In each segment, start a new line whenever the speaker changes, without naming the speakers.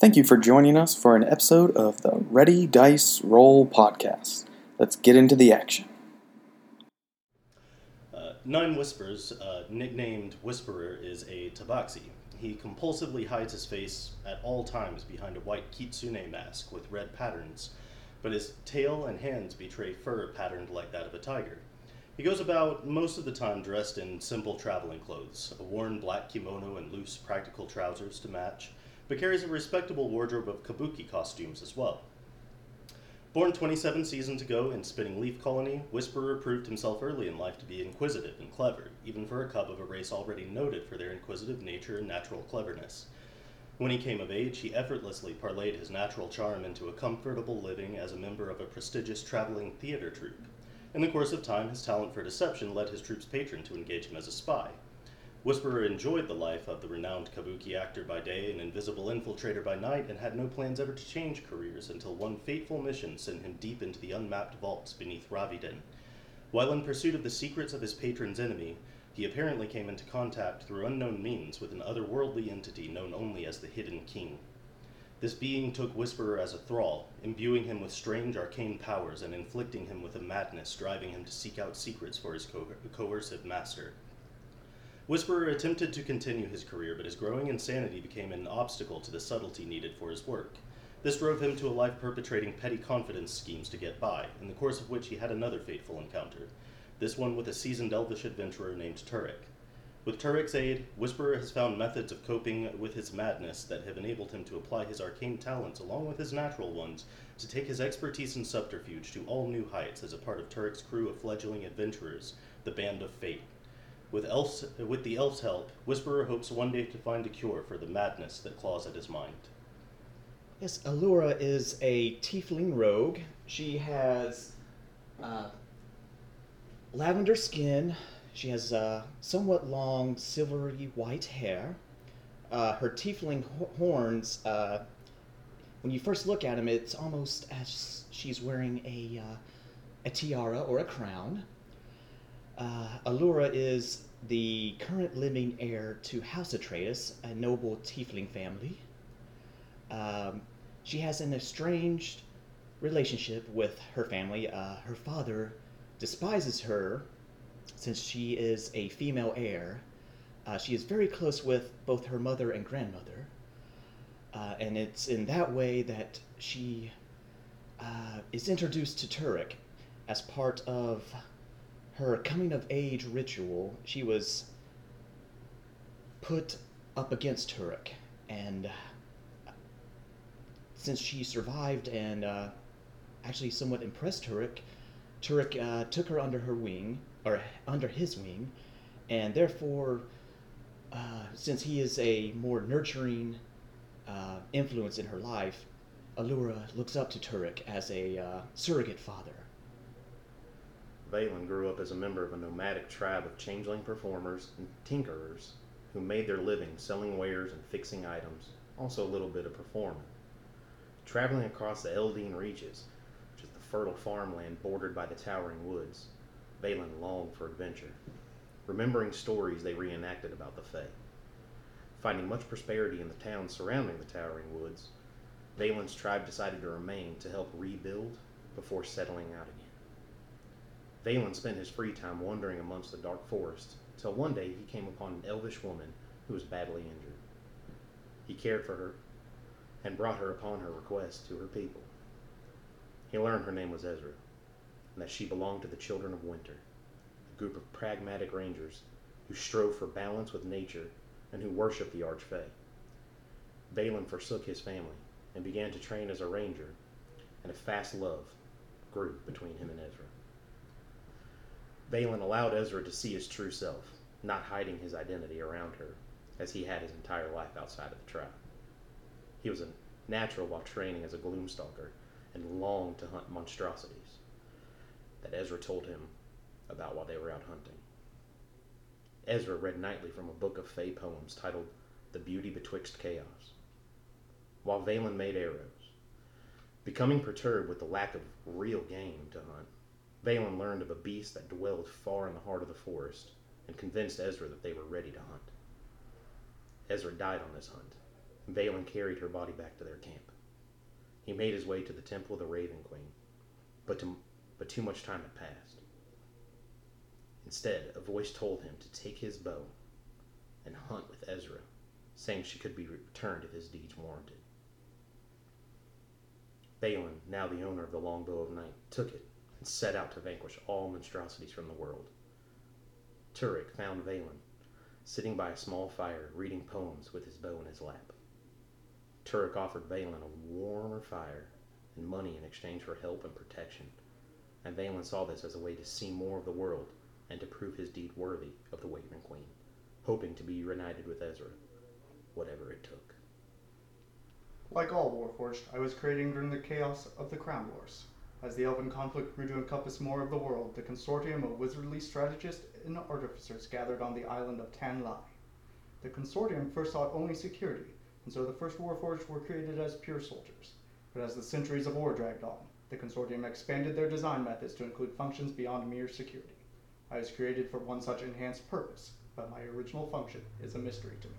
Thank you for joining us for an episode of the Ready Dice Roll podcast. Let's get into the action.
Uh, Nine Whispers, uh, nicknamed Whisperer, is a tabaxi. He compulsively hides his face at all times behind a white kitsune mask with red patterns, but his tail and hands betray fur patterned like that of a tiger. He goes about most of the time dressed in simple traveling clothes, a worn black kimono and loose practical trousers to match, but carries a respectable wardrobe of kabuki costumes as well. Born 27 seasons ago in Spinning Leaf Colony, Whisperer proved himself early in life to be inquisitive and clever, even for a cub of a race already noted for their inquisitive nature and natural cleverness. When he came of age, he effortlessly parlayed his natural charm into a comfortable living as a member of a prestigious traveling theater troupe. In the course of time, his talent for deception led his troupe's patron to engage him as a spy. Whisperer enjoyed the life of the renowned kabuki actor by day and invisible infiltrator by night and had no plans ever to change careers until one fateful mission sent him deep into the unmapped vaults beneath Raviden. While in pursuit of the secrets of his patron's enemy, he apparently came into contact through unknown means with an otherworldly entity known only as the Hidden King. This being took Whisperer as a thrall, imbuing him with strange arcane powers and inflicting him with a madness driving him to seek out secrets for his co- coercive master. Whisperer attempted to continue his career, but his growing insanity became an obstacle to the subtlety needed for his work. This drove him to a life perpetrating petty confidence schemes to get by, in the course of which he had another fateful encounter, this one with a seasoned elvish adventurer named Turek. With Turek's aid, Whisperer has found methods of coping with his madness that have enabled him to apply his arcane talents along with his natural ones to take his expertise in subterfuge to all new heights as a part of Turek's crew of fledgling adventurers, the Band of Fate. With, elf's, with the elf's help, Whisperer hopes one day to find a cure for the madness that claws at his mind.
Yes, Allura is a tiefling rogue. She has uh, lavender skin. She has uh, somewhat long, silvery white hair. Uh, her tiefling ho- horns, uh, when you first look at them, it's almost as she's wearing a, uh, a tiara or a crown. Uh, Allura is the current living heir to House Atreides, a noble tiefling family. Um, she has an estranged relationship with her family. Uh, her father despises her since she is a female heir. Uh, she is very close with both her mother and grandmother. Uh, and it's in that way that she uh, is introduced to Turek as part of her coming of age ritual. She was put up against Turek, and since she survived and uh, actually somewhat impressed Turek, Turek uh, took her under her wing, or under his wing, and therefore, uh, since he is a more nurturing uh, influence in her life, Allura looks up to Turek as a uh, surrogate father.
Valen grew up as a member of a nomadic tribe of changeling performers and tinkerers who made their living selling wares and fixing items, also a little bit of performing. Traveling across the Eldine Reaches, which is the fertile farmland bordered by the towering woods, Valen longed for adventure, remembering stories they reenacted about the Fae. Finding much prosperity in the towns surrounding the towering woods, Valen's tribe decided to remain to help rebuild before settling out again. Valen spent his free time wandering amongst the dark forest, till one day he came upon an elvish woman who was badly injured. He cared for her and brought her upon her request to her people. He learned her name was Ezra, and that she belonged to the Children of Winter, a group of pragmatic rangers who strove for balance with nature and who worship the Archfey. Valen forsook his family and began to train as a ranger, and a fast love grew between him and Ezra. Balin allowed Ezra to see his true self, not hiding his identity around her, as he had his entire life outside of the tribe. He was a natural while training as a gloomstalker and longed to hunt monstrosities that Ezra told him about while they were out hunting. Ezra read nightly from a book of Fey poems titled The Beauty Betwixt Chaos, while Valen made arrows. Becoming perturbed with the lack of real game to hunt, Valen learned of a beast that dwelled far in the heart of the forest and convinced Ezra that they were ready to hunt. Ezra died on this hunt,
Valen carried her body back to their camp. He made his way to the temple of the Raven Queen, but, to, but too much time had passed. Instead, a voice told him to take his bow and hunt with Ezra, saying she could be returned if his deeds warranted. Balin, now the owner of the Longbow of Night, took it and set out to vanquish all monstrosities from the world. Turek found Valen, sitting by a small fire, reading poems with his bow in his lap. Turek offered Valen a warmer fire and money in exchange for help and protection, and Valen saw this as a way to see more of the world and to prove his deed worthy of the Wavering Queen, hoping to be reunited with Ezra, whatever it took.
Like all Warforged, I was creating during the chaos of the Crown Wars. As the Elven conflict grew to encompass more of the world, the consortium of wizardly strategists and artificers gathered on the island of Tan Lai. The consortium first sought only security, and so the first Warforged were created as pure soldiers. But as the centuries of war dragged on, the consortium expanded their design methods to include functions beyond mere security. I was created for one such enhanced purpose, but my original function is a mystery to me.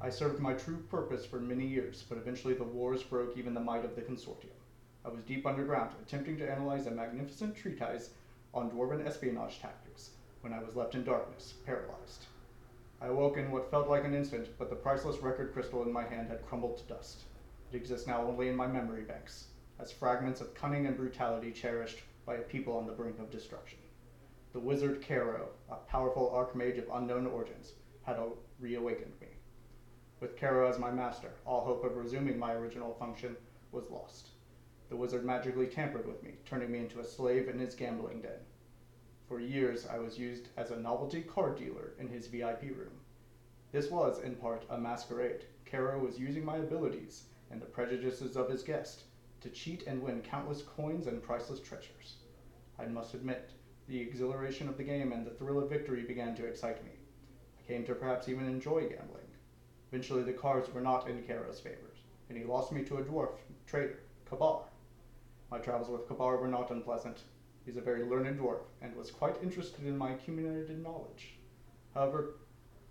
I served my true purpose for many years, but eventually the wars broke even the might of the consortium. I was deep underground, attempting to analyze a magnificent treatise on dwarven espionage tactics, when I was left in darkness, paralyzed. I awoke in what felt like an instant, but the priceless record crystal in my hand had crumbled to dust. It exists now only in my memory banks, as fragments of cunning and brutality cherished by a people on the brink of destruction. The wizard Caro, a powerful archmage of unknown origins, had a- reawakened me. With Caro as my master, all hope of resuming my original function was lost. The wizard magically tampered with me, turning me into a slave in his gambling den. For years, I was used as a novelty card dealer in his VIP room. This was, in part, a masquerade. Caro was using my abilities and the prejudices of his guest to cheat and win countless coins and priceless treasures. I must admit, the exhilaration of the game and the thrill of victory began to excite me. I came to perhaps even enjoy gambling. Eventually, the cards were not in Caro's favor, and he lost me to a dwarf trader, Kabar. My travels with Kabar were not unpleasant. He's a very learned dwarf and was quite interested in my accumulated knowledge. However,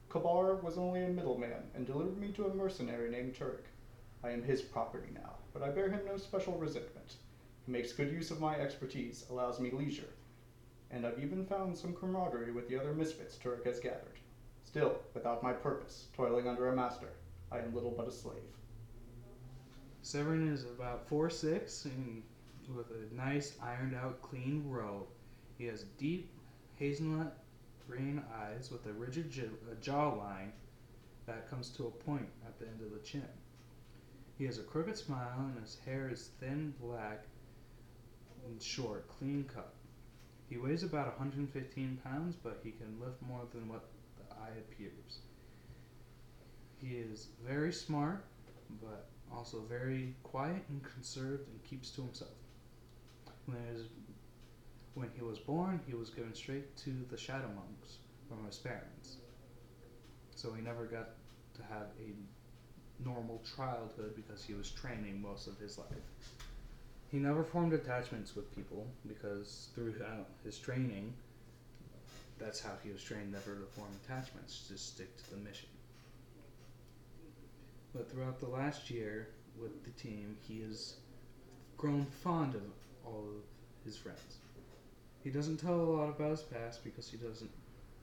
Kabar was only a middleman and delivered me to a mercenary named Turk. I am his property now, but I bear him no special resentment. He makes good use of my expertise, allows me leisure, and I've even found some camaraderie with the other misfits Turk has gathered. Still, without my purpose, toiling under a master, I am little but a slave.
Severin is about four six and with a nice ironed out clean robe. He has deep hazelnut green eyes with a rigid j- a jawline that comes to a point at the end of the chin. He has a crooked smile and his hair is thin black and short, clean cut. He weighs about 115 pounds, but he can lift more than what the eye appears. He is very smart, but also very quiet and conserved and keeps to himself. When he was, when he was born, he was given straight to the Shadow Monks from his parents. So he never got to have a normal childhood because he was training most of his life. He never formed attachments with people because throughout his training, that's how he was trained never to form attachments, just stick to the mission. But throughout the last year with the team, he has grown fond of all of his friends. He doesn't tell a lot about his past because he doesn't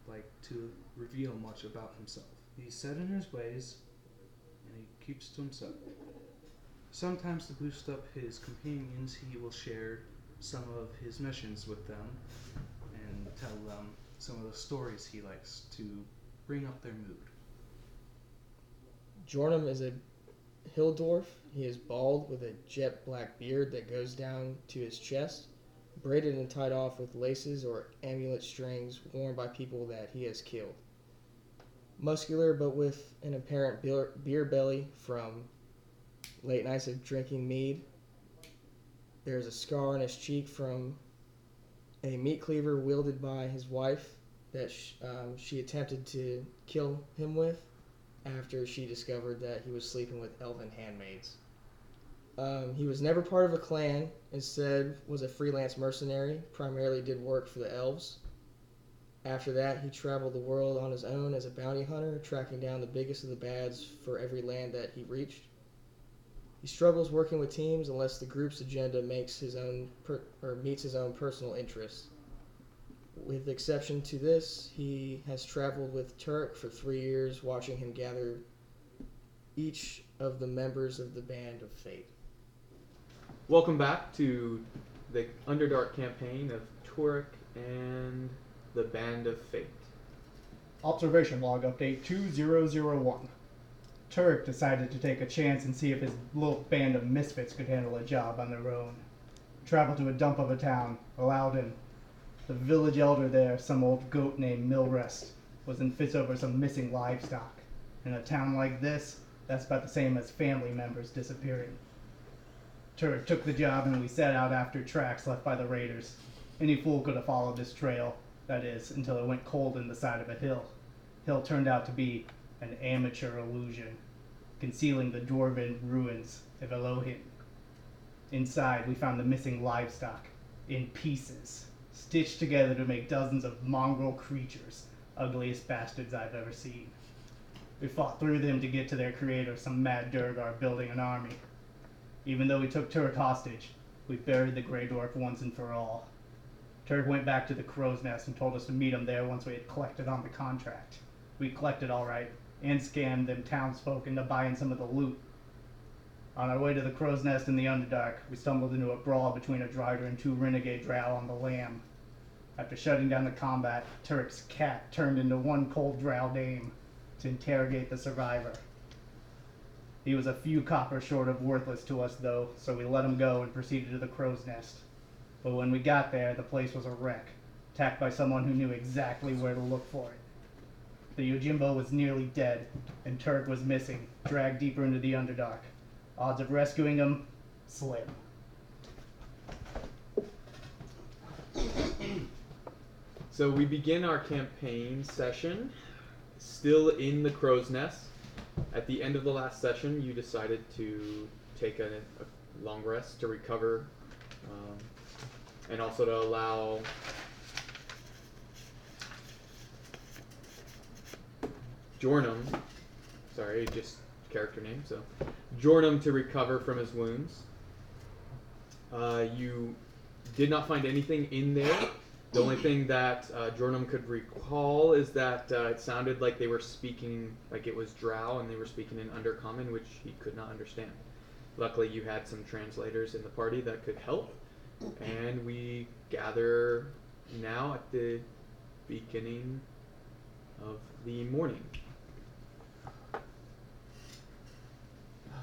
like to reveal much about himself. He's set in his ways and he keeps to himself. Sometimes to boost up his companions, he will share some of his missions with them and tell them some of the stories he likes to bring up their mood.
Jornum is a hill dwarf. He is bald with a jet black beard that goes down to his chest, braided and tied off with laces or amulet strings worn by people that he has killed. Muscular but with an apparent beer, beer belly from late nights of drinking mead. There's a scar on his cheek from a meat cleaver wielded by his wife that sh- um, she attempted to kill him with after she discovered that he was sleeping with elven handmaids. Um, he was never part of a clan, instead was a freelance mercenary, primarily did work for the elves.
After that, he traveled the world on his own as a bounty hunter, tracking down the biggest of the bads for every land that he reached. He struggles working with teams unless the group's agenda makes his own per- or meets his own personal interests. With exception to this, he has traveled with Turk for three years, watching him gather each of the members of the Band of Fate.
Welcome back to the Underdark campaign of Turek and the Band of Fate.
Observation log update 2001. Turek decided to take a chance and see if his little band of misfits could handle a job on their own. Traveled to a dump of a town, Loudon. The village elder there, some old goat named Milrest, was in fits over some missing livestock. In a town like this, that's about the same as family members disappearing. Turek took the job and we set out after tracks left by the raiders. Any fool could have followed this trail, that is, until it went cold in the side of a hill. Hill turned out to be an amateur illusion, concealing the dwarven ruins of Elohim. Inside, we found the missing livestock, in pieces, stitched together to make dozens of mongrel creatures, ugliest bastards I've ever seen. We fought through them to get to their creator, some mad Durgar building an army. Even though we took Turk hostage, we buried the Grey Dwarf once and for all. Turk went back to the crow's nest and told us to meet him there once we had collected on the contract. We collected all right and scammed them townsfolk into buying some of the loot. On our way to the crow's nest in the Underdark, we stumbled into a brawl between a drider and two renegade drow on the lamb. After shutting down the combat, Turk's cat turned into one cold drow dame to interrogate the survivor. He was a few copper short of worthless to us, though, so we let him go and proceeded to the crow's nest. But when we got there, the place was a wreck, attacked by someone who knew exactly where to look for it. The Yojimbo was nearly dead, and Turk was missing, dragged deeper into the Underdark. Odds of rescuing him, slim.
So we begin our campaign session still in the crow's nest. At the end of the last session, you decided to take a, a long rest to recover um, and also to allow. Jornum, sorry, just character name, so. Jornum to recover from his wounds. Uh, you did not find anything in there. The only thing that uh, Jornum could recall is that uh, it sounded like they were speaking, like it was Drow, and they were speaking in Undercommon, which he could not understand. Luckily, you had some translators in the party that could help, and we gather now at the beginning of the morning.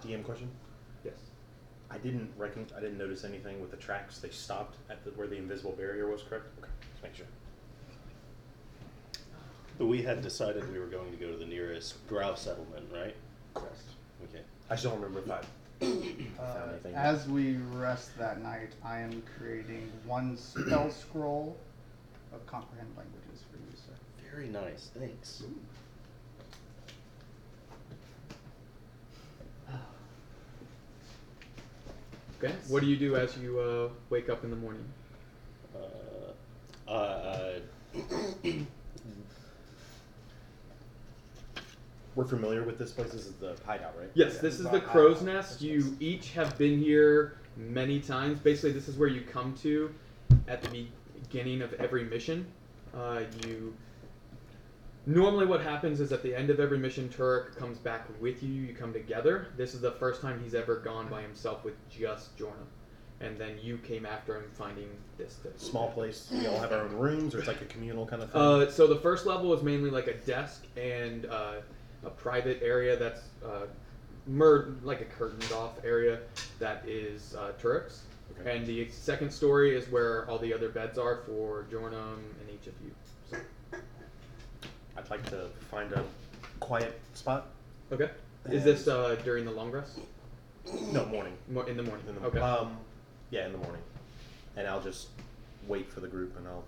DM question.
Yes.
I didn't reckon. I didn't notice anything with the tracks. They stopped at the, where the invisible barrier was. Correct. Okay. Just make sure.
But we had decided we were going to go to the nearest Drow settlement, right?
Correct.
Okay.
I just don't remember if I
Uh,
found anything.
as we rest that night, I am creating one spell scroll of comprehend languages for you, sir.
Very nice. Thanks.
Okay. What do you do as you uh, wake up in the morning?
Uh, uh,
We're familiar with this place. This is the hideout, right?
Yes,
Yeah.
this is
This
the
is our
crow's
hideout.
nest. You each have been here many times. Basically, this is where you come to at the beginning of every mission. Uh, you normally what happens is at the end of every mission, Turek comes back with you. You come together. This is the first time he's ever gone by himself with just Jorna, and then you came after him, finding this. this
Small place. We all have our own rooms, or it's like a communal kind of thing.
Uh, so the first level is mainly like a desk and uh, a private area that's uh, mer- like a curtained off area that is uh, Turks.
Okay.
And the second story is where all the other beds are for Jornum and each of you. So,
I'd like to find a quiet spot.
okay. Is this uh, during the long rest?
No morning.
Mo- in the morning.
In the,
okay.
Um, yeah, in the morning. And I'll just wait for the group, and I'll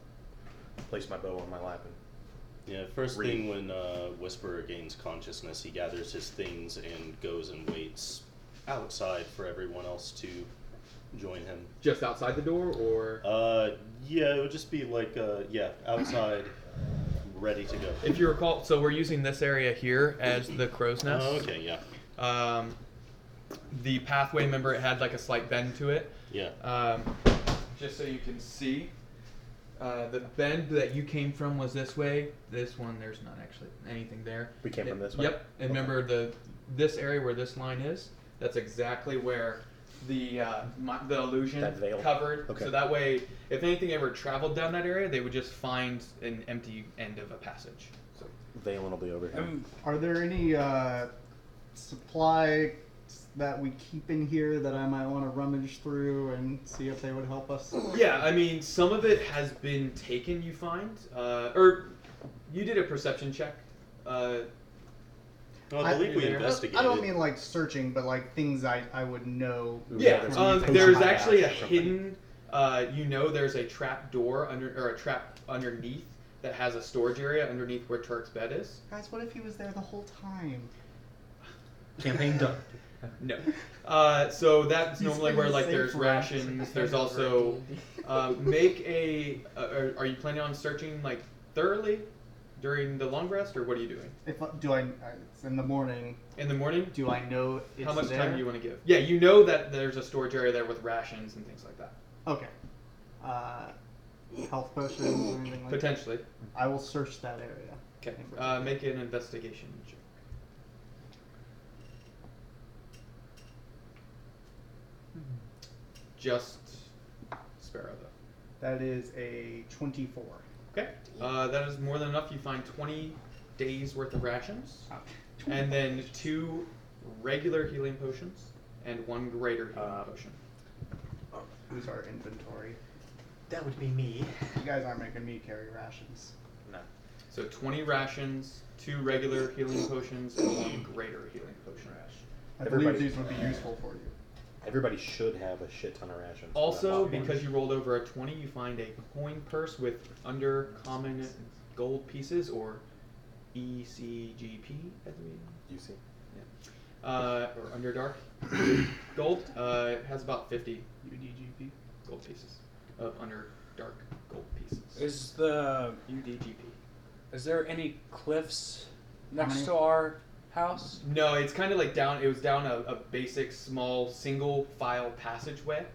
place my bow on my lap and
yeah, first
Read.
thing when uh, Whisperer gains consciousness, he gathers his things and goes and waits outside for everyone else to join him.
Just outside the door, or
Uh, yeah, it would just be like, uh, yeah, outside ready to go.
If you recall, so we're using this area here as the crow's nest.
Oh, okay, yeah,
Um, the pathway, remember, it had like a slight bend to it.
yeah.
Um, just so you can see, uh, the bend that you came from was this way. This one, there's not actually anything there.
We came
It-
from this way?
Yep. And remember the this area where this line is. That's exactly where the uh, my, the illusion
That veil.
covered.
Okay.
So that way, if anything ever traveled down that area, they would just find an empty end of a passage. So
Valen will be over here.
Um, are there any uh, supply that we keep in here that I might want to rummage through and see if they would help us?
Yeah, I mean, some of it has been taken. You find, uh, or you did a perception check. Uh,
Well, Oh, I
I-
believe we
I don't
investigated.
I don't mean like searching, but like things I, I would know.
Ooh,
yeah,
there's
um,
something
there's
hiding out
actually a
or something.
hidden. Uh, you know, there's a trap door under, or a trap underneath that has a storage area underneath where Turk's bed is.
Guys, what if he was there the whole time?
Campaign done.
No. Uh, so that's
He's
normally
been
where like
safe
there's
for us.
rations. There's also uh,
Um,
make a. Uh, are- are you planning on searching like thoroughly during the long rest, or what are you doing
If I- do I? I- It's in the morning.
in the morning?
Do I know it's
How much
there?
time do you want to give? Yeah, you know that there's a storage area there with rations and things like that.
Okay. Uh, health potions or anything like that.
Potentially.
I will search that area.
Okay. Uh, make an investigation check. Just Sparrow, though.
That is a twenty-four.
Okay. Uh, that is more than enough. You find 20 days worth of rations,
Oh,
and then two regular healing potions, and one greater healing
Uh,
potion.
Who's our inventory?
That would be me.
You guys aren't making me carry rations.
So 20 rations, two regular healing potions, and one greater healing potion.
I
Everybody-
believe these would be useful for you.
Everybody should have a shit ton of rations.
Also, because you rolled over a 20, you find a coin purse with under common gold pieces or E ECGP at the meeting,
you see,
uh, or underdark gold. Uh, it has about 50
UDGP.
gold pieces of underdark gold pieces.
Is the
UDGP.
is there any cliffs
many?
next to our house?
No, it's kind of like down, it was down a, a basic small single file passageway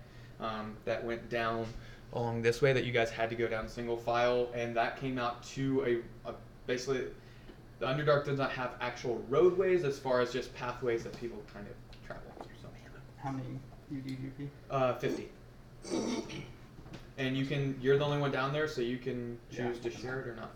um, that went down along this way that you guys had to go down single file, and that came out to a, a basically the Underdark does not have actual roadways as far as just pathways that people kind of travel. So,
How many UDGP?
uh, 50. And you can, you're the only one down there, so you can choose to share it or not.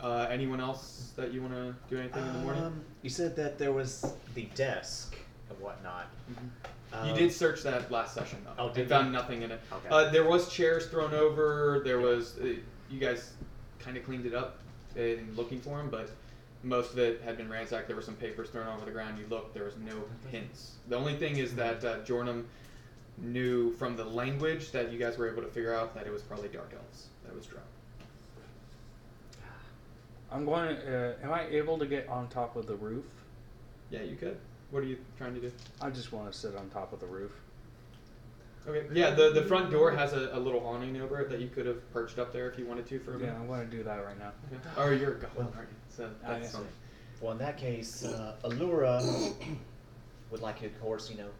Uh, anyone else that you want to do anything in the morning?
Um, you said that there was the desk and whatnot.
Mhm.
Um,
You did search that last session though.
Oh,
and
did
found
we?
nothing in it.
Okay.
Uh, there was chairs thrown over. There was uh, you guys kind of cleaned it up in looking for him, but most of it had been ransacked. There were some papers thrown over the ground. You looked. There was no hints. The only thing
Hmm.
is that uh, Jornum knew from the language that you guys were able to figure out that it was probably dark elves that was drowned.
I'm going. Uh, am I able to get on top of the roof?
Yeah, you could. What are you trying to do?
I just want to sit on top of the roof.
Okay. Yeah, the the front door has a, a little awning over it that you could have perched up there if you wanted to for a
Yeah,
minute.
I want to do that right now.
Okay. Oh, you're a goblin, aren't you? So
I
that's
guess
something.
Well, in that case, uh, Allura would like to, of course, you know,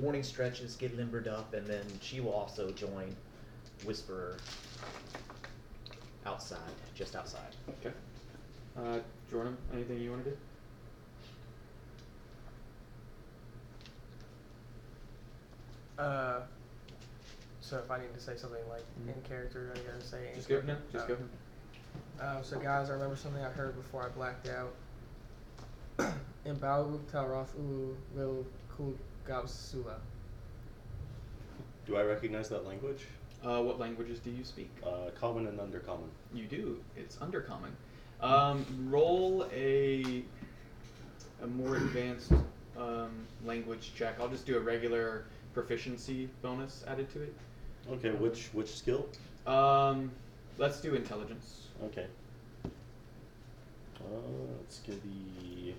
morning stretches, get limbered up, and then she will also join Whisperer outside, just outside.
Okay. Uh, Jordan, anything you want to do?
Uh, so if I need to say something like
Mm-hmm.
in character, I gotta say. in
Just go. No,
character?
just go.
Uh, so guys, I remember something I heard before I blacked out. in Balu Talroth Ulu Lil Kul Gabsula.
Do I recognize that language?
Uh, what languages do you speak?
Uh, common and undercommon.
You do. It's undercommon. Um, roll a a more advanced um, language check. I'll just do a regular proficiency bonus added to it.
Okay, which which skill? Oh.
Um, let's do intelligence.
Okay. Uh, let's get the.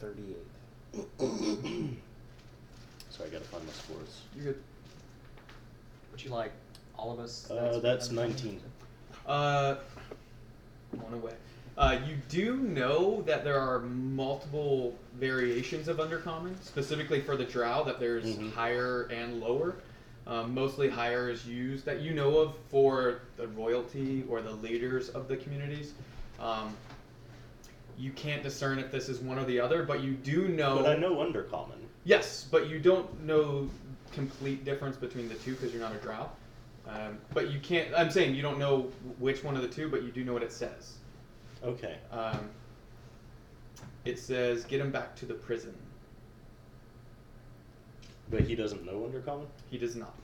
38.
Sorry, I gotta find my scores.
You're good.
Would you like all of us?
Uh, that's 19.
Uh, one away. Uh, you do know that there are multiple variations of undercommon, specifically for the drow, that there's
Mm-hmm.
higher and lower. Um, mostly higher is used that you know of for the royalty or the leaders of the communities. Um, you can't discern if this is one or the other, but you do know.
But I know undercommon.
Yes, but you don't know complete difference between the two because you're not a drow. Um, but you can't. I'm saying you don't know which one of the two, but you do know what it says.
Okay.
Um, it says get him back to the prison.
But he doesn't know undercommon.
He does not.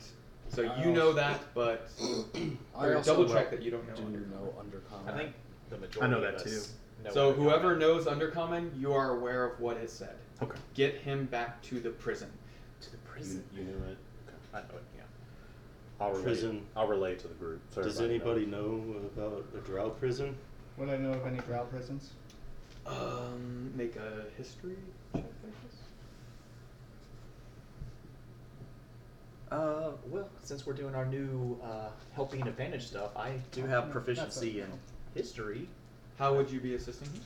So
I
you know
also-
that, but
I
or
also
double check
don't-
that you don't know.
do
undercommon.
know undercommon.
I think the majority
I know
of
that
us
too.
know
so
what we
whoever knows undercommon, you are aware of what it said.
Okay.
Get him back to the prison.
To the
You,
prison.
you knew it.
I know it. Yeah. I'll relay.
Prison.
I'll relay it to the group. so
Does
everybody
anybody
knows.
know about a drow prison?
Would I know of any drow prisons?
Um, make a history check, I guess.
Uh, well, since we're doing our new uh, helping advantage stuff, I do have proficiency in history.
How would you be assisting him?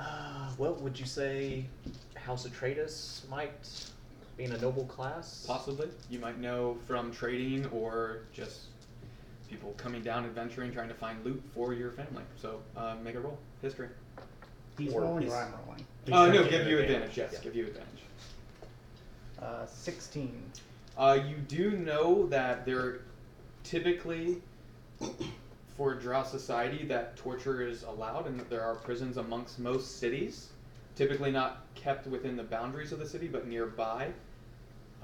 Uh, well, would you say House Atreides might being a noble class?
Possibly. You might know from trading or just people coming down adventuring trying to find loot for your family. So uh, make a roll. History.
He's
Or
rolling
he's-
or I'm rolling.
Uh,
trying
no,
to
give you advantage.
advantage,
Yes,
yeah.
give you advantage.
Uh, 16.
Uh, you do know that there typically for drow society that torture is allowed and that there are prisons amongst most cities typically not kept within the boundaries of the city but nearby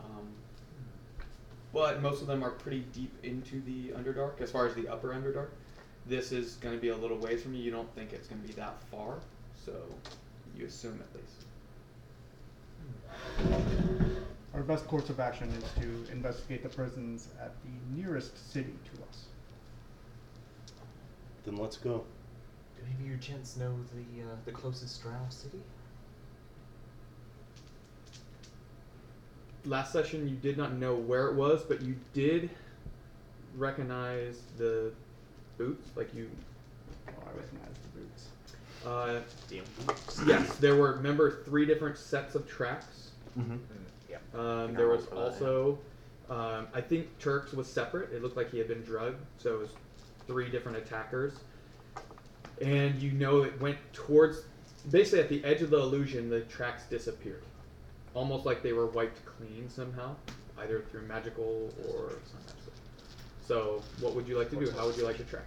um, but most of them are pretty deep into the underdark as far as the upper underdark this is going to be a little ways from you you don't think it's going to be that far so you assume at least
Our best course of action is to investigate the prisons at the nearest city to us.
Then let's go.
Do any of you gents know the uh, the closest drow city?
last session you did not know where it was, but you did recognize the boots. Like you,
Oh, I recognize the boots.
uh,
Damn.
yes, there were. Remember three different sets of tracks.
Mm-hmm.
Yeah.
Um,
think
there
I
was
rolled for that, yeah.
also, um, I think Turks was separate. It looked like he had been drugged, so it was three different attackers. And you know it went towards, basically at the edge of the illusion, the tracks disappeared, almost like they were wiped clean somehow, either through magical or some other stuff. So, what would you like to do? How would you like to track?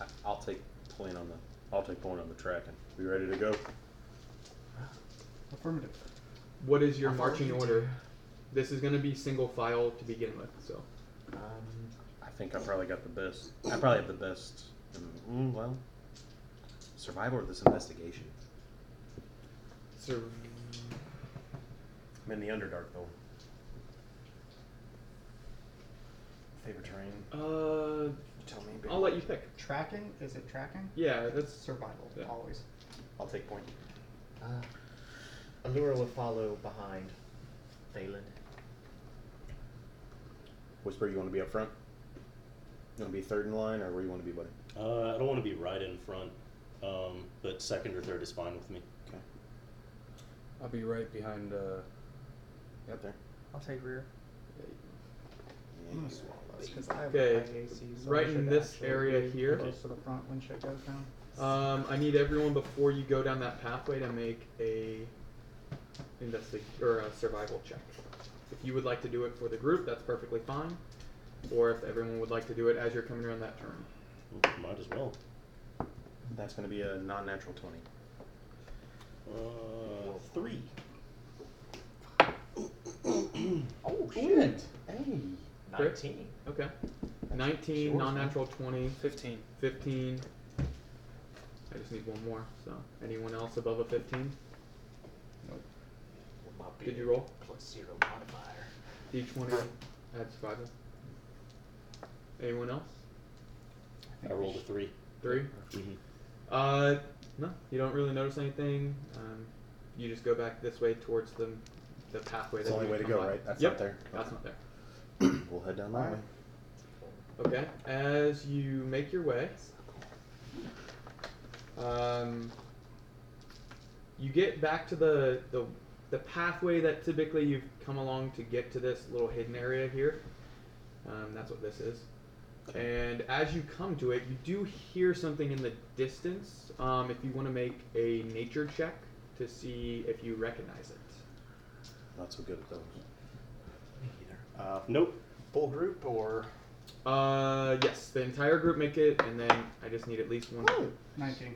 I- I'll take point on the. I'll take point on the tracking. We ready to go?
Affirmative.
What is your
I'll follow
marching
you,
order? This is going to be single file to begin with, so.
Um,
I think I probably got the best. I probably have the best. Mm, well, survival of this investigation.
Sur-
I'm in the underdark though. Favorite terrain.
Uh,
Tell me.
I'll let you pick.
Tracking? Is it tracking?
Yeah, that's
Survival,
Yeah.
always.
I'll take point.
uh, Allura will follow behind Valen.
Whisper, you want to be up front? You want to be third in line, or where you want to be, buddy?
Uh, I don't want to be right in front, um, but second or third is fine with me.
I'll be right behind. Uh,
Up there.
I'll take rear.
I'm gonna swallow this 'cause I have
Okay,
high AC, so I
right in
should
this
actually
area
be
here.
Close to the front when shit goes down.
Um, I need everyone before you go down that pathway to make a investig or a survival check. If you would like to do it for the group, that's perfectly fine. Or if everyone would like to do it as you're coming around that turn.
Might as well.
That's going to be a non-natural twenty.
Uh, three.
Oh shit!
Hey.
Nineteen.
Okay. 19,
Sure.
non-natural 20,
15.
15. I just need one more. So, anyone else above a 15?
My
Did you
beard
roll?
Plus zero modifier.
D20 add survival. Anyone else?
I rolled a three.
Three.
Mhm.
Uh, no, you don't really notice anything. Um, you just go back this way towards the the pathway.
It's
that
the only
you
way to
come
go,
by.
right? That's
yep.
up there.
That's not there.
we'll head down that way.
Okay. As you make your way, um, you get back to the, the the pathway that typically you've come along to get to this little hidden area here. Um, that's what this is. And as you come to it, you do hear something in the distance. Um, if you want to make a nature check to see if you recognize it.
Not so good at those. Uh, nope.
Full group or
Uh, yes, the entire group make it, and then I just need at least one.
19.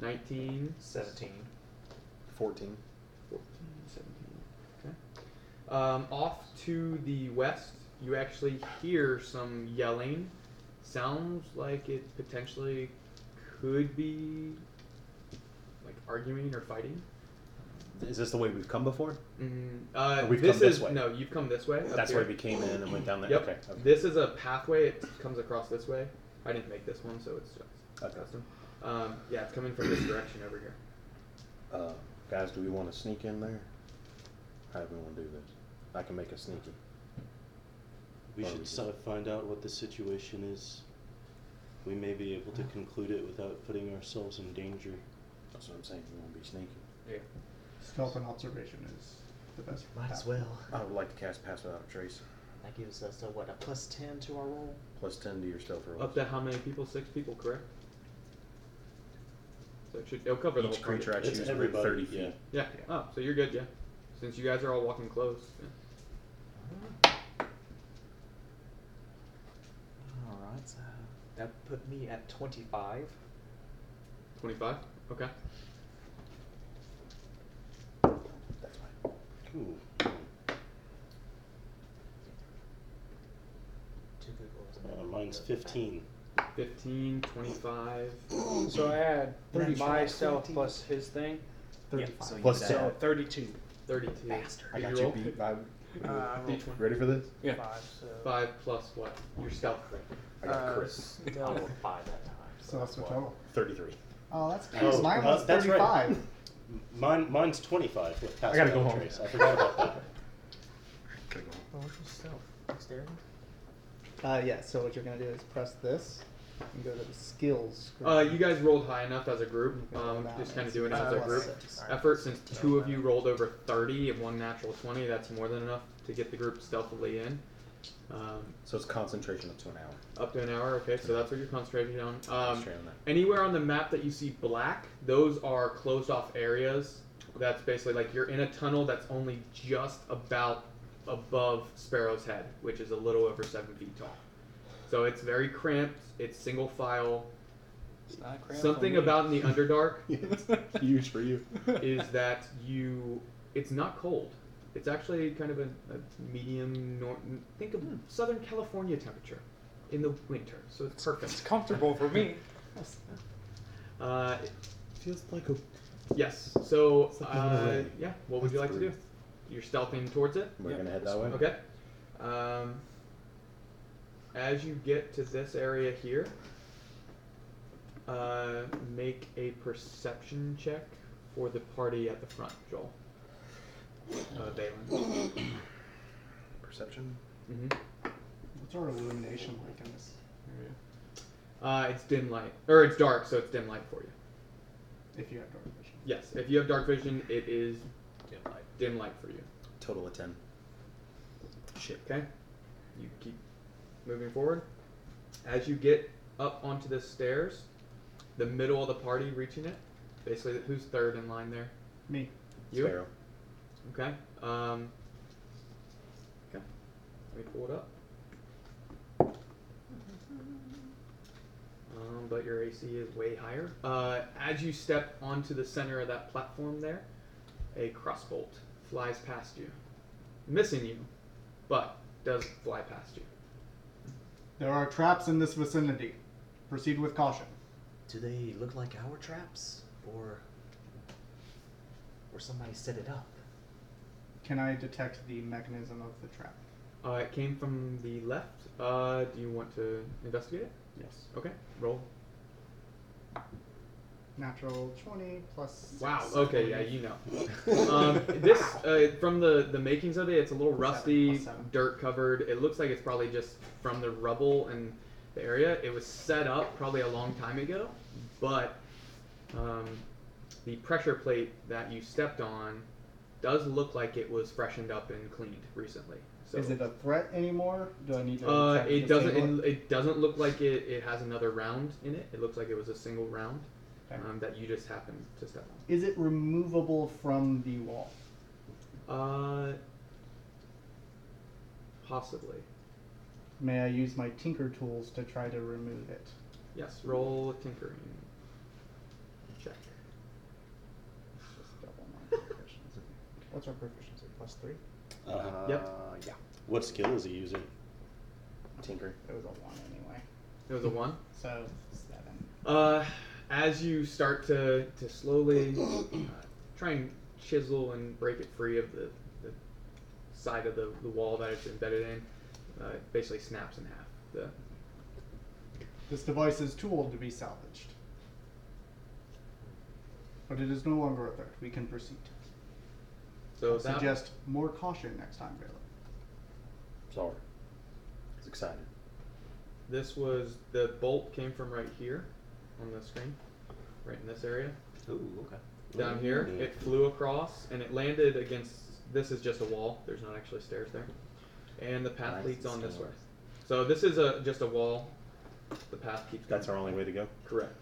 19,
17?
14.
14, 17. Okay. Um, off to the west, you actually hear some yelling. Sounds like it potentially could be like arguing or fighting.
Is this the way we've come before?
Mm, uh,
Oh, we've
this
come this
is
way.
no, you've come this way. up
That's
here.
where we came in and went down there.
Yep.
Okay. okay.
This is a pathway. It comes across this way. I didn't make this one, so it's just
Okay.
custom. Um, yeah, it's coming from this direction over here.
Uh, guys, do we want to sneak in there? How do we want to do this? I can make a sneaky.
We
Or
should
we
sort of find out what the situation is. We may be able to conclude it without putting ourselves in danger.
That's what I'm saying. We want to be sneaky.
Stealth and observation is the best.
Might as
path.
well.
I would like to cast Pass Without a Trace.
That gives us a what a plus ten to our roll.
Plus 10 to your stealth roll.
Up to how many people? Six people, correct? So it should it'll cover the
Each
whole party.
creature I
It's
choose within
everybody,
30 feet.
yeah.
Yeah. Oh, so you're good, yeah. Since you guys are all walking close. yeah.
All right, so that put me at twenty-five.
25? Okay.
That's fine.
Ooh.
Two good rolls. and
Uh,
then
mine's
the-
15.
15, 25.
So I had
Natural
my stealth
20.
plus his thing.
Yeah, so you
Plus
got
So 32.
32.
Bastard.
I
Did
got
you
you
roll?
beat by.
Uh, I rolled
Each one.
Ready for this?
Yeah.
Five, so.
5 plus what? Your stealth. rate.
I got
Uh,
a crit.
I
stealth.
rolled five that time.
So that's the
why.
total.
33.
Oh, that's
Oh,
close. Mine
uh,
was
that's right.
35.
Mine, mine's 25 with pass
I gotta go
without
home.
trace. I forgot about that.
Oh, which was stealth? Dexterity?
Uh, yeah, so what you're going to do is press this and go to the skills. screen.
Uh, you guys rolled high enough as a group.
Okay,
Um,
now
just kind of
it's
doing it
five
as a
plus
group.
six.
Effort since two of you rolled over 30 and one natural 20. That's more than enough to get the group stealthily in. Um,
So it's concentration up to an hour.
up to an hour. Okay, so that's what you're concentrating on. Um,
Straight on that.
anywhere on the map that you see black, those are closed off areas. That's basically like you're in a tunnel that's only just about above Sparrow's Head, which is a little over seven feet tall. So it's very cramped. It's single file.
It's not crap for
Something
me.
about in the Underdark
Huge for you.
is that you it's not cold it's actually kind of a, a medium nor- think of
Hmm.
southern california temperature in the winter so it's
It's
perfect
comfortable for me.
uh,
Feels like a.
yes so
It's like another
uh,
way.
yeah what would you like to do you're stealthing towards it
We're
Yeah.
gonna head that way.
okay um, as you get to this area here uh, make a perception check for the party at the front joel uh, Balin.
Perception.
hmm
What's our illumination like in this?
Uh, it's dim light, or it's dark, so it's dim light for you.
If you have dark vision.
Yes, if you have dark vision, it is
Dim light.
dim light for you.
Total of 10.
Shit. Okay. You keep moving forward. As you get up onto the stairs, the middle of the party reaching it. Basically, who's third in line there?
Me.
You.
Sparrow.
Okay. Um. Okay. Let me pull it up. Um, but your AC is way higher. Uh, as you step onto the center of that platform there, a crossbolt flies past you, missing you, but does fly past you.
There are traps in this vicinity. Proceed with caution.
Do they look like our traps, or or somebody set it up?
Can I detect the mechanism of the trap?
Uh, it came from the left. Uh, do you want to investigate it?
Yes.
Okay, roll.
Natural 20 plus. six.
Wow. Okay, yeah, you know. um, this uh, from the the makings of it, it's a little
Plus seven,
rusty,
plus seven.
dirt covered. It looks like it's probably just from the rubble, and the area. It was set up probably a long time ago, but um, the pressure plate that you stepped on does look like it was freshened up and cleaned recently. So
Is it a threat anymore? Do I need to?
uh,
try to
it doesn't.
disable
It, it doesn't look like it, it has another round in it. It looks like it was a single round um, that you just happened to step on.
Is it removable from the wall?
Uh, possibly.
May I use my tinker tools to try to remove it?
Yes. Roll tinkering. Check.
Just double my proficiency. What's our proficiency? Plus three.
Uh,
Yep.
Yeah.
What skill is he using? Tinker.
It was a one anyway.
It was a one.
So seven.
Uh, as you start to, to slowly uh, try and chisel and break it free of the, the side of the, the wall that it's embedded in, uh, it basically snaps in half. The,
This device is too old to be salvaged. But it is no longer a threat. We can proceed.
so
I
that,
suggest more caution next time, Bailey.
Sorry. He's excited.
this was the bolt came from right here on the screen, right in this area.
Ooh, okay.
down here. It flew across and it landed against. This is just a wall. There's not actually stairs there, and the path
Nice
leads on this way.
stairs.
So this is a just a wall. The path keeps.
That's
going.
our only way to go.
Correct.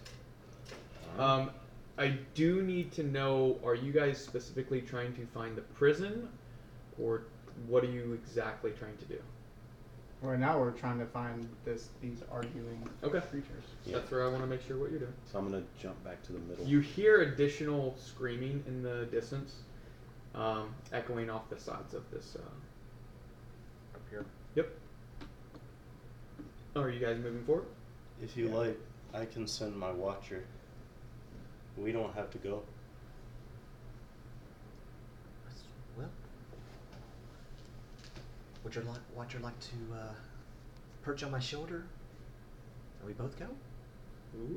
Um, I do need to know: Are you guys specifically trying to find the prison, or what are you exactly trying to do?
Right now, we're trying to find this these arguing
Okay.
creatures.
Yeah.
That's where I want to make sure what you're doing.
So I'm gonna jump back to the middle.
You hear additional screaming in the distance, um, echoing off the sides of this. Uh,
Up here.
Yep. Oh, are you guys moving forward?
If you like, I can send my watcher. We don't have to go.
Well, would your like, watcher like to uh, perch on my shoulder? And we both go?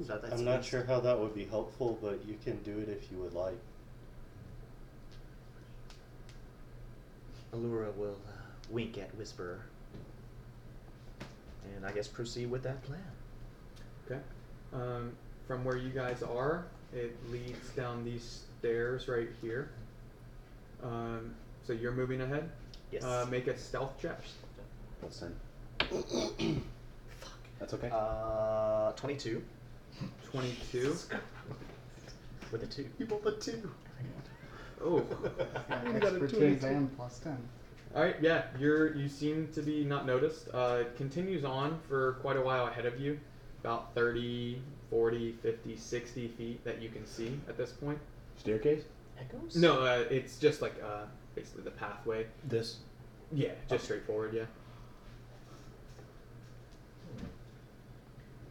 Is that- that's
I'm not
best?
sure how that would be helpful, but you can do it if you would like.
Allura will uh, wink at Whisperer. And I guess proceed with that plan.
Okay. Um, from where you guys are, it leads down these stairs right here. Um, so you're moving ahead.
Yes.
Uh,
Um,
make a stealth check.
Listen.
Fuck.
That's okay.
Uh, 22.
Twenty-two.
With a 2. You both a 2.
Oh.
Yeah,
We got a
expertise
22.
and plus ten.
All right. Yeah. You're. You seem to be not noticed. Uh, it continues on for quite a while ahead of you, about 30, 40, 50, 60 feet that you can see at this point.
Staircase?
Echoes?
No, uh, it's just like uh, basically the pathway.
This.
Yeah, just straightforward. Yeah.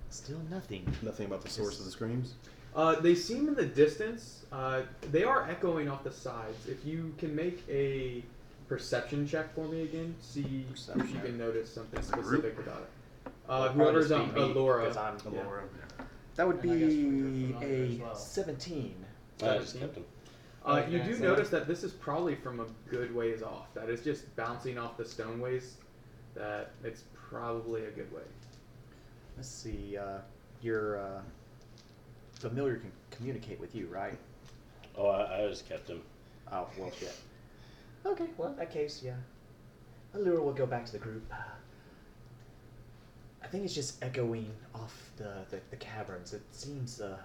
Still nothing.
Nothing about the source of the screams?
Uh, they seem in the distance. Uh, they are echoing off the sides. If you can make a perception check for me again, see if you can notice something specific about it. Uh,
Well, it'd probably
whoever's
just
on
be me,
Allura.
'cause I'm
yeah.
Allura. That would
And I guess we
be
could put it on there
a
as well.
17.
I just kept him.
Uh, you
Okay,
do
so-
notice that this is probably from a good ways off. That is just bouncing off the stoneways. That it's probably a good way.
Let's see. Uh, your uh, familiar can communicate with you, right?
Oh, I, I just kept him.
Oh, well, shit. Okay, well, in that case, yeah. Allure will go back to the group. I think it's just echoing off the, the, the caverns. It seems uh,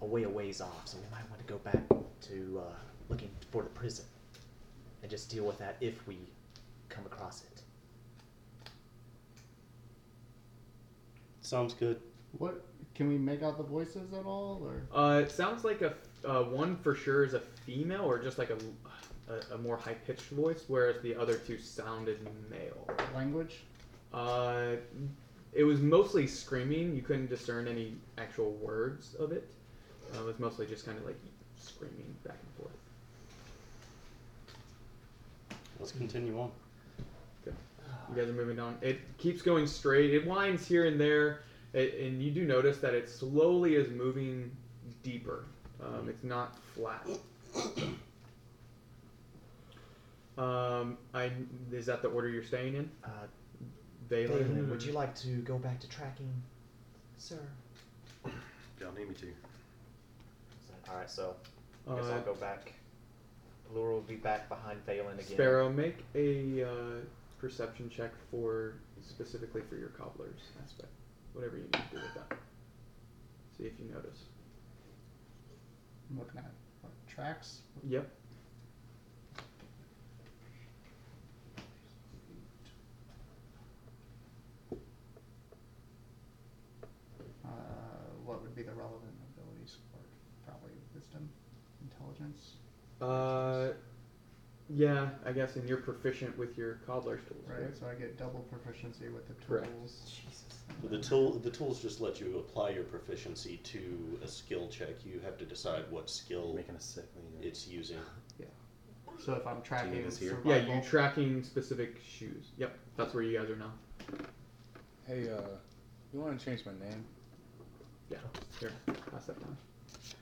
a way a ways off, so we might want to go back to uh, looking for the prison and just deal with that if we come across it.
Sounds good.
What can we make out the voices at all, or
Uh, it sounds like a uh, one for sure is a female, or just like a a, a more high pitched voice, whereas the other two sounded male.
language?
Uh, it was mostly screaming. You couldn't discern any actual words of it. Uh, it was mostly just kind of like screaming back and forth.
Let's continue on.
You guys are moving down. It keeps going straight. It winds here and there, it, and you do notice that it slowly is moving deeper. Um, it's not flat. Um, I is that the order you're staying in?
Uh,
Balin.
Balin, would you like to go back to tracking, sir?
Y'all need me to.
All right, so I guess
Uh,
I'll go back. Allura will be back behind Phelan again.
Sparrow, make a uh, perception check for specifically for your cobbler's aspect, whatever you need to do with that. See if you notice.
I'm looking at what, tracks.
Yep.
Uh, what would be the relevant abilities for probably wisdom, intelligence?
Uh, yeah, I guess, and you're proficient with your cobbler's tools, right?
Right, so I get double proficiency with the
Correct.
tools.
The tool the tools just let you apply your proficiency to a skill check. You have to decide what skill
Making a sick leader.
it's using.
So if I'm
Do you
tracking
need us here?
survival,
Yeah, you're tracking specific shoes. Yep, that's where you guys are now.
Hey, uh, you want to change my name?
Yeah, here, pass that down.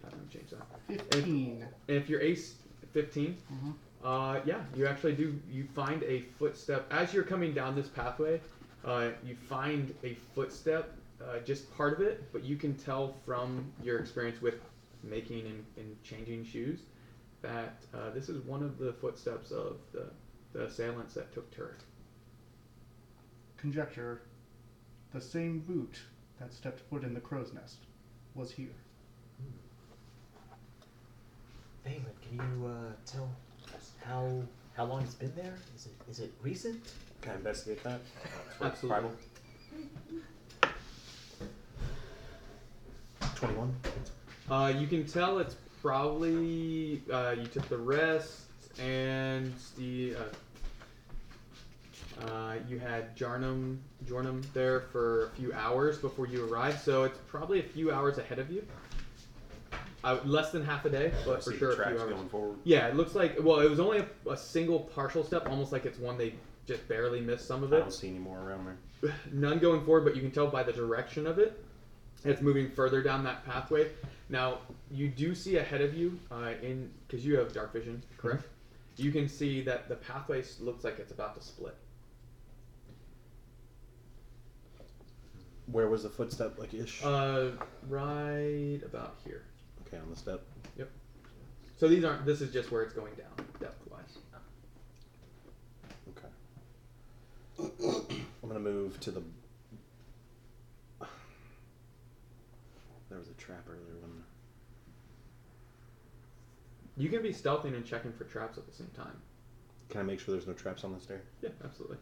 I'm gonna change that. uh,
fifteen.
And if you're ace 15,
Mhm.
uh, yeah, you actually do. You find a footstep as you're coming down this pathway. Uh, you find a footstep, uh, just part of it, but you can tell from your experience with making and, and changing shoes that uh, this is one of the footsteps of the, the assailants that took Turk.
Conjecture: the same boot that stepped foot in the crow's nest was here.
Phelan, can you uh, tell us how how long it's been there? Is it is it recent?
Can I investigate that?
Absolutely.
Twenty one.
Uh, you can tell it's probably uh, you took the rest and the uh, uh, you had Jarnum Jornum there for a few hours before you arrived, so it's probably a few hours ahead of you. Uh, less than half a day,
I
but for
see
sure
the
a few
tracks
hours.
going forward.
Yeah, it looks like well, it was only a, a single partial step, almost like it's one they just barely missed some of
I
it
don't see any more around there.
none going forward, but you can tell by the direction of it, it's moving further down that pathway. Now you do see ahead of you, uh, in because you have dark vision, correct? You can see that the pathway s- looks like it's about to split.
Where was the footstep, like
Oh.
ish?
Uh, right about here.
okay, on the step.
So these aren't. This is just where it's going down depth wise.
Okay. I'm gonna move to the. There was a trap earlier when.
You can be stealthing and checking for traps at the same time.
Can I make sure there's no traps on the stair?
Yeah, absolutely.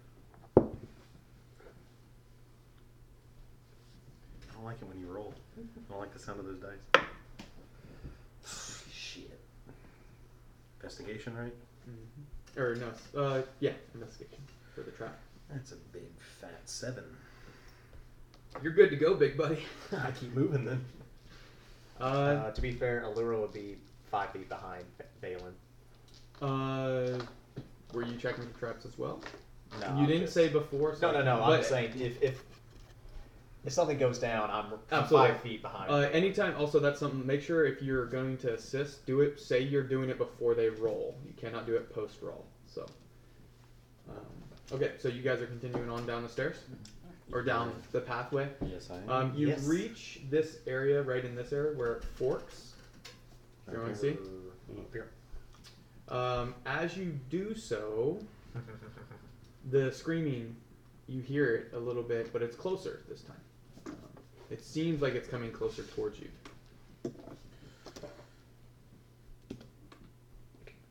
I don't like it when you roll. I don't like the sound of those dice.
Shit.
Investigation, right?
Or no. s- Uh, yeah, investigation for the trap.
That's a big fat seven.
You're good to go, big buddy.
I keep moving then.
Uh,
Uh, to be fair, Allura would be five feet behind Balin.
Uh, were you checking for traps as well?
No,
you
I'm
didn't
just-
say before.
No,
so-
no, no.
but,
I'm saying if if if something goes down, I'm I'm
Absolutely.
five feet behind.
Uh, anytime. Also, that's something. Make sure if you're going to assist, do it. Say you're doing it before they roll. You cannot do it post roll. So. Um, okay, so you guys are continuing on down the stairs,
Mm-hmm.
or down the pathway.
Yes, I am.
Um, you
Yes.
reach this area right in this area where it forks. You wanna see?
Up here.
Um, as you do so, the screaming, you hear it a little bit, but it's closer this time. Um, it seems like it's coming closer towards you.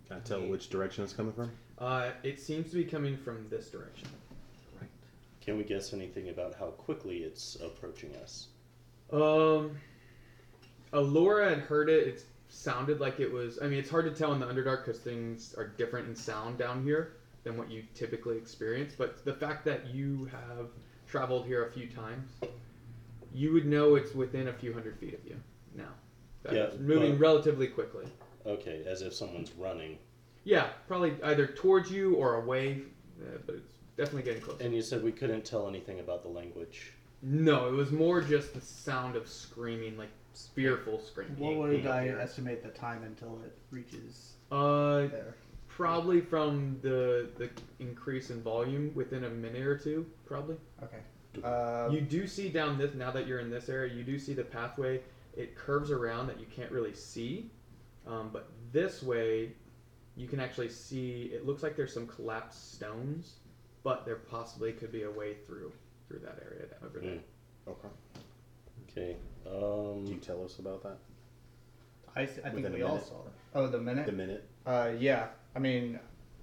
Can I tell which direction it's coming from?
Uh, it seems to be coming from this direction.
Can we guess anything about how quickly it's approaching us?
Um, Alora had heard it. It sounded like it was. I mean, it's hard to tell in the Underdark because things are different in sound down here than what you typically experience. But the fact that you have traveled here a few times, you would know it's within a few hundred feet of you now. That
Yeah,
it's moving
but-
relatively quickly.
Okay, as if someone's running.
Yeah, probably either towards you or away, uh, but it's definitely getting closer.
And you said we couldn't tell anything about the language.
No, it was more just the sound of screaming, like fearful screaming.
What would
Yeah.
I estimate the time until it reaches
Uh,
there?
Probably from the the increase in volume within a minute or two, probably.
Okay. Uh,
you do see down this now that you're in this area. You do see the pathway. It curves around that you can't really see, um, but this way, you can actually see. It looks like there's some collapsed stones, but there possibly could be a way through through that area down over there.
Hmm. Okay.
Okay. Um,
Do you tell us about that?
I, th- I think
Within a
we all
minute.
saw it. Oh, the minute?
The minute.
Uh, yeah. I mean,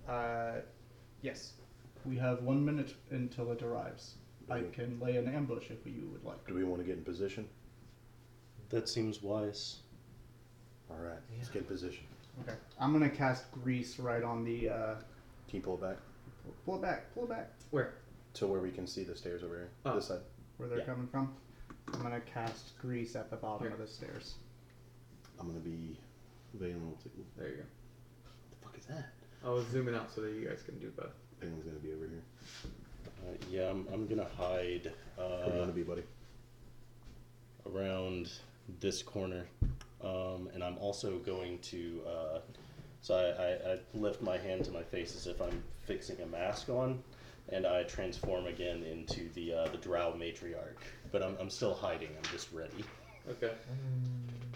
uh, yes. We have one minute until it arrives. I
Mm-hmm.
can lay an ambush if you would like.
Do we want to get in position?
That seems wise.
All right. Let's get in position.
Okay. I'm gonna cast grease right on the. Uh,
Can you pull it back
pull it back. Pull it back.
Where?
to where we can see the stairs over here?
Oh.
This side.
Where they're
Yeah.
coming from. I'm gonna cast grease at the bottom of the stairs.
I'm gonna be Valen's. What
There you go.
the fuck is that?
I was zooming out so that you guys can do both.
Valen's gonna be over here.
Uh, yeah, I'm, I'm gonna hide
Where do you
uh,
want to be, buddy?
around this corner, um, and I'm also going to. Uh, so I, I, I lift my hand to my face as if I'm fixing a mask on, and I transform again into the uh, the Drow matriarch. But I'm, I'm still hiding. I'm just ready.
Okay.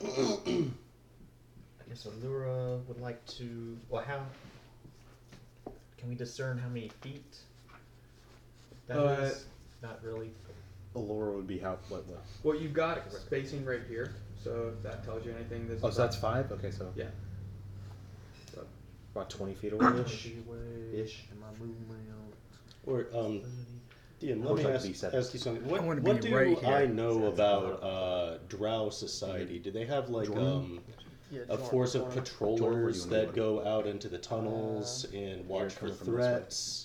I guess Allura would like to. Well, how can we discern how many feet? That is
Uh,
not really.
Allura would be how? What? what?
Well, you've got spacing right here, so if that tells you anything, this
Oh,
is
so that's
about-
five. Okay, so
Yeah.
about twenty feet away ish.
Ish. Am I moving around?
Or um, DM,
I would
let me
like to
ask,
be set.
ask you something.
I
What,
wanna
what
be
do
right here.
I know about uh, Drow society? Do they have like
Jordan?
um,
Yeah,
a
Jordan,
force of
Jordan.
Jordan, where you
patrollers
wanna
that
be?
go out into the tunnels and watch for
coming from this way.
threats?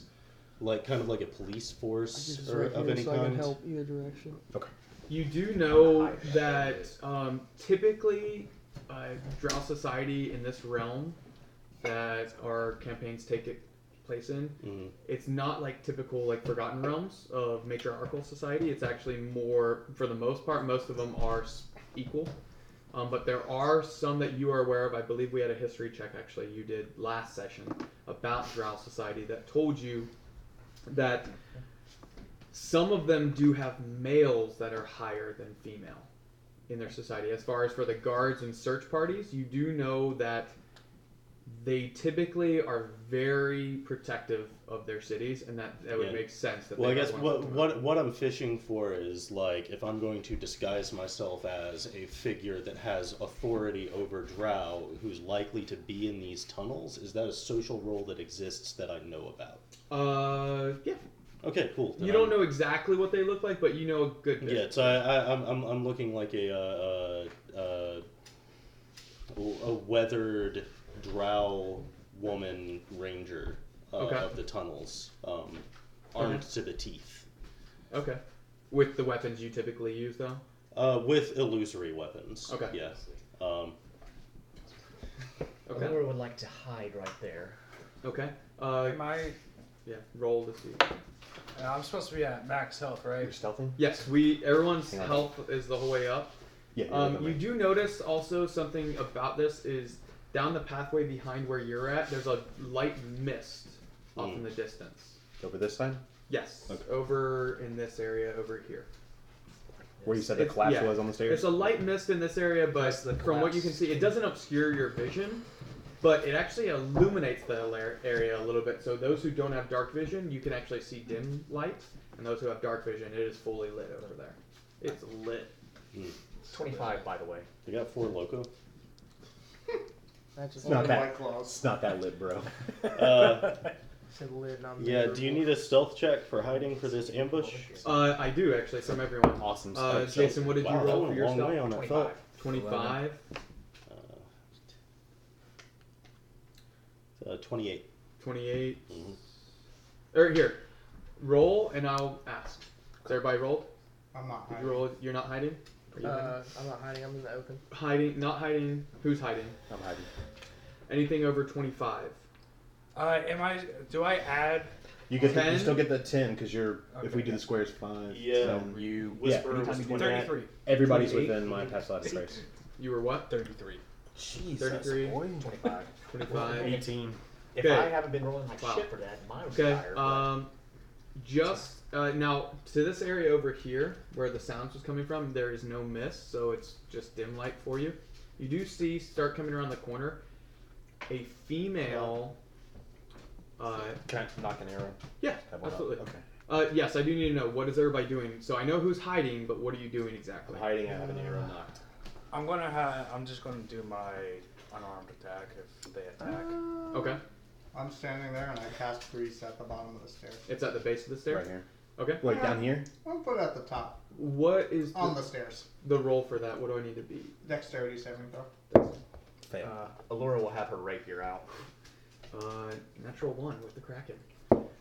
Like kind of like a police force
Just
or
right
of
here,
any
so I can
kind?
help either direction.
You do know that um, typically, uh, Drow society in this realm that our campaigns take it place in,
Mhm.
it's not like typical like Forgotten Realms of matriarchal society. It's actually more, for the most part, most of them are s- equal. Um, but there are some that you are aware of. I believe we had a history check actually you did last session about Drow society that told you that some of them do have males that are higher than female in their society. As far as for the guards and search parties, you do know that they typically are very protective of their cities, and that, that would
Yeah.
make sense. That
Well, I
they
guess
would
what
want to-
what what I'm fishing for is like if I'm going to disguise myself as a figure that has authority over Drow, who's likely to be in these tunnels. Is that a social role that exists that I know about?
Uh, yeah.
Okay, cool. Then
You don't
I'm-
know exactly what they look like, but you know a good bit.
Yeah, so I, I, I'm, I'm, I'm looking like a, uh, uh, uh, a weathered drow woman ranger uh,
Okay.
of the tunnels, um, armed to the teeth,
Okay. With the weapons you typically use, though.
uh, with illusory weapons.
Okay.
Yeah. Um,
Okay.
Allura would like to hide right there.
Mm-hmm.
Okay. Uh,
Am I?
yeah. Roll to see.
uh, I'm supposed to be at max health,
You're
right?
stealthing.
Yes, we. Everyone's
Hang on.
health is the whole way up.
Yeah. you're
Um,
looking
you
right.
do notice also something about this is down the pathway behind where you're at. There's a light mist off in the distance.
Mm. over this side.
Yes,
Okay.
over in this area over here.
Where you said the
It's-
collapse
yeah.
was on the stairs.
It's a light mist in this area, but
That's the
from what you
collapse.
can see, it doesn't obscure your vision, but it actually illuminates the la- area a little bit. So those who don't have dark vision, you can actually see dim light, and those who have dark vision, it is fully lit over there. It's lit.
Twenty-five, by the way.
they got four loco.
That's just
It's not that.
White claws.
It's not that lit, bro.
Uh,
said lid, not
yeah.
member.
Do you need a stealth check for hiding for this ambush?
Uh, I do actually from everyone.
Awesome.
Uh, Jason, what did
Wow,
you
that
roll
went
for
a long way
yourself?
on that thought.
Twenty-five.
Uh, Twenty-eight.
28.
Mm-hmm.
Or Er, here, roll and I'll ask. Is everybody rolled?
I'm not.
Did you roll? You're not hiding. Are you
Uh, I'm not hiding. I'm in the open.
hiding? hiding? Not hiding. Who's hiding?
I'm hiding.
Anything over 25.
Uh, am I? Do I add?
You get.
Ten?
You still get the ten because you're. If we do the squares, five.
Yeah.
seven,
You
Whisperer
was
I'm
28.
thirty-three.
Everybody's
28?
within my past life space.
You were what?
Thirty-three.
Jesus.
33.
Twenty-five.
25.
Eighteen. If I haven't been rolling like shit for that, mine would be
Okay.
higher, but-
Um, just uh, now to this area over here where the sounds was coming from, there is no mist, so it's just dim light for you. You do see start coming around the corner, a female. Uh,
Can I knock an arrow?
Yeah,
Have one up.
absolutely.
Okay.
Uh, yes, I do need to know what is everybody doing. So I know who's hiding, but what are you doing exactly?
I'm hiding. I have an arrow knocked.
I'm gonna ha- I'm just gonna do my unarmed attack if they attack.
Okay.
Uh, I'm standing there and I cast grease at the bottom of the stairs.
It's at the base of the stair.
Right here.
Okay.
Like down here?
I'll put it at the top.
What is
On the stairs.
The roll for that. What do I need to be?
Dexterity saving throw.
Fail.
Uh, Allura will have her rapier out.
Uh, natural one with the kraken.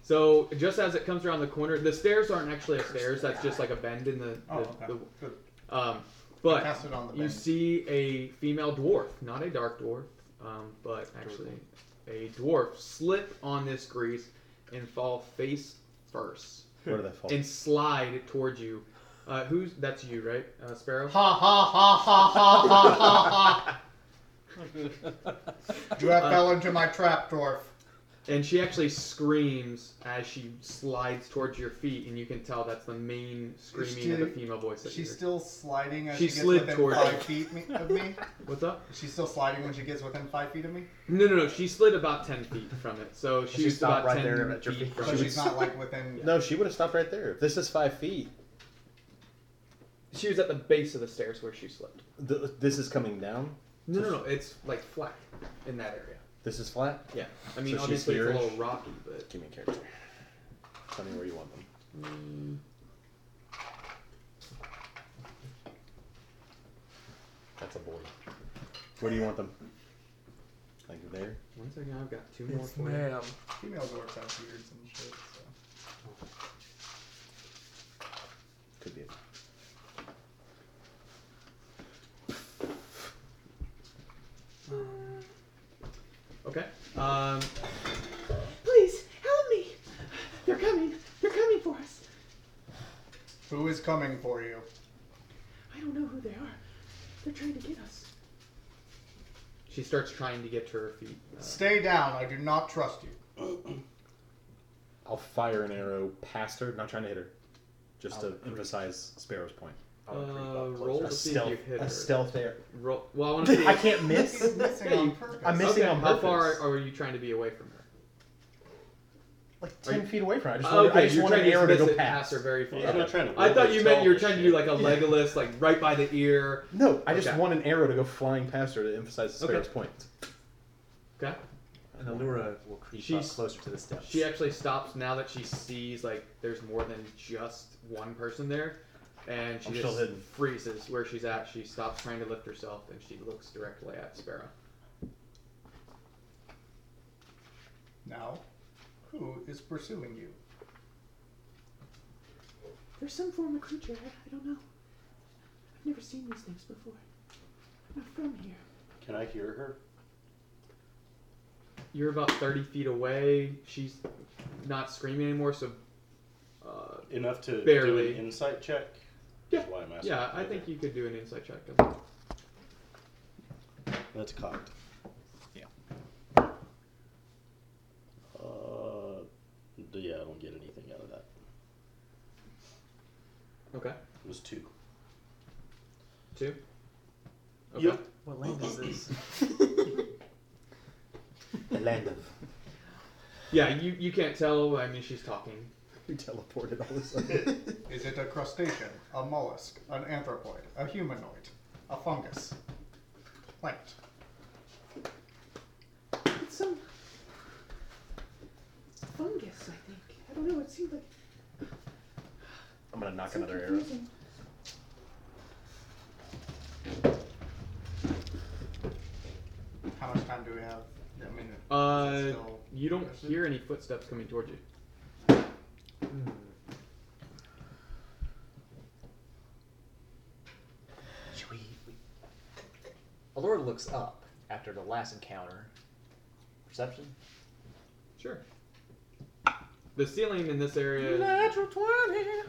So just as it comes around the corner, the stairs aren't actually a stairs. That's just like a bend in the.
Oh,
the,
okay.
the-
Good.
um, but
Cast it on the
you
bend.
see a female dwarf, not a dark dwarf, um, but actually a dwarf slip on this grease and fall face first.
Where did that fall?
And slide towards you. Uh, who's that's you, right, uh, Sparrow?
Ha ha ha ha ha ha ha ha. You
Uh,
have fell into my trap, dwarf.
And she actually screams as she slides towards your feet, and you can tell that's the main screaming of the
She-
female voice. That you
She's
hear.
still sliding as
She
she, gets
slid
within
towards
five
you.
feet me- of me.
What's up?
She's still sliding when she gets within five feet of me.
No, no, no. She slid about ten feet from it, so
She
she's
stopped
about
right
ten
there at your
feet
feet. Oh,
from
So
it.
she's not like within.
No, she would have stopped right there. If this is five feet,
She was at the base of the stairs where she slipped.
th- this is coming down.
No, no, no. It's like flat in that area.
This is flat.
Yeah. I mean,
So she's
obviously it's a
here-ish?
little rocky, but
Give me a character. Tell me where you want them. That's a boy. Where do you want them? Like there?
one second, I've got two more
Yes,
for you.
ma'am.
Female dwarves have beards and shit. So.
Could be it.
Okay. Um,
Please help me. They're coming. They're coming for us.
Who is coming for you?
I don't know who they are. They're trying to get us.
she starts trying to get to her feet.
Oh,
Uh,
Stay down. I do not trust you.
I'll fire an arrow past her, not trying to hit her, just to emphasize Sparrow's point.
uh, roll to
A
see if
stealth,
you hit her.
a stealth arrow.
Roll. Well, I want to see.
I can't miss.
He's missing
Yeah,
on
you-
purpose.
I'm missing
okay,
on
how
purpose.
far are you trying to be away from her?
like ten feet away from her. I just wanted,
Okay,
I just
you're
wanted
trying
an
to
arrow to
miss
go
it
past.
past her very far.
Yeah, I'm not trying to
I thought
wiggle
you
it,
meant
tell
you were
her
trying to
shit.
do like a Legolas, like right by the ear.
No, I just
Okay.
want an arrow to go flying past her to emphasize
Okay.
Sparrow's point.
Okay.
And Allura will creep up
She's-
closer to the steps.
She actually stops now that she sees like there's more than just one person there, and she
I'm still
just
hidden.
freezes where she's at. She stops trying to lift herself and she looks directly at Sparrow.
Now, who is pursuing you?
There's some form of creature. I, I don't know. I've never seen these things before. I'm not from here.
Can I hear her?
You're about 30 feet away. She's not screaming anymore, so uh,
Enough to do
Barely.
an insight check?
Yeah.
Why am I
yeah, I
okay.
think you could do an insight check.
That's cocked.
Yeah.
Uh, d- yeah, I don't get anything out of that.
Okay,
It was two.
two. Okay.
Yep.
What land is this?
the land of.
Yeah, you, you can't tell. I mean, she's talking.
We teleported all of a sudden.
Is it a crustacean, a mollusk, an anthropoid, a humanoid, a fungus, plant?
It's some fungus, I think. I don't know. It seemed like
I'm gonna knock
so
another arrow.
confusing.
How much time do we have? I mean, is it
Uh,
still-
you don't hear any footsteps coming towards you.
Should we, we... Allura looks up after the last encounter. Perception?
Sure. The ceiling in this area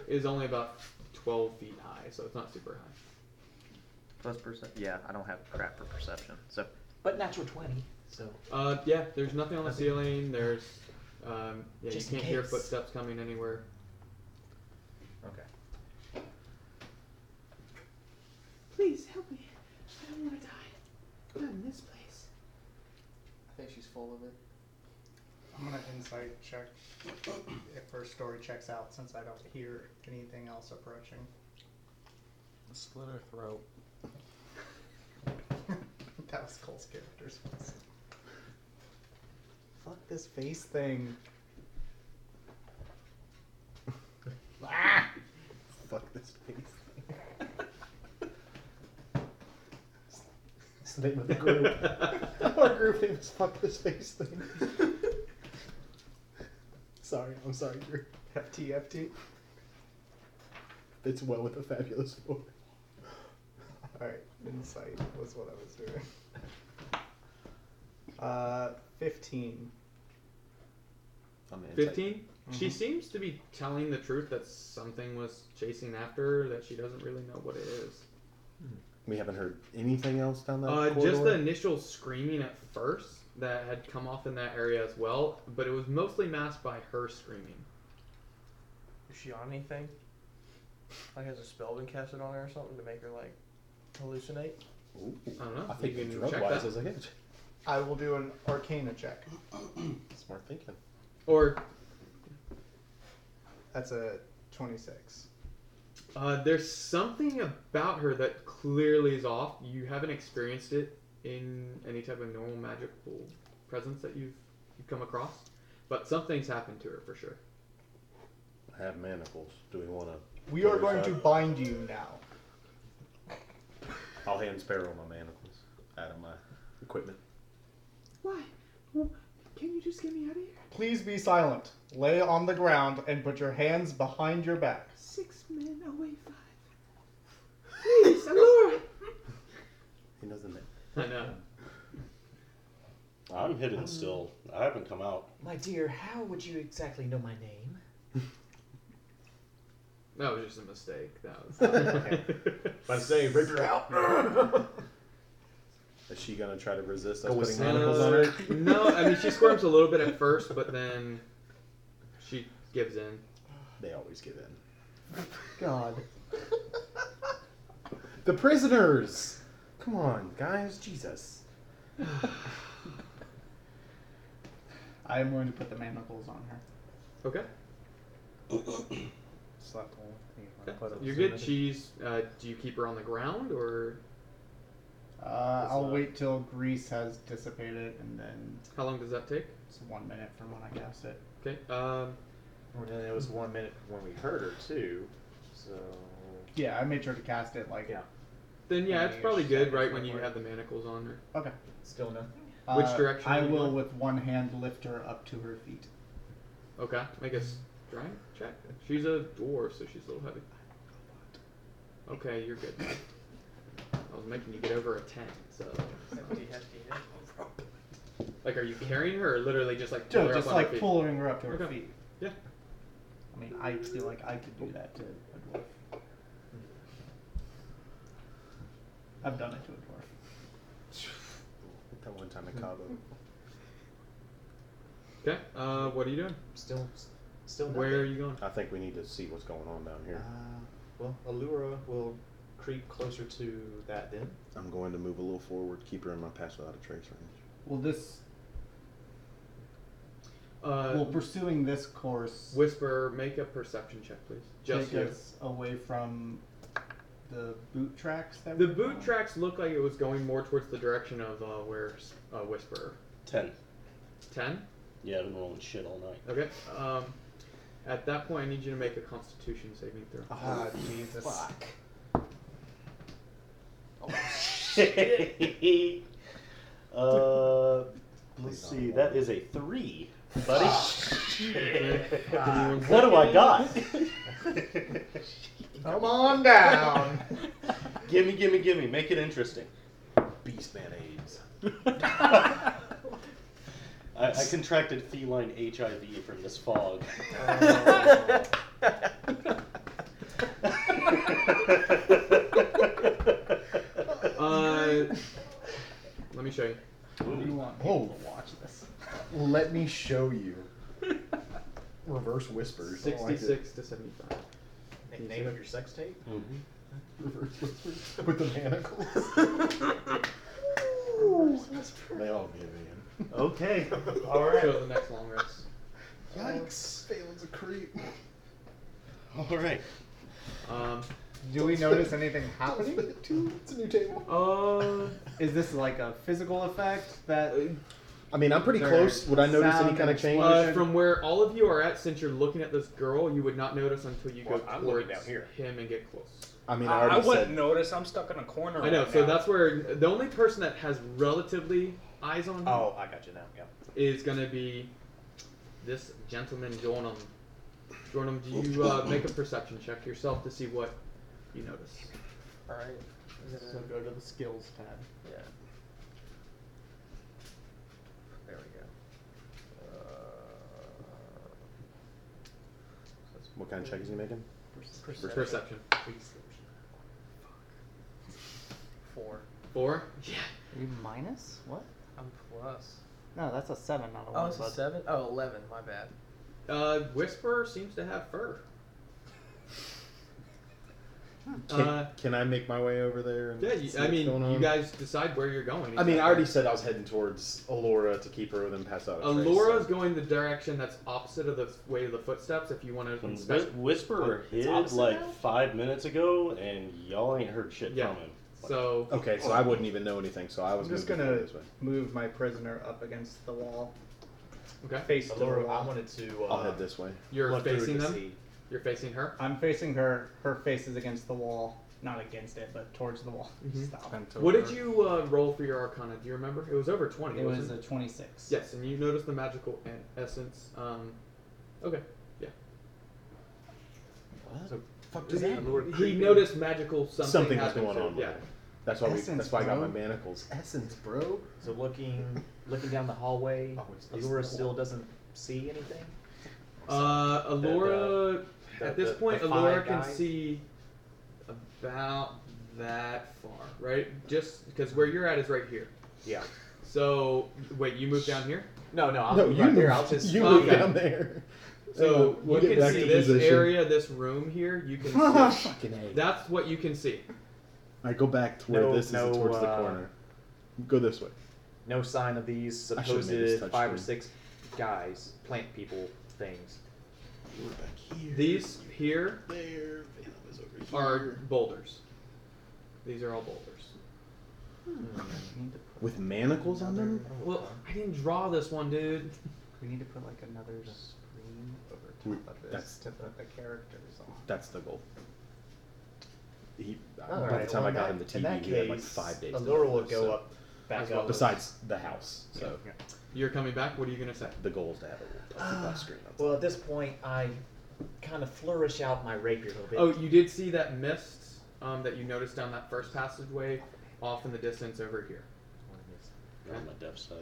is only about 12 feet high, so it's not super high.
Plus perception. Yeah, I don't have crap for perception. So
But natural 20. So
Uh, yeah, there's nothing on the ceiling. There's, um, yeah,
Just
you
in
can't hear
case.
footsteps coming anywhere.
Okay.
Please help me. I don't want to die. Not in this place.
I think she's full of it.
I'm gonna insight check if her story checks out since I don't hear anything else approaching.
Split her throat.
that was Cole's character's voice.
fuck this face thing.
Ah!
Fuck this face thing. That's the name of the group. Our group name is Fuck This Face Thing. sorry, I'm sorry, group.
FTFT.
It's well with a fabulous four.
Alright, insight was what I was doing. Uh, 15.
I'm in.
15 She
Mhm.
Mm-hmm.
seems to be telling the truth that something was chasing after her that she doesn't really know what it is.
We haven't heard anything else down that
Uh,
corridor.
just the initial screaming at first that had come off in that area as well, but it was mostly masked by her screaming.
Is she on anything? Like, has a spell been casted on her or something to make her like hallucinate?
Ooh.
I don't know.
I think
You can
drug
check
wise
that.
is a hit.
I will do an arcana check.
Smart thinking.
Or
That's a 26.
Uh, there's something about her that clearly is off. You haven't experienced it in any type of normal magical presence that you've you've come across, but something's happened to her for sure.
I have manacles. Do we want to?
We are going to bind you now.
I'll hand Sparrow my manacles out of my equipment.
Why? Well, can you just get me out of here?
Please be silent. Lay on the ground and put your hands behind your back.
Six men away five. Please, Allura.
He doesn't. make-
I know.
I'm hidden still. I haven't come out.
My dear, how would you exactly know my name?
That was just a mistake. That was.
By saying, rip her out. is she gonna try to resist us
Go with
putting
Santa.
manacles on her?
Uh, no, I mean she squirms a little bit at first, but then she gives in.
They always give in.
God.
The prisoners. Come on, guys. Jesus.
I am going to put the manacles on her.
Okay.
Slap hole. You wanna
okay.
put it
You
in
get
it?
cheese. Uh, do you keep her on the ground or
Uh,
Is
I'll
that-
wait till grease has dissipated and then
how long does that take?
it's one minute from when I cast it.
Okay. Um,
Well, then it was one minute when we heard her too, so
Yeah, I made sure to cast it like.
Yeah.
then yeah, it's
Maybe
probably
she's
good
having
right
some
when you
work.
have the manacles on her.
Okay.
still nothing.
Which
Uh,
direction
I
are you
will,
going?
with one hand, lift her up to her feet.
Okay, make a strength check. She's a dwarf, so she's a little heavy. Okay, you're good. I was making you get over a ten, so.
Hefty, hefty, hefty.
Like, are you carrying her, or literally just like pull
No,
her
just
up on her
like
feet?
pulling her up to her
Okay.
feet.
Yeah.
I mean, I feel like I could do that to a dwarf. I've done it to a dwarf.
That one time in Cabo.
Okay. Uh, what are you doing?
Still, still nothing.
Where are you going?
I think we need to see what's going on down
Uh,
here.
well, Allura will creep closer to that then.
I'm going to move a little forward, keep her in my pass without a trace range.
Well, this.
Uh,
well, pursuing this course
whisper. Make a perception check, please. Just
take
you.
us away from the boot tracks. That
The
we're
boot
on.
tracks look like it was going more towards the direction of uh, where uh, Whisperer.
Ten.
Ten.
Yeah, I've been rolling shit all night.
Okay. Um, at that point, I need you to make a Constitution saving throw.
Ah, Jesus.
Fuck.
uh, let's
Please don't
see.
roll.
That is a three, buddy.
Ah,
Anyone
what do I got?
Come on down.
gimme, gimme, gimme. Make it interesting.
Beast man aids.
I, I contracted feline HIV from this fog.
Uh, let me show you.
Oh,
Uh,
What do you want?
Oh,
Let me show you. Reverse
Oh,
whispers. I don't like it.
66 to 75.
Nickname of your sex tape?
Reverse
Mm-hmm.
whispers with the manacles. they all give in.
Okay.
All right.
So the next long rest.
Yikes! Phelan's a creep.
All right.
Um,
Do we notice anything happening?
It's a new table.
Uh,
Is this like a physical effect that?
I mean, I'm pretty
There.
close. Would I notice any
Sound
kind of
and
change?
explosion.
Uh, from where all of you are at, since you're looking at this girl, you would not notice until you
Well,
go
I'm looking down
towards
here.
him and get close.
I mean, I
I, I
already
wouldn't
said.
notice. I'm stuck in a corner.
I know.
right
So
now.
that's where the only person that has relatively eyes on him
Oh, I got you now. Yeah.
is gonna be this gentleman Jornum. Jornum, do you uh, make a perception check yourself to see what you notice?
All right. Is it
So
a-
go to the skills tab.
yeah.
There we go.
What kind of check is he making?
Perception.
Four.
Four. Yeah.
Are you minus? What?
I'm plus.
No, that's a seven, not a one.
Oh, it's a
bud.
seven. Oh, eleven. My bad.
Uh, Whisperer seems to have fur.
Can,
Uh,
can I make my way over there?
Mm-hmm.
And
Yeah, you,
see
I
what's
mean,
going on?
you guys decide where you're going.
I mean, I
exactly.
already said I was heading towards Alora to keep her, then pass out. A trace,
Alora's
so-
going the direction that's opposite of the way of the footsteps. If you want to
And
inspect,
Whi- Whisperer
It's
hid
opposite
like
now?
five minutes ago, and y'all ain't heard shit
Yeah.
from him. Like,
So
Okay, so I wouldn't even know anything. So I was
I'm just
moving
gonna
this way.
move my prisoner up against the wall.
okay,
Face to the
Allura, I
wall.
wanted to. Uh,
I'll head this way.
you're
look through
facing
to
them.
see-
You're facing her.
I'm facing her. Her face is against the wall. Not against it, but towards the wall.
Mm-hmm.
Mhm.
Stop.
Bent
What did
over.
you uh, roll for your Arcana? Do you remember? It was over twenty.
It was
wasn't
a 26.
Yes, and you notice the magical en- essence. Um, okay, yeah.
What the fuck
He,
does that mean?
he noticed magical something.
Something was
happened
going
to-
on. with
Yeah.
her. That's why we.
Essence,
That's why I got my
bro.
manacles. Essence, bro.
So looking, looking down the hallway,
Oh, it's this
Allura
wall.
still doesn't see anything.
Uh,
The-
Alora.
the-
at this
the-
point,
the
Alora
five
can
guys?
see about that far, right? Just because where you're at is right here.
Yeah.
So wait, you move down here.
No, no, I'll
no,
be
you
right
moved,
here. I'll just.
you
Okay.
moved down there.
So
We'll
you
get
can
back
see
to
this
position.
area, this room here. You can see.
Fucking A.
That's what you can see.
I go back to where
No-
this
no,
is towards the
uh,
corner. Go this way.
No sign of these
I should've
supposed
made this touch
five or
screen.
six guys, plant people, things.
We're back here.
These here
there. Phelan was over here.
are boulders. These are all boulders.
with manacles on them.
Well, I didn't draw this one, dude.
We need to put like another screen
We-
over top of
that's-
this to put the characters on.
That's the goal. He,
All
by
right,
the time
well,
I got
in
him the
that-
TV,
in that
he had like
case,
five days. to
Allura will
develop,
go
so-
up, back
As well.
up.
Besides the house, so
You're coming back. What are you gonna say?
the goal is to have a little
Ah,
plexiglass screen. on
well, at this point, I kind of flourish out my rapier a little bit.
Oh, you did see that mist um, that you noticed down that first passageway off in the distance over here.
you're on my deaf side.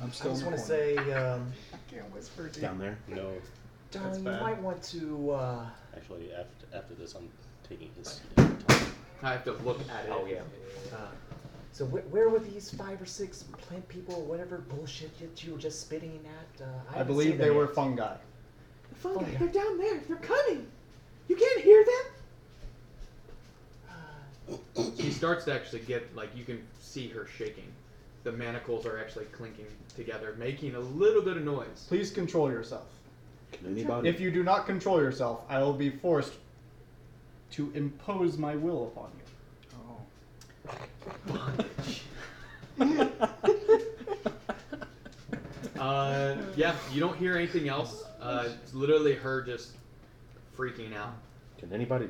I'm
I just want to say, um,
I can't whisper.
it.
Dude.
down there.
No,
darling, you
bad.
might want to. Uh,
actually, after after this, I'm taking his seat. at the top.
I have to look at it.
oh yeah. Uh, so wh- where were these five or six plant people, or whatever bullshit that you were just spitting at? Uh, I,
I
haven't
believe
seen
they
them
were
yet.
fungi.
The
Oh,
fungi,
Fungi.
they're down there. They're coming. You can't hear them?
Uh,
She starts to actually get like you can see her shaking. The manacles are actually clinking together, making a little bit of noise.
Please control yourself.
Can anybody?
If you do not control yourself, I will be forced to impose my will upon you. Oh,
Uh, yeah, you don't hear anything else. Uh, it's literally her just freaking out.
Can anybody?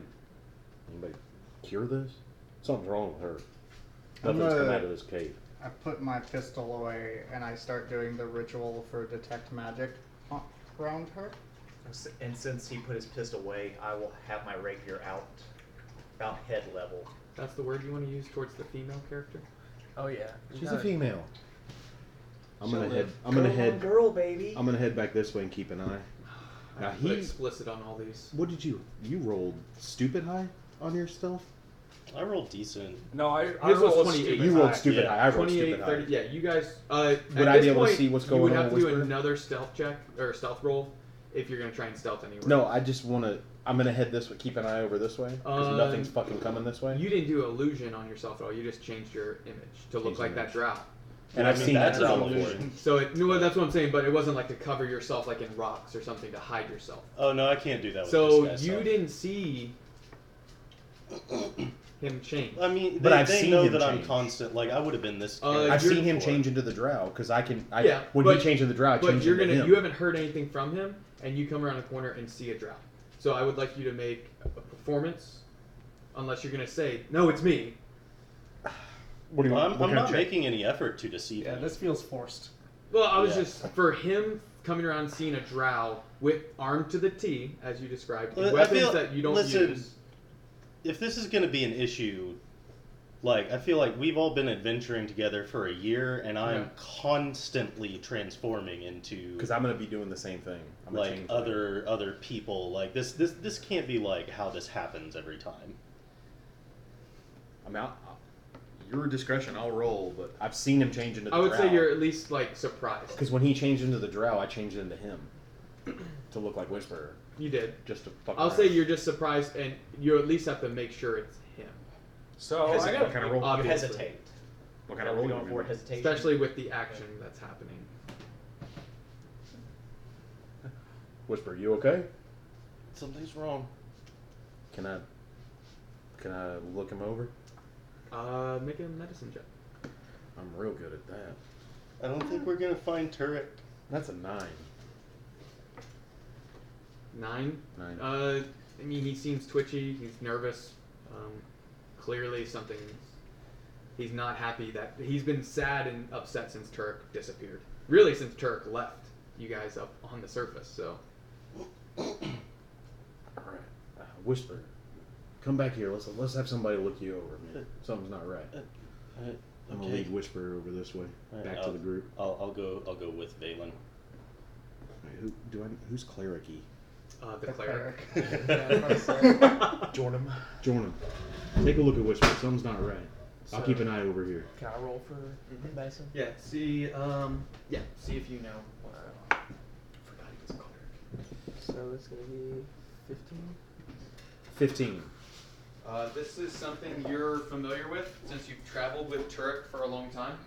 Anybody cure this? Something's wrong with her.
I'm
Nothing's come
gonna-
out of this cave.
I put my pistol away and I start doing the ritual for detect magic on- around her.
And since he put his pistol away, I will have my rapier out, about head level.
That's the word you want to use towards the female character.
Oh yeah. You
She's a
gotta-
female. I'm gonna
She'll
head.
live.
I'm gonna
Girl on
head.
Girl, baby.
I'm gonna head back this way and keep an eye.
I
Now
have to put
he-
explicit on all these.
What did you? You rolled stupid high on your stealth.
I rolled decent.
No, I, I
His was
rolled
28.
stupid
You rolled
high.
stupid high. I rolled
28,
stupid high.
30 Yeah, you guys. Uh,
Would
at
I be
this
able to
point,
see what's
You
going
would
on
have to
with
do
Whisper?
another stealth check or stealth roll if you're gonna try and stealth anywhere.
No, I just want to. I'm gonna head this way. Keep an eye over this way because
Uh,
nothing's fucking coming this way.
You didn't do illusion on yourself at all. You just changed your image to look
Changed
like
image.
that drow.
And I've seen that drow before.
So it, no, that's what I'm saying. But it wasn't like to cover yourself like in rocks or something to hide yourself.
Oh no, I can't do that. With
so
this guy's
you
stuff.
didn't see him change.
I mean, they,
But I've
they
seen
know
him
that I'm
change.
constant. Like I would have been this.
Uh,
character
I've seen him
before.
change into the drow because I can. I,
yeah,
when
but,
he changed to the drow, I
but
changed
you're
into
gonna
him.
you haven't heard anything from him, and you come around the corner and see a drow. So I would like you to make a performance, unless you're gonna say no, it's me.
What do you want?
I'm,
What
I'm
kind of
not
check?
making any effort to deceive.
Yeah,
him.
this feels forced.
Well, I was
Yeah.
just for him coming around seeing a drow with armed to the T, as you described, and
Well, I
weapons
feel-
that you don't
listen,
use.
If this is going to be an issue, like I feel like we've all been adventuring together for a year, and I'm
Yeah.
constantly transforming into
Because I'm gonna be doing the same thing. I'm gonna
like
change
other other people. Like this this this can't be like how this happens every time.
I'm out. Your discretion. I'll roll, but I've seen him change into. the
I would
drow.
say you're at least like surprised.
Because when he changed into the drow, I changed into him to look like Whisperer.
You did.
Just to fuck.
I'll
around.
say you're just surprised, and you at least have to make sure it's him.
So I
Hesitate.
got
What kind of roll?
Obviously.
hesitate.
What kind
Are
of
we
roll?
going
you
for
gonna-
hesitation?
especially with the action that's happening.
Whisper. You okay?
Something's wrong.
Can I? Can I look him over?
Uh, make a medicine check.
I'm real good at that.
I don't think we're gonna find Turek.
That's a nine.
Nine.
Nine.
Uh, I mean, he seems twitchy. He's nervous. Um, clearly, something. He's not happy that he's been sad and upset since Turk disappeared. Really, since Turk left you guys up on the surface. So
All right. Uh, Whisper. Come back here. Let's let's have somebody look you over, man. Something's not right. I'm gonna lead Whisper over this way,
Alright,
back to
I'll-
the group.
I'll, I'll go. I'll go with Valen.
Alright, who do I? Who's clericy?
uh, the
The
cleric.
Jordan.
Jordan. Take a look at Whisper. Something's not right. I'll
So-
keep an eye over here.
Can I roll for
Mm-hmm.
medicine?
Yeah. See. Um. Yeah. See if you know. What I forgot he was a cleric.
So it's gonna be fifteen.
Fifteen.
Uh, this is something you're familiar with since you've traveled with Turek for a long time.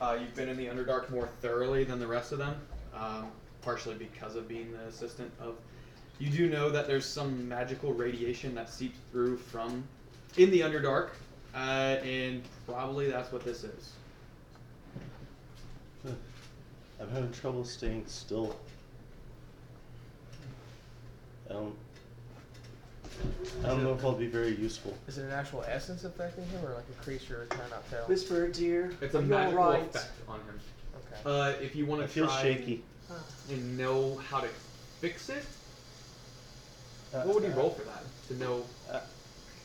Uh, you've been in the Underdark more thoroughly than the rest of them, um, partially because of being the assistant of. You do know that there's some magical radiation that seeps through from in the Underdark, uh, and probably that's what this is.
I'm having trouble staying still. I don't. I don't know if I'll be very useful.
Is it an actual essence affecting him, or like a creature trying not tell?
Whisper, dear.
It's a
are you
magical
alright?
effect on him.
Okay.
Uh, if you want
I
to
feel
try
shaky.
and know how to fix it, what would you roll for that to know?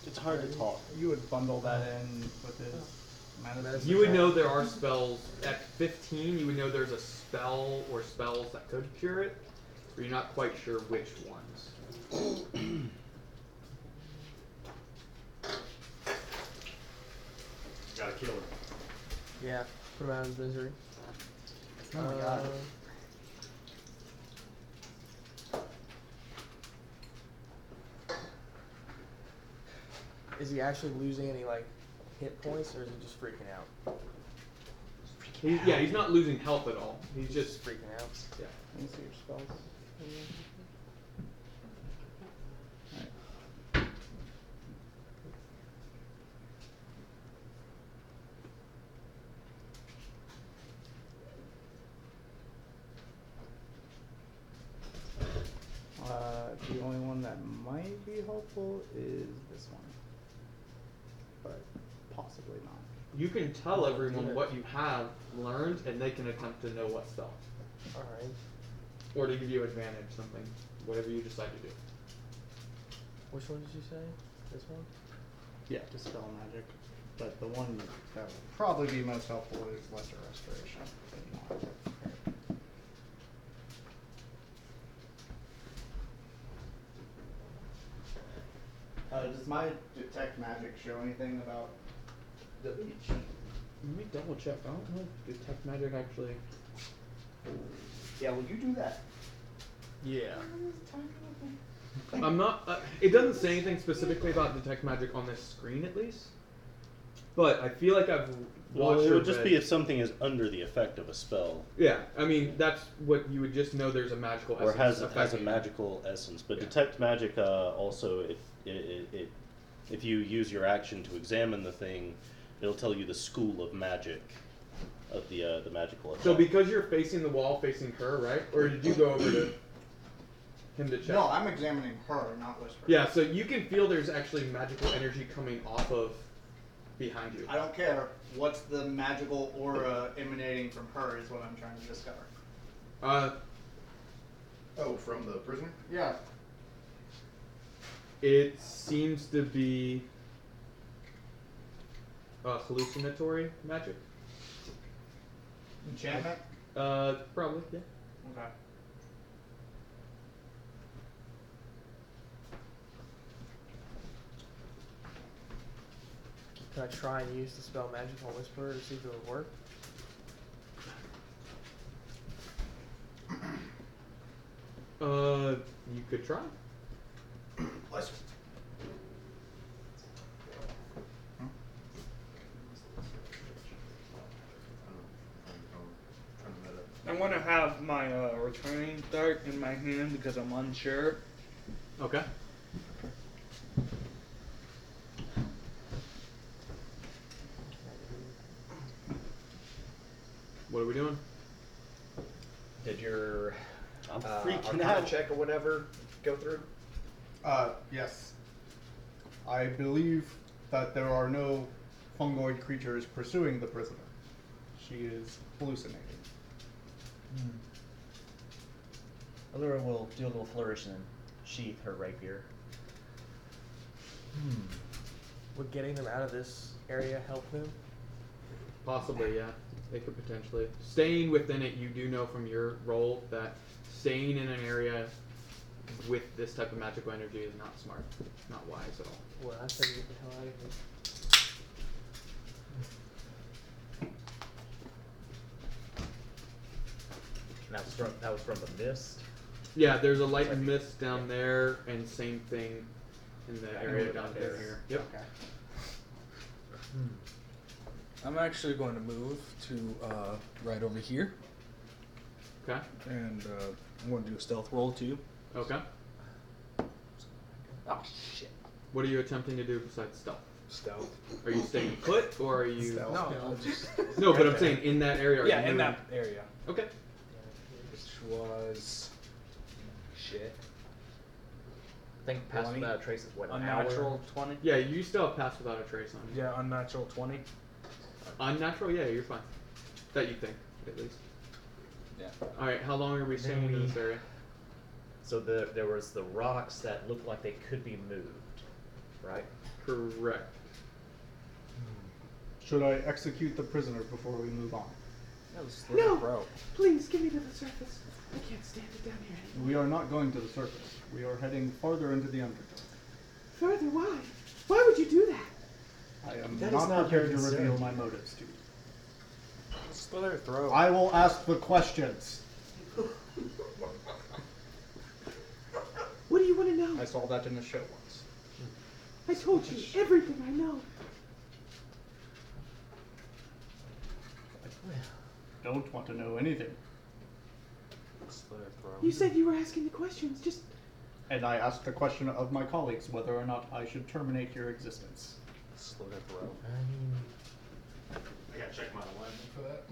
It's hard to talk.
You would bundle that in with his medicine.
You would know there are spells at 15. You would know there's a spell or spells that could cure it, but you're not quite sure which ones.
Gotta kill him.
Yeah. Put him out of his misery.
Oh my god.
Uh, Is he actually losing any like hit points, or is he just freaking out?
He's, yeah, he's not losing health at all. He's just
freaking out.
yeah.
Let me see your spells.
Uh, the only one that might be helpful is this one, but possibly not.
You can tell everyone what you have learned, and they can attempt to know what spell,
All right.
or to give you advantage, something, whatever you decide to do.
Which one did you say? This one.
Yeah, dispel magic. But the one that would probably be most helpful is Lesser Restoration. but you don't have to prepare it.
Uh, does
Does my detect magic show anything about the beach?
Let me double check. I don't know if detect magic actually.
Yeah, well, you do that.
Yeah. I'm not. Uh, it doesn't say anything specifically about detect magic on this screen, at least. But I feel like I've
Well,
watched
it
or
would just be
read-
if something is under the effect of a spell
Yeah, I mean that's what you would just know. There's a magical
or
essence
has has a
affecting it.
magical essence. But detect magic uh, also, if it, it, if you use your action to examine the thing, it'll tell you the school of magic of the uh, the magical effect.
So because you're facing the wall, facing her, right? Or did you go over to him to check?
No, I'm examining her, not Whisper.
Yeah, so you can feel there's actually magical energy coming off of behind you.
I don't care. What's the magical aura emanating from her is what I'm trying to discover.
Uh,
Oh, from the prisoner?
Yeah.
it seems to be uh, hallucinatory magic.
Enchantment?
Uh, probably, yeah.
Okay.
Can I try and use the spell magical whisperer to see if it would work?
Uh, you could try.
Let's.
I'm gonna have my uh, returning dart in my hand because I'm unsure.
Okay. What are we doing?
Did your
I'm
uh,
freaking
arcana
out.
check or whatever go through?
Uh, yes. I believe that there are no fungoid creatures pursuing the prisoner. She is hallucinating.
Allura will do a little flourish and sheath her rapier.
Would Hmm. getting them out of this area help them?
Possibly, yeah. It could potentially. Staying within it, you do know from your role that staying in an area with this type of magical energy is not smart, not wise at all.
Well, I said get the hell out of here.
And that was from that was from the mist.
Yeah, there's a light mist down there, and same thing in the
Yeah, I know
area
what
down
that
there.
is.
Here. Yep.
Okay.
I'm actually going to move to uh, right over here.
Okay.
And uh, I'm going to do a stealth roll too.
Okay.
Oh shit.
What are you attempting to do besides stealth?
Stealth.
Are you staying put, or are you?
Stealth.
No,
No, just-
no but
Right
I'm saying
there.
in that area. Are
Yeah,
you
in
moving?
that area.
Okay.
Which was shit.
I think past
Twenty?
without a trace is what an hour.
Unnatural
twenty.
Yeah, you still have pass without a trace on you.
Yeah, unnatural twenty.
Unnatural. Yeah, you're fine. That you think, at least.
Yeah.
All right. How long are we staying in this area?
So the, there was the rocks that looked like they could be moved, right?
Correct.
Should I execute the prisoner before we move on?
That was
No. Please give me to the surface. I can't stand it down here anymore.
We are not going to the surface. We are heading farther into the underdark.
Further, why? Why would you do that?
I am
That is not
not,
my
prepared to
concern.
reveal my motives to you.
Split her throat.
I will ask the questions.
What do you want to know?
I saw that in the show once.
I told you everything I know.
Don't want to know anything.
Split her throat.
You said you were asking the questions. Just
And I asked the question of my colleagues whether or not I should terminate your existence.
Split her throat.
I gotta check my alignment for that.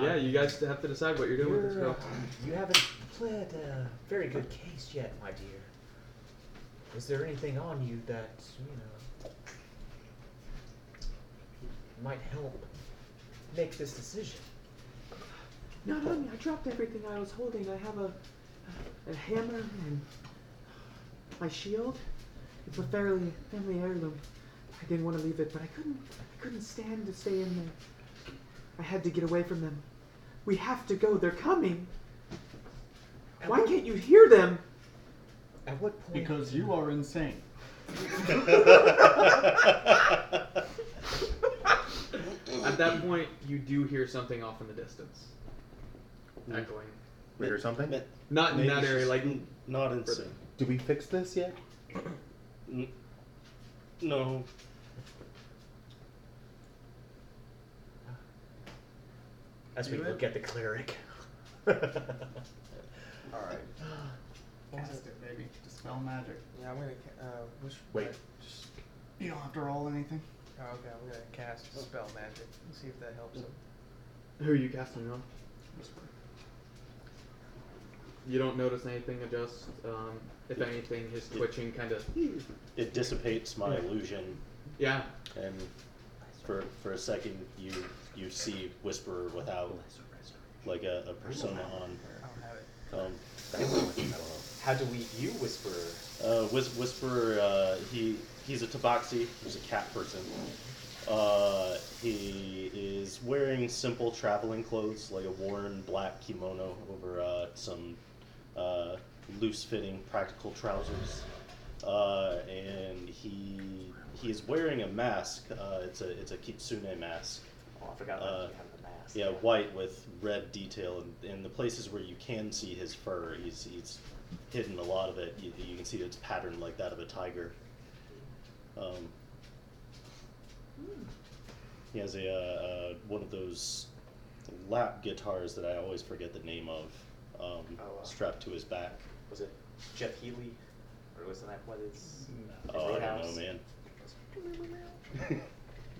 Yeah, you guys have to decide what you're doing with this
You're,
girl.
uh, you haven't pled a very good case yet, my dear. Is there anything on you that you know might help make this decision?
not on me. I dropped everything I was holding. I have a, a hammer and my shield. It's a fairly family heirloom. I didn't want to leave it, but I couldn't. I couldn't stand to stay in there. I had to get away from them. We have to go. They're coming. Why can't you hear them?
At what point?
Because you are insane.
At that point, you do hear something off in the distance, echoing.
We hear something?
Not in that area, like
not in
further.
sync.
Did we fix this yet?
N- No.
As we look at the cleric. Oh,
Alright. Cast it, baby. Dispel magic.
Yeah, I'm gonna. Ca- uh, which
Wait.
You don't have to roll anything.
Oh, okay, I'm gonna cast spell magic and see if that helps him.
Who are you casting on? You don't notice anything adjust. Um, if anything, his twitching kind of.
It dissipates my illusion.
Yeah.
And for for a second, you you see Whisperer without like a, a persona on. Um,
How do we view Whisperer?
Uh, Whis- Whisperer, uh, he he's a Tabaxi, he's a cat person. Uh, he is wearing simple traveling clothes, like a worn black kimono over uh, some uh, loose-fitting practical trousers, uh, and he he is wearing a mask. Uh, it's a it's a kitsune mask.
Oh, I forgot about
Uh,
you having the mask. Oh,
yeah, white with red detail, and in the places where you can see his fur, he's, he's hidden a lot of it. You, you can see it's patterned like that of a tiger. Um, he has a uh, uh, one of those lap guitars that I always forget the name of, um, strapped to his back.
Was it Jeff Healy? Or was that what is.
Oh, I don't know,
Roadhouse?
man.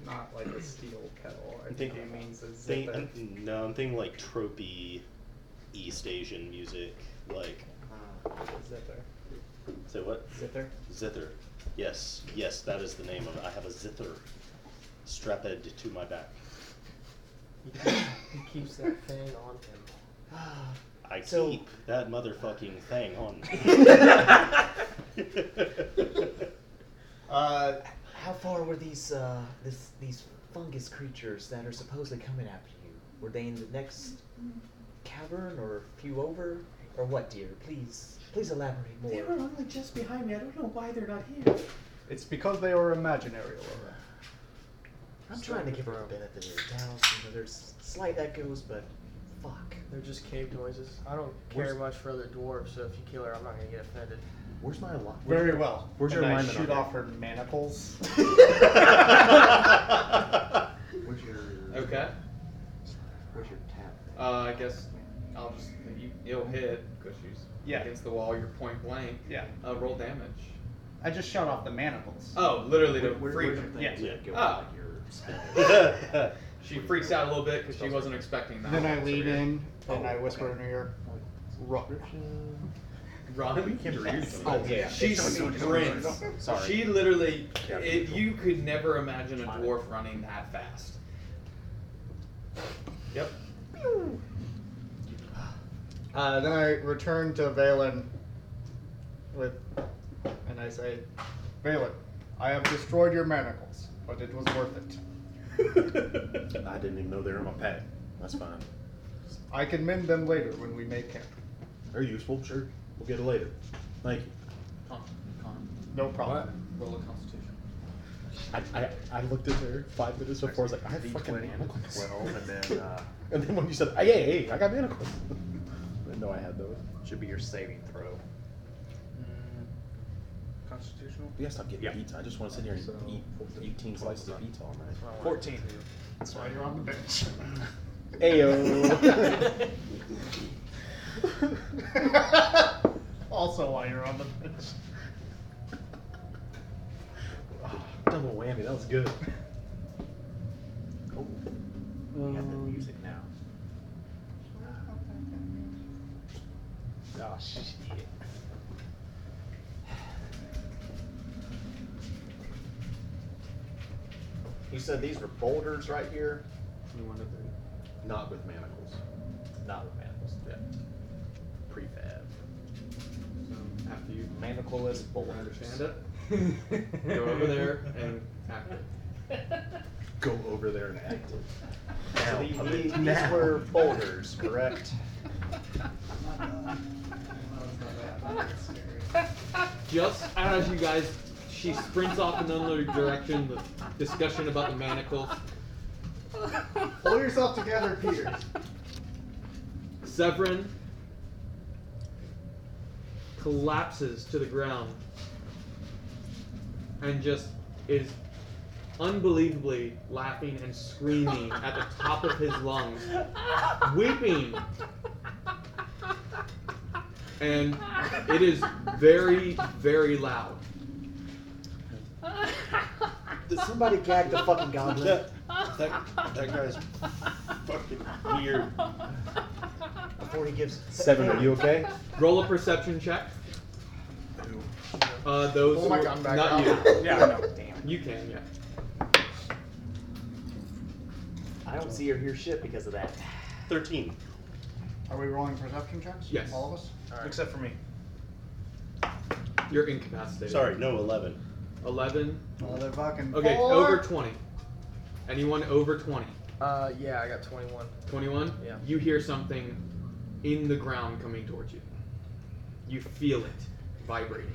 Not like a steel kettle. I
I'm
think
thinking,
he means a
think-
zipper.
I'm- no, I'm thinking like tropey East Asian music, like
Zipper.
Say what?
Zither?
Zither. Yes, yes, that is the name of it. I have a zither strapped to my back.
He keeps that thing on him.
I
So-
keep that motherfucking thing on.
Uh, how far were these uh, this, these fungus creatures that are supposedly coming after you? Were they in the next cavern or a few over, or what, dear? Please, please elaborate more.
They were only just behind me. I don't know why they're not here.
It's because they are imaginary, Laura.
I'm trying to give her a benefit of the doubt. You know, there's slight echoes, but fuck.
They're just cave noises. I don't care
Where's-
much for other dwarves, so if you kill her, I'm not gonna get offended.
Where's my lock?
Very well.
Where's your
and I
alignment on
shoot
that?
off her manacles.
Where's your
Okay.
Where's your tap?
Uh, I guess I'll just you, you'll hit because she's
Yeah.
against the wall. You're point blank.
Yeah.
Uh, roll damage.
I just shot off the manacles.
Oh, literally to
Where- where-
freak.
where's your thing
yeah.
to go
Ah.
Oh.
with
she freaks out a little bit because she wasn't expecting that.
Then I
So
lean
you're-
in and I whisper in her ear, "Run."
Run.
Yes.
Oh yeah. She sprints.
Sorry.
She literally. It, you could never imagine a dwarf running that fast. Yep.
Uh, then I return to Valen with, and I say, Valen, I have destroyed your manacles, but it was worth it.
I didn't even know they were in my pack. That's fine.
I can mend them later when we make camp.
They're useful, sure. We'll get it later. Thank you.
Con, con.
No problem.
Roll a constitution.
I, I, I looked at her five minutes before. I was like, I have fucking manacles.
and then uh,
And then when you said, hey, hey, hey, I got manacles. I didn't know I had those.
should be your saving throw.
Constitutional.
You gotta stop getting pizza. I just want to sit here and eat 18 slices of pizza all night.
Fourteen.
That's why you're on the bench.
Ayo.
also, why you're on the bench.
Oh, double whammy. That was good.
Oh, we have the music now. Oh shit.
You said these were boulders right here?
You wanted to.
Not with manacles.
Not with manacles.
Yeah. Prefab.
So after you
Manacleless boulders.
understand it, go over there and act it.
Go over there and act it.
So
Now,
the-
puppet,
these- these
now.
were boulders, correct?
Just as you guys She sprints off in another direction with discussion about the manacles.
Pull yourself together, Peter.
Severin collapses to the ground and just is unbelievably laughing and screaming at the top of his lungs, weeping. And it is very, very loud.
Did somebody gag the fucking goblin?
That, that guy's fucking weird.
Before he gives
Seven, are you okay?
Roll a perception check. Uh, those
Pull my
who-
gun back
not
out.
you.
Yeah, I know.
Damn.
You can, yeah.
I don't see or hear shit because of that.
13.
Are we rolling perception checks?
Yes.
All of us?
Except for me.
You're incapacitated.
Sorry, no, 11.
11.
Motherfucking
Okay,
four.
over 20. Anyone over 20?
Uh, yeah, I got 21.
21?
Yeah.
You hear something in the ground coming towards you. You feel it vibrating.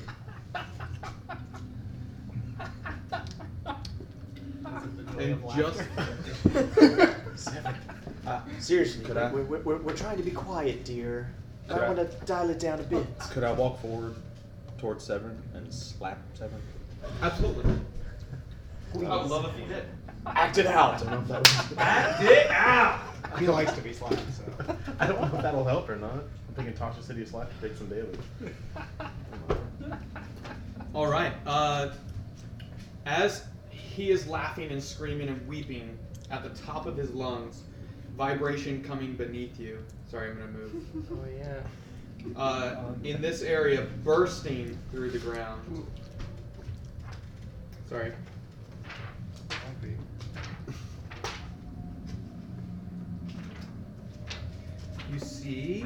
and just.
Seven. Uh, seriously,
Could I-
we're, we're, we're, we're trying to be quiet, dear.
Could I-
I want to dial it down a bit.
Could I walk forward towards Severin and slap Severin?
Absolutely. I would love if you did.
Act it out.
I don't know if that
Get out!
would-
He likes to be slapped, so.
I don't know if that'll help or not. I'm thinking Tasha City of Slap to take some damage.
All right. Uh, as he is laughing and screaming and weeping at the top of his lungs, vibration coming beneath you. Sorry, I'm gonna move.
Oh, yeah.
Uh, in this area, bursting through the ground. Sorry. You see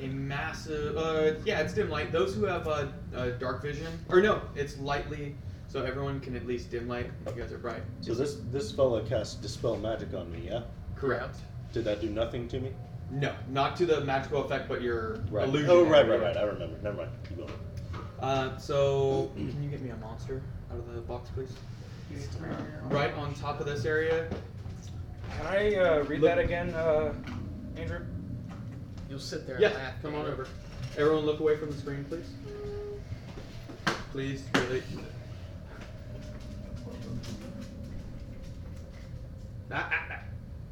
a massive. Uh, yeah, it's dim light. Those who have uh, uh, dark vision, or no, it's lightly, so everyone can at least dim light. You guys are bright.
So this this fella cast dispel magic on me, yeah?
Correct.
Did that do nothing to me?
No, not to the magical effect, but your
Right.
illusion.
Oh right,
area.
right, right. I remember. Never mind. Keep going.
Uh, so can you get me a monster out of the box, please? Right on top of this area.
Can I uh, read
Look-
that again, uh, Andrew?
You'll sit there
Yeah,
and laugh.
come on over. Everyone, look away from the screen, please. Please, really. Ah, ah, ah.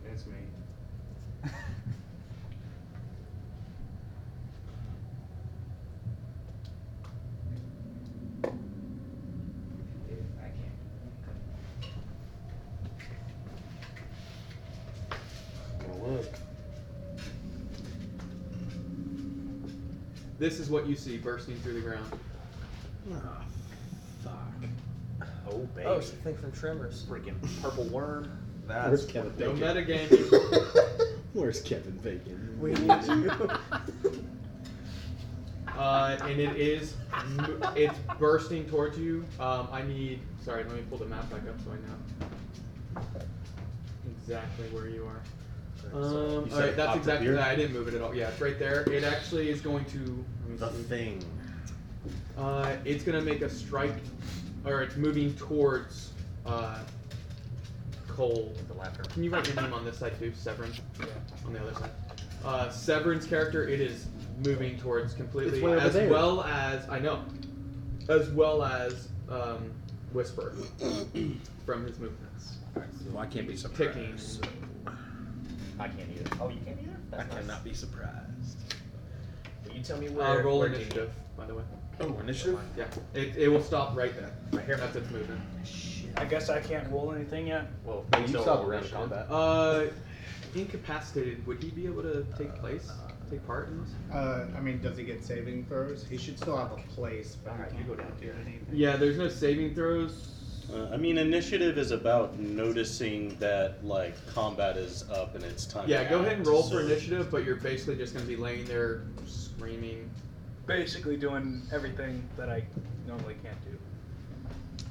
That's me.
Well, look.
This is what you see bursting through the ground.
Ah, fuck.
Oh, baby.
Oh, it's the thing from Tremors.
Freaking purple worm.
Where's Kevin
No
Bacon?
metagame.
Where's Kevin Bacon?
We need you.
Uh, and it is, it's bursting towards you. Um, I need, sorry, let me pull the map back up so I know exactly where you are. Um,
You
all right,
said
that's
up
exactly
here?
that. I didn't move it at all. Yeah, it's right there. It actually is going to. Let me
The
see.
thing.
Uh, it's gonna make a strike, or it's moving towards uh, Cole.
The laughter.
Can you write your name on this side too, Severin? Yeah. On the other side. Uh, Severin's character, it is moving towards completely,
It's way over
as
there.
well as I know, as well as um, Whisper from his movements.
Well, I can't be
Ticking.
surprised.
I can't either. Oh, you can't either?
I
That's nice.
cannot be surprised.
Will you tell me where?
Uh, roll
where
initiative, by the way.
Oh, initiative?
Yeah, it, it will stop right there. That's its movement.
I guess I can't roll anything yet.
Well,
No, you saw around combat.
Uh, incapacitated. Would he be able to take place, take part in this?
Uh, I mean, does he get saving throws? He should still have a place, but he can't do anything.
Yeah, there's no saving throws.
Uh, I mean, initiative is about noticing that like combat is up and it's time.
Yeah,
to
go ahead and
act,
roll
so-
for initiative, but you're basically just gonna be laying there screaming.
Basically doing everything that I normally can't do.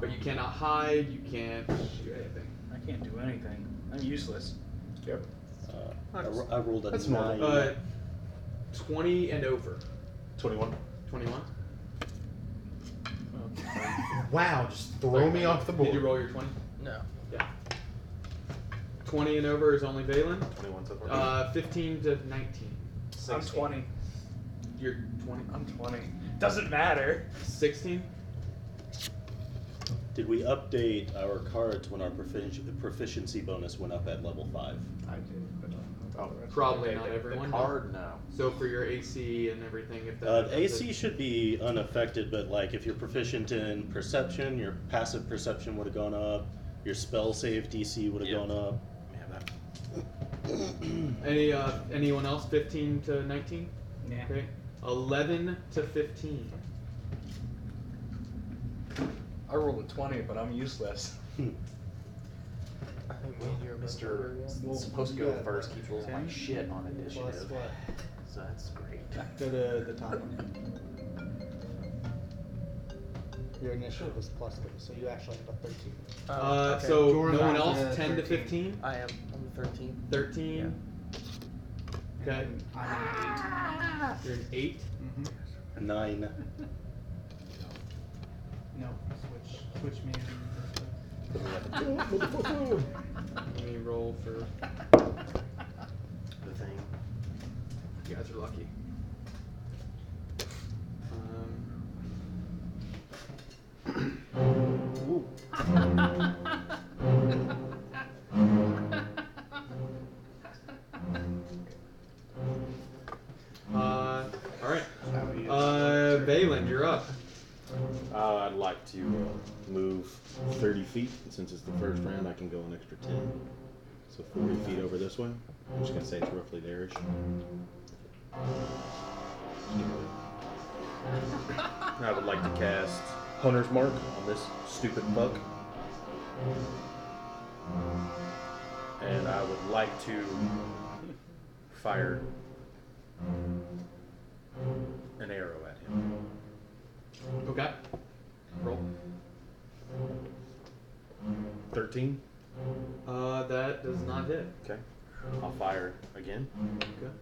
But you cannot hide. You can't do anything.
I can't do anything. I'm useless.
Yep.
Uh, I, ro- I rolled a
That's
nine.
normal. Uh, 20 and over.
21.
21?
Wow, just throw me off the board.
Did you roll your 20?
No.
Yeah. 20 and over is only Valen.
21 so far.
Uh, 15 to 19.
I'm 20.
You're 20.
I'm 20. Doesn't matter.
16?
Did we update our cards when our profici- proficiency bonus went up at level 5?
I did, but
Oh, probably
Okay,
not
the- the
everyone.
card
now. So for your AC and everything, if that
Uh,
if
the
that-
AC should be unaffected, but like if you're proficient in perception, your passive perception would have gone up, your spell save DC would have gone up.
Any uh, anyone else? Fifteen to nineteen.
Yeah.
Okay. Eleven to fifteen.
I rolled a 20, but I'm useless.
I think well,
Mr.
Well,
supposed to
you
go
got
first keeps rolling
ten.
like shit on initiative.
Plus what?
So that's great.
Go to the top one. Your initiative was plus three, so you actually have a thirteen.
Oh,
Uh,
okay.
so
Jordan
no one
has
else.
a
Ten to
13.
fifteen.
I am. I'm 13.
Thirteen. Okay.
Mm-hmm.
Ah!
You're an eight.
Nine.
No, switch, switch me.
Let me roll for the thing. You guys are lucky. Um, Um, uh, all right. Uh, Valen, you're up.
Uh, I'd like to uh, move 30 feet. and Since it's the first round, I can go an extra 10. So 40 feet over this way. I'm just going to say it's roughly there-ish. I would like to cast Hunter's Mark on this stupid buck. And I would like to fire an arrow at him.
Okay. Roll.
13.
Uh, that does not hit.
Okay. I'll fire again.
Okay.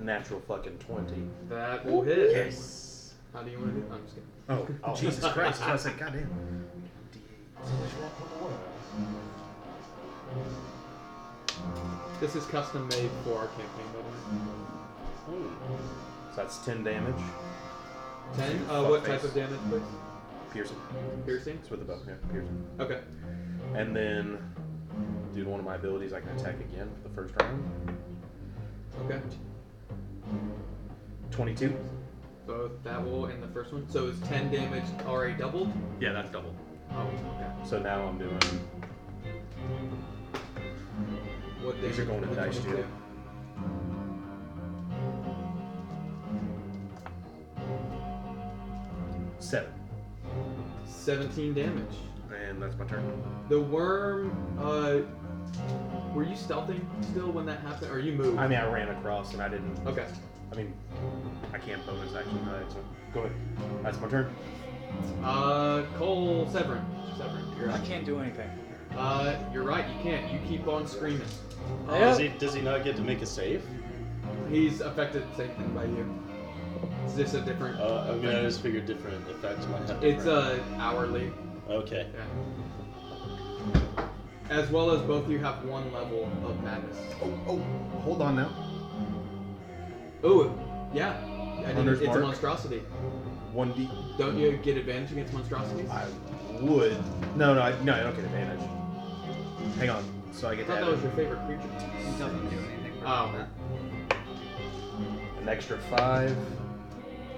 Natural fucking 20.
That will hit.
Yes.
How do you want to do? I'm just kidding.
Oh, oh, Jesus Christ. I was like, goddamn.
This is custom made for our campaign, by the way.
So that's 10 damage.
Ten.
Fuck
Uh, what
face.
type of damage, please?
Piercing.
Piercing.
It's with the bow. Yeah, piercing.
Okay.
And then, due to one of my abilities, I can attack again for the first round.
Okay.
22.
Both that will and the first one. So it's ten damage already doubled.
Yeah, that's double.
Oh, okay.
So now I'm doing.
What
These are
damage
going to
would
dice,
22?
too. Seven.
17 damage.
And that's my turn.
The worm. Uh, were you stealthing still when that happened, or you moved?
I mean, I ran across and I didn't.
Okay.
I mean, I can't bonus action. Right, so go ahead. That's my turn.
Uh, Cole Severin. Severin, you're
I
up.
can't do anything.
Uh, you're right. You can't. You keep on screaming.
Yeah.
Uh, Does he does he not get to make a save?
He's affected same thing by you. Is this a different?
Uh, I mean, I just figured different effects might have.
It's
different-
uh, hourly.
Okay.
Yeah. As well as both you have one level of madness.
Oh, hold on now.
Ooh, Oh, yeah. I didn't,
Hunter's
it's a
mark.
monstrosity.
One D.
Don't you get advantage against monstrosities?
I would. No, no, I, no, I don't get advantage. Hang on. So I
I
get to
thought
add
that was your favorite creature.
It doesn't do anything.
Oh.
an extra five,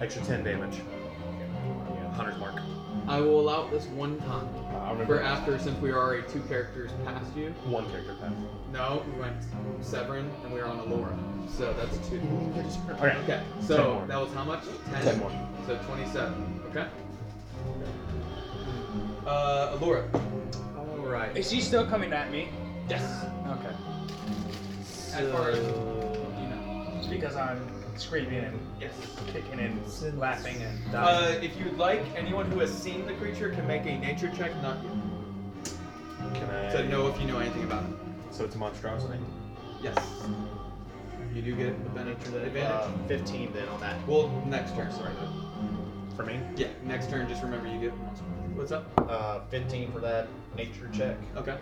extra ten damage. Yeah, Hunter's mark.
I will allow this one time.
I remember-
For after, since we are already two characters past you.
One character pass.
No, we went Severin and we were on Alora. So that's two.
Okay.
Okay,
Ten
so
more.
that was how much? Ten.
Ten more.
So 27. Okay. Uh, Alora. Alright.
Is he still coming at me?
Yes.
Okay. As far as, you know, because I'm screaming and yes, kicking and laughing and
Uh,
dying.
if you'd like, anyone who has seen the creature can make a nature check, not you.
Can I?
So know if you know anything about it.
So it's a monstrosity.
Yes. You do get advantage. advantage.
Uh, 15 then on that.
Well, next turn. Sorry.
For me?
Yeah, next turn. Just remember you get one. What's up?
Uh, 15 for that nature check.
Okay.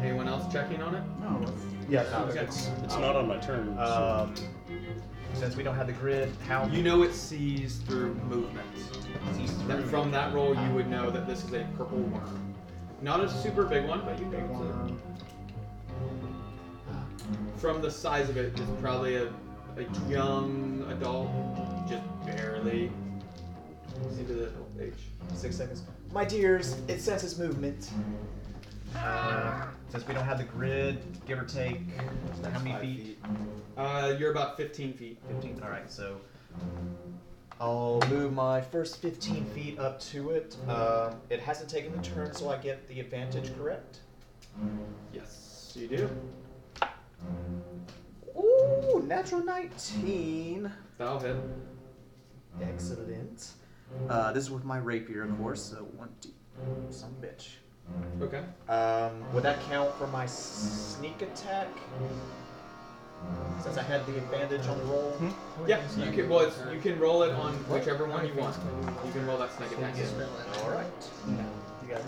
Anyone else checking on it?
No. Yeah, no, it's,
It's not on my turn. so-
Um, since we don't have the grid, how
You know it sees through movement. That from that roll, you would know that this is a purple worm. Not a super big one, but you big one. From the size of it, it's probably a, a young adult, just barely into the adult age.
Six seconds. My dears, it senses movement. Uh, since we don't have the grid, give or take, how many feet?
Uh, you're about 15 feet.
15. All right, so I'll move my first 15 feet up to it. Um, it hasn't taken the turn, so I get the advantage, correct?
Yes, you do.
Ooh, natural 19.
That'll hit.
Excellent. Uh, this is with my rapier, of course, so 1d. Some bitch.
Okay.
Um, would that count for my sneak attack? Since I had the advantage on the roll?
Yeah, you can. Well, it's, you can roll it on whichever one you want. You can roll that snake attack.
All right. You got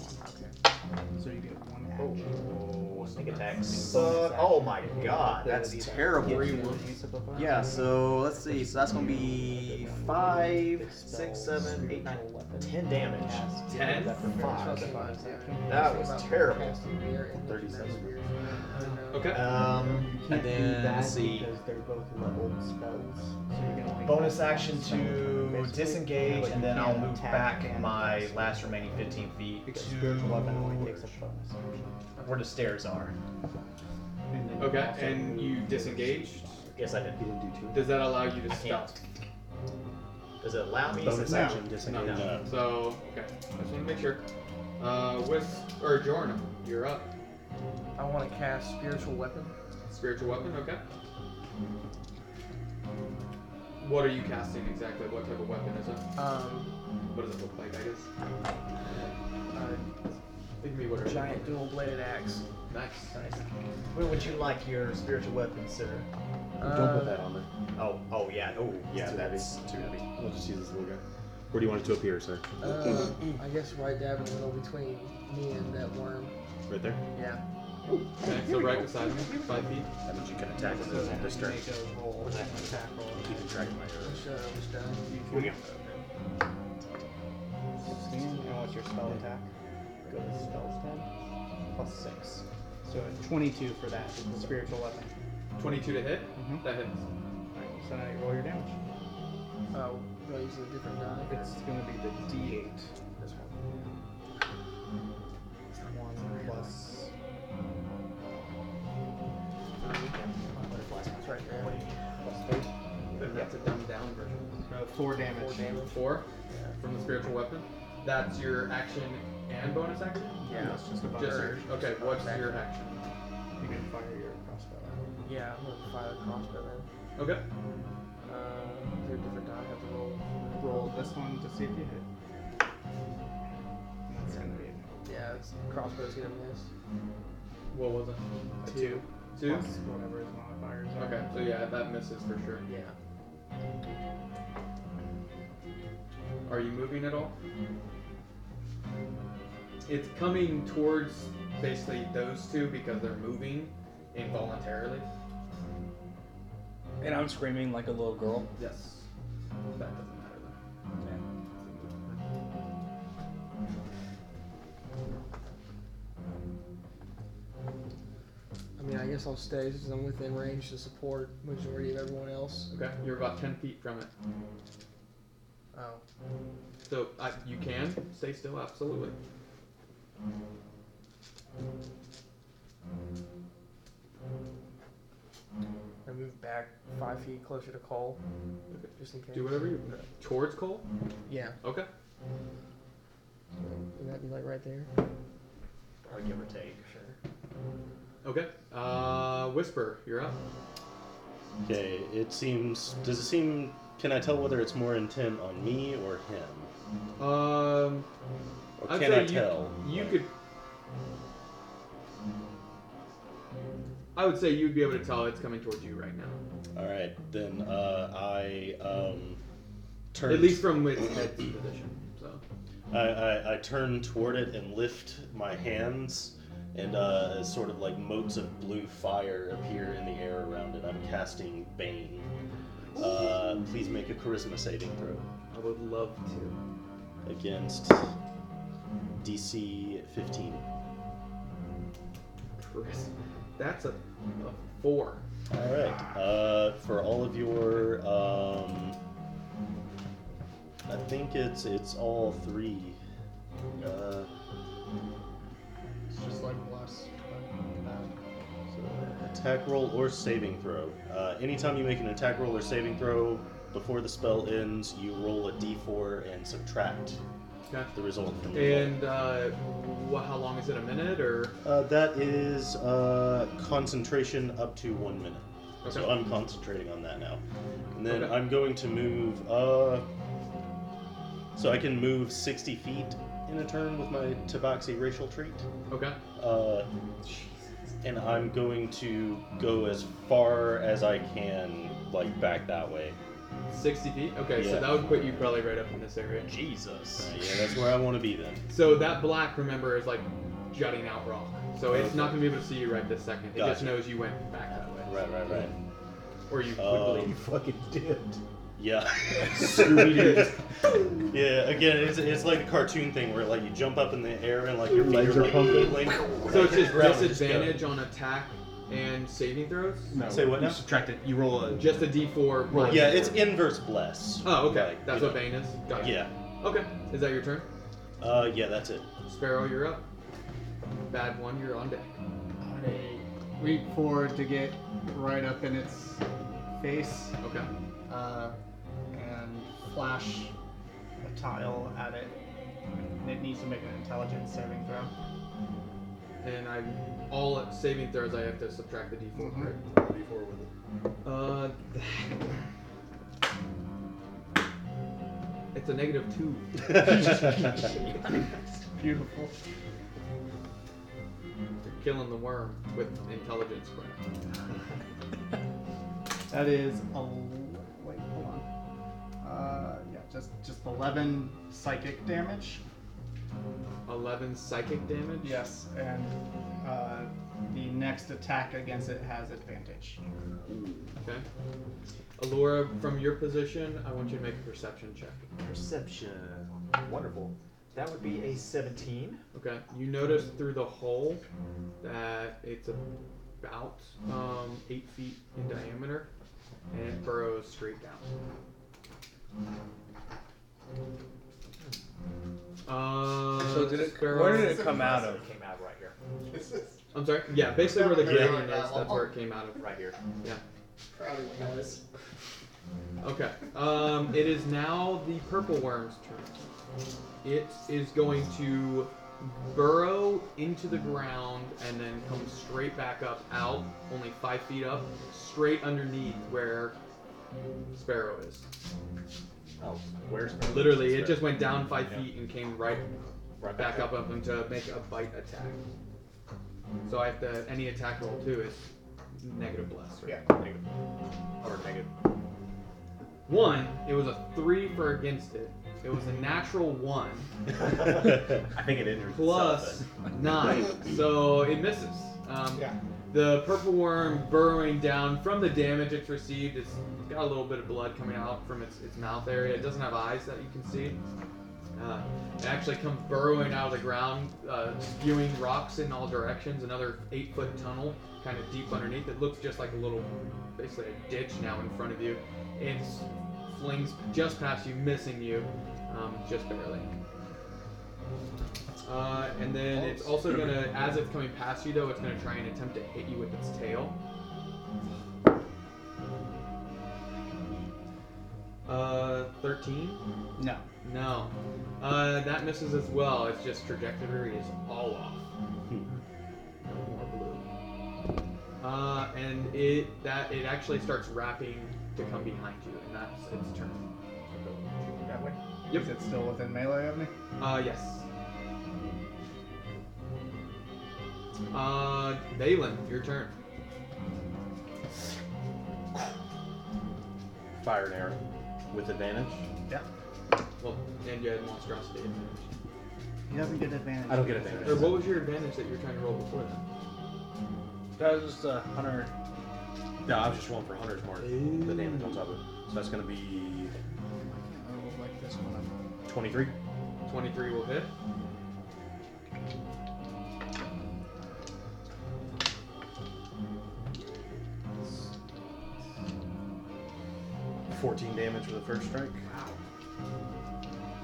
So you get one
Oh, sneak attack suck. Oh my god, that's terrible. Yeah, so let's see. So that's gonna be five, six, seven, eight, nine, ten damage.
Ten?
Fuck. That was terrible.
Thirty-seven.
Okay.
Um, and then let's see.
they're both leveled spells. So you can only
Bonus action to disengage, and then I'll move back my last remaining 15 feet to where the stairs are.
Okay, and you disengaged.
Yes, I did.
Does that allow you to
I
stop?
can't. Does it allow me?
Bonus
No.
action,
disengage.
No. So okay, I just want to make sure. Uh, with or Jordan, you're up.
I want to cast spiritual weapon.
Spiritual weapon. Okay. What are you casting exactly? What type of weapon is it?
Um,
What does it look like? I guess.
Uh,
Give me whatever.
giant dual bladed axe.
Nice.
Nice.
Where would you like your spiritual weapon, sir?
Don't put
Uh,
that on there.
Oh, oh yeah, oh
Yeah,
yeah, that's
too heavy. We'll just use this little guy. Where do you want it to appear, sir?
Uh,
Mm-hmm.
I guess right dab in the middle between me and that worm.
Right there.
Yeah.
Okay, so right beside me, five feet.
That means you can attack with this this turn. Keeping track of my arrows.
Sure, I was done.
Here we go.
Sixteen. And what's your spell attack? Go to spells then. Plus six. So twenty-two for that. with the Spiritual weapon.
22 to hit.
Mhm.
That hits.
Alright, so now you roll your damage.
Oh, do I use a different die?
It's gonna be the D8. This one. One plus.
It's right there.
Plus eight.
Then that's a dumbed down version.
Uh, four damage.
Four damage. Four from the spiritual weapon. That's your action and bonus action.
Yeah, No, it's just a bonus
Just your,
action.
okay. What's your action?
You can fire your crossbow.
Yeah, I'm gonna fire the crossbow then.
Okay.
Uh, is there a different die I have to roll?
Roll this one to see if you hit. And That's gonna be it.
Yeah, it's, crossbow's gonna miss.
What was it?
A two.
Two?
Plus whatever his modifiers are.
Okay. So yeah, that misses for sure.
Yeah.
Are you moving at all? It's coming towards basically those two because they're moving involuntarily.
And I'm screaming like a little girl.
Yes. That doesn't matter
I mean, I guess I'll stay since I'm within range to support majority of everyone else.
though. Okay. You're about ten feet from it.
Oh.
So I, you can stay still, absolutely.
I move back five feet closer to Cole,
Okay.
just in case.
Do whatever you towards Cole.
Yeah.
Okay.
Would that be like right there?
Or give or take.
Okay. Uh, Whisper, you're up.
Okay, it seems. Does it seem. Can I tell whether it's more intent on me or him?
Um,
Or
I'd
can
say
I tell?
You, you could. I would say you'd be able to tell it's coming towards you right now.
All right, then uh, I um, turn.
At least from its head position. So.
I, I, I turn toward it and lift my hands, and uh, sort of like motes of blue fire appear in the air around it. I'm casting Bane. Uh, please make a charisma saving throw.
I would love to.
Against DC 15.
Chris, that's a, a four.
All right. Uh, for all of your, um, I think it's it's all three. Uh,
It's just like less.
attack roll or saving throw. Uh, anytime you make an attack roll or saving throw before the spell ends, you roll a d4 and subtract
Okay.
the result from the roll.
And uh, wha how long is it? A minute or?
Uh, that is uh, concentration up to one minute. So
Okay.
I'm concentrating on that now. And then
Okay.
I'm going to move. Uh, so I can move 60 feet in a turn with my Tabaxi racial trait.
Okay.
Uh, and I'm going to go as far as I can, like back that way.
60 feet? Okay, so
Yeah.
that would put you probably right up in this area.
Jesus. yeah, that's where I want to be then.
So that black, remember, is like jutting out rock. So it's
Okay.
not going to be able to see you right this second. It just
Gotcha.
knows you went back that way.
Right, right, right.
Or you
Um,
quickly.
You
fucking dipped.
Yeah.
Scooby-Doo.
yeah, again, it's, it's like a cartoon thing where like you jump up in the air and like your feet
legs are
like,
pumping.
like,
So
like,
it's
hit
just
the ground and just go.
disadvantage on attack and saving throws?
No. Say what
You
now?
subtract it. You roll a.
Just a d4.
Roll a
Yeah,
d4.
it's inverse bless.
Oh, okay.
Like,
That's
you
what
know.
Bane is? Gotcha.
Yeah.
Okay. Is that your turn?
Uh, yeah, that's it.
Sparrow, you're up. Bad one, you're on deck.
I leap forward to get right up in its face.
Okay.
Uh,
and flash a tile at it. And it needs to make an intelligence saving throw.
And I'm all at saving throws. I have to subtract the d4,
Mhm.
correct?
D4 Mm-hmm. with it.
Uh, Uh, it's a negative two.
Beautiful.
You're killing the worm with intelligence crap.
That is a wait, hold on. Uh, yeah, just just eleven psychic damage.
Eleven psychic damage.
Yes, and uh, the next attack against it has advantage.
Okay. Alora, from your position, I want you to make a perception check.
Perception. Wonderful. That would be a 17.
Okay. You notice through the hole that it's about um, eight feet in diameter, and it burrows straight down. Uh,
So did it-
Sparrow-
where did it come out of?
Came out right here.
This is
I'm sorry. Yeah, basically where the
Yeah.
canyon is, that's where it came out of.
Right here.
Yeah.
proud of you guys.
Okay. Um, it is now the purple worm's turn. It is going to burrow into the ground and then come straight back up, out only five feet up, straight underneath where Sparrow is.
Oh, where's
Literally, it just went down five feet and came right, right back up up to make a bite attack. So I have to any attack roll too is negative bless. Right? Yeah, negative. Or negative. One, it was a three for against it. It was a natural one.
I think it injures
Plus
itself, but-
nine, so it misses. Um, The purple worm burrowing down from the damage it's received. It's got a little bit of blood coming out from its, its mouth area. It doesn't have eyes that you can see. Uh, it actually comes burrowing out of the ground, uh, spewing rocks in all directions. Another eight foot tunnel, kind of deep underneath. It looks just like a little, basically a ditch now in front of you. It flings just past you, missing you, um, just barely. Uh, and then it's also gonna, as it's coming past you though, it's gonna try and attempt to hit you with its tail. Uh, 13?
No.
No. Uh, that misses as well. It's just trajectory is all off. No more blue. Uh, and it that it actually starts wrapping to come behind you, and that's its turn.
That way.
Yep.
Is it still within melee of me?
Uh, yes. Uh, Balin, your turn.
fire an arrow with advantage.
Yeah.
Well, and you had monstrosity advantage.
You haven't get advantage.
I don't get advantage.
Or what was your advantage that you were trying to roll before that?
That was just a hunter.
No, I was just rolling for Hunter's Mark. The damage on top of it. So that's going to be
I rolled like this one.
23.
23 will hit.
Fourteen damage for the first strike.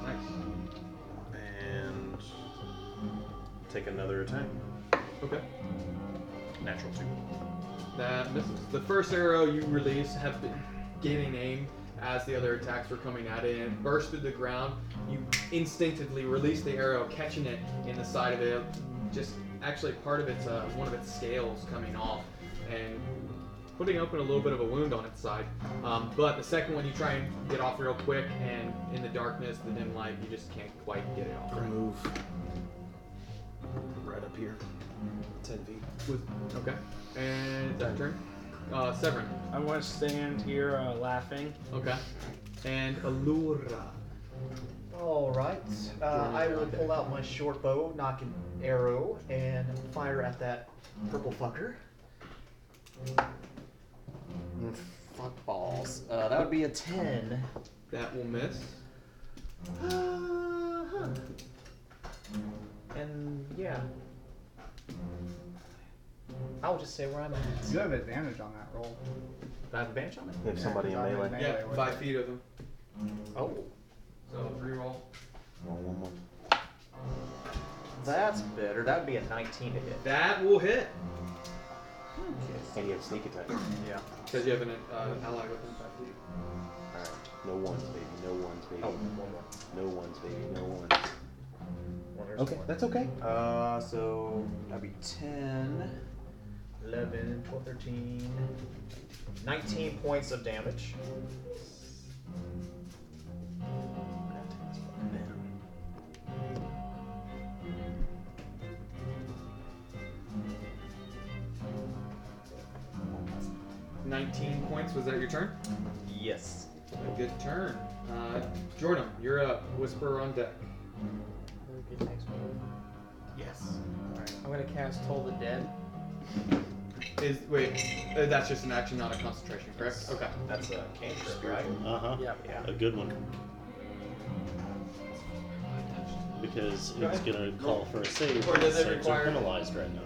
Nice. And take another attack.
Okay.
Natural two.
That misses. The first arrow you release have been getting aim as the other attacks were coming at it, and it burst through the ground. You instinctively release the arrow, catching it in the side of it. Just actually part of its uh, one of its scales coming off, and putting open a little bit of a wound on its side. Um, but the second one you try and get off real quick, and in the darkness, the dim light, you just can't quite get it off.
Move right up here. Ten feet.
With- okay, and that turn. Uh, Severin.
I want to stand here uh, laughing.
Okay. And Allura.
All right. Uh, I will pull out my short bow, knock an arrow, and fire at that purple fucker. Mm, Fuck balls. Uh, that would be a ten.
That will miss.
Uh-huh. And yeah, I'll just say where I'm at.
You have advantage on that roll.
I have advantage on it.
If somebody in
Yeah,
melee.
melee.
Yeah, five feet of them.
Oh,
So reroll.
Roll one more.
that's better. That'd be a 19 to hit.
That will hit.
And you have sneak attack.
Yeah.
Because you have an uh, ally within five feet.
Alright. No ones, baby. No ones, baby. No ones, baby. No ones. Okay, that's okay.
Uh, so that'd be 10, 11, 12, 13, 19 points of damage.
Nineteen points. Was that your turn?
Yes.
A good turn. Uh, Jordan, you're up. Whisper on deck.
Yes.
Alright, I'm gonna cast Toll the Dead.
Is wait, uh, that's just an action, not a concentration, correct? okay.
That's a cantrip, right?
Uh huh.
Yeah.
A good one. Because it's gonna call for a save.
Or does
and saves
it require-
are penalized right now?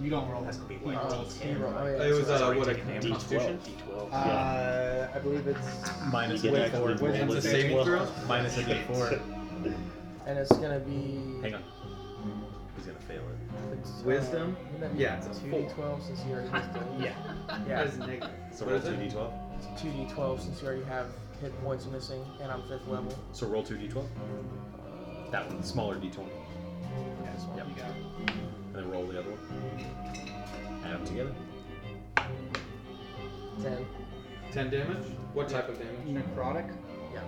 You don't roll.
That's gonna be
like
D10,
Oh, right? It was, uh, what, a constitution?
D12.
Uh, I believe it's
Minus
with-
a d4.
with- with-
a saving
Well,
throw?
Minus a d4.
And it's gonna be.
Hang on. He's gonna fail it.
It's,
Wisdom?
Uh, wouldn't that be
Yeah, it's a
two
four.
d twelve since you already used it.
Yeah.
Yeah.
That's negative.
So
What
roll
is it?
2d12.
It's two d twelve since you already have hit points missing, and I'm fifth level.
So roll 2d12. That one, smaller d20. Yep. And then roll the other one. Add them together.
Ten.
Ten damage. What type of damage?
necrotic.
Yeah.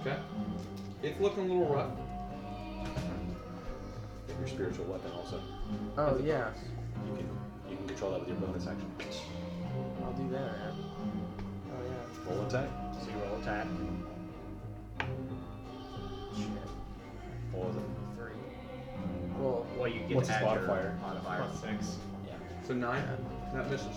Okay. It's looking a little rough.
Get Your spiritual weapon also.
Oh yeah,
You can you can control that with your bonus action.
I'll do that. Yeah. Oh yeah.
Roll attack.
So you roll attack.
Shit.
What was it?
Three.
Well,
Well, you get
What's
to
his
add
modifier?
Your modifier.
Plus six.
Yeah.
So nine. That misses.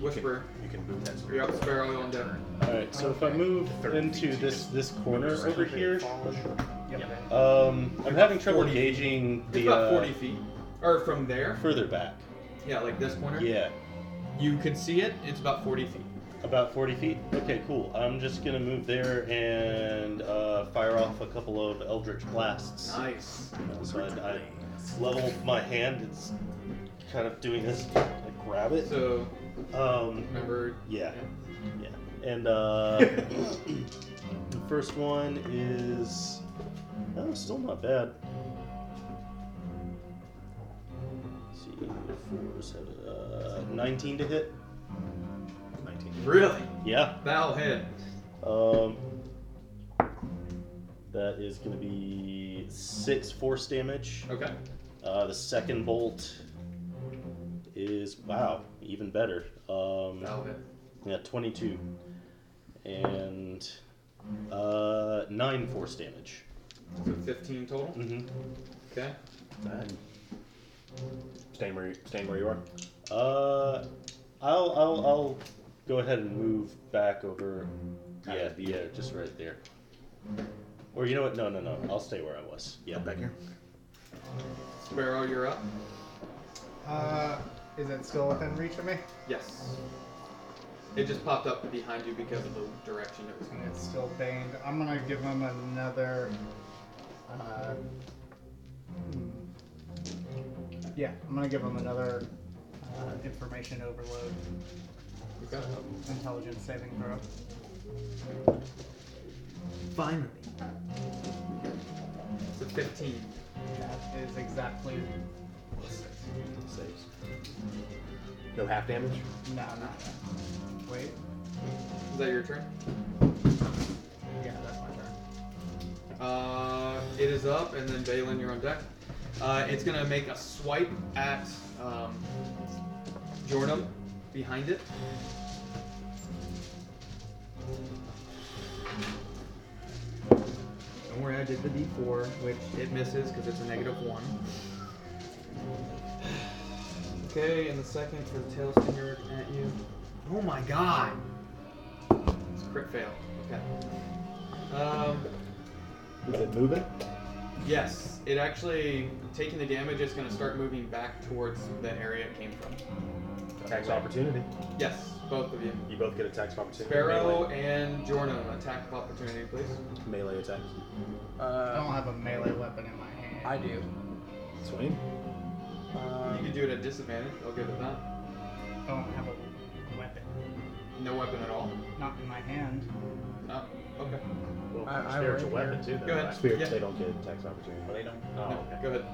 Whisper.
You can move that
You're up,
spiritual.
Sparrow on deck.
Alright, so if I move into this this corner over here,
Yep.
um, I'm having trouble
40
gauging
It's
the
about forty
uh,
feet, or from there.
further back.
Yeah, like this corner.
Yeah,
You could see it. It's about forty feet.
about 40 feet. Okay, cool. I'm just gonna move there and uh, fire off a couple of eldritch blasts.
Nice.
So I, I level my hand. It's kind of doing this. I grab it.
So
Um,
remember.
Yeah. Yeah. And uh, the first one is. Oh, still not bad. Let's see, four, seven, uh, 19 to hit.
19.
Really?
Yeah.
That'll hit.
Um, that is going to be six force damage.
Okay.
Uh, the second bolt is wow, even better. Um, Yeah, twenty-two, and uh, nine force damage.
So 15 total?
Mm-hmm.
Okay.
Staying where, staying where you are. Uh, I'll, I'll, I'll go ahead and move back over. Yeah, yeah, just right there. Or you know what? No, no, no. I'll stay where I was. Yeah, back here.
Sparrow, you're up.
Uh, is it still within reach of me?
Yes. It just popped up behind you because of the direction it was
And it's still banged. I'm gonna give him another. Uh, hmm. yeah, I'm gonna give him another uh, information overload. So, intelligence saving throw.
Finally. It's a 15.
That is exactly.
Saves. No half damage?
No, not that. Wait.
Is that your turn?
Yeah, that's my turn.
Uh, it is up, and then Balin, you're on deck. Uh, it's gonna make a swipe at um, Jordan behind it. Don't worry, I did the D4, which it misses because it's a negative one. Okay, and the second for the tail stinger at you. Oh my god! It's a crit fail. Okay. Um,
Is it moving?
Yes, it actually taking the damage. It's going to start moving back towards the area it came from.
Tax opportunity.
Yes, both of you.
You both get a tax opportunity.
Sparrow and Jordan, attack of opportunity, please.
Melee, melee attack.
I don't have a melee weapon in my hand.
I do.
Swing.
you can do it at disadvantage. I'll give it that.
I don't have a weapon.
No weapon at all.
Not in my hand.
No. Okay.
Well,
Uh,
I- I
spiritual
already-
weapon too. Though,
Go ahead.
right? Spirits,
Yeah.
they don't get a tax opportunity. But they don't. Oh,
No,
okay.
Go ahead.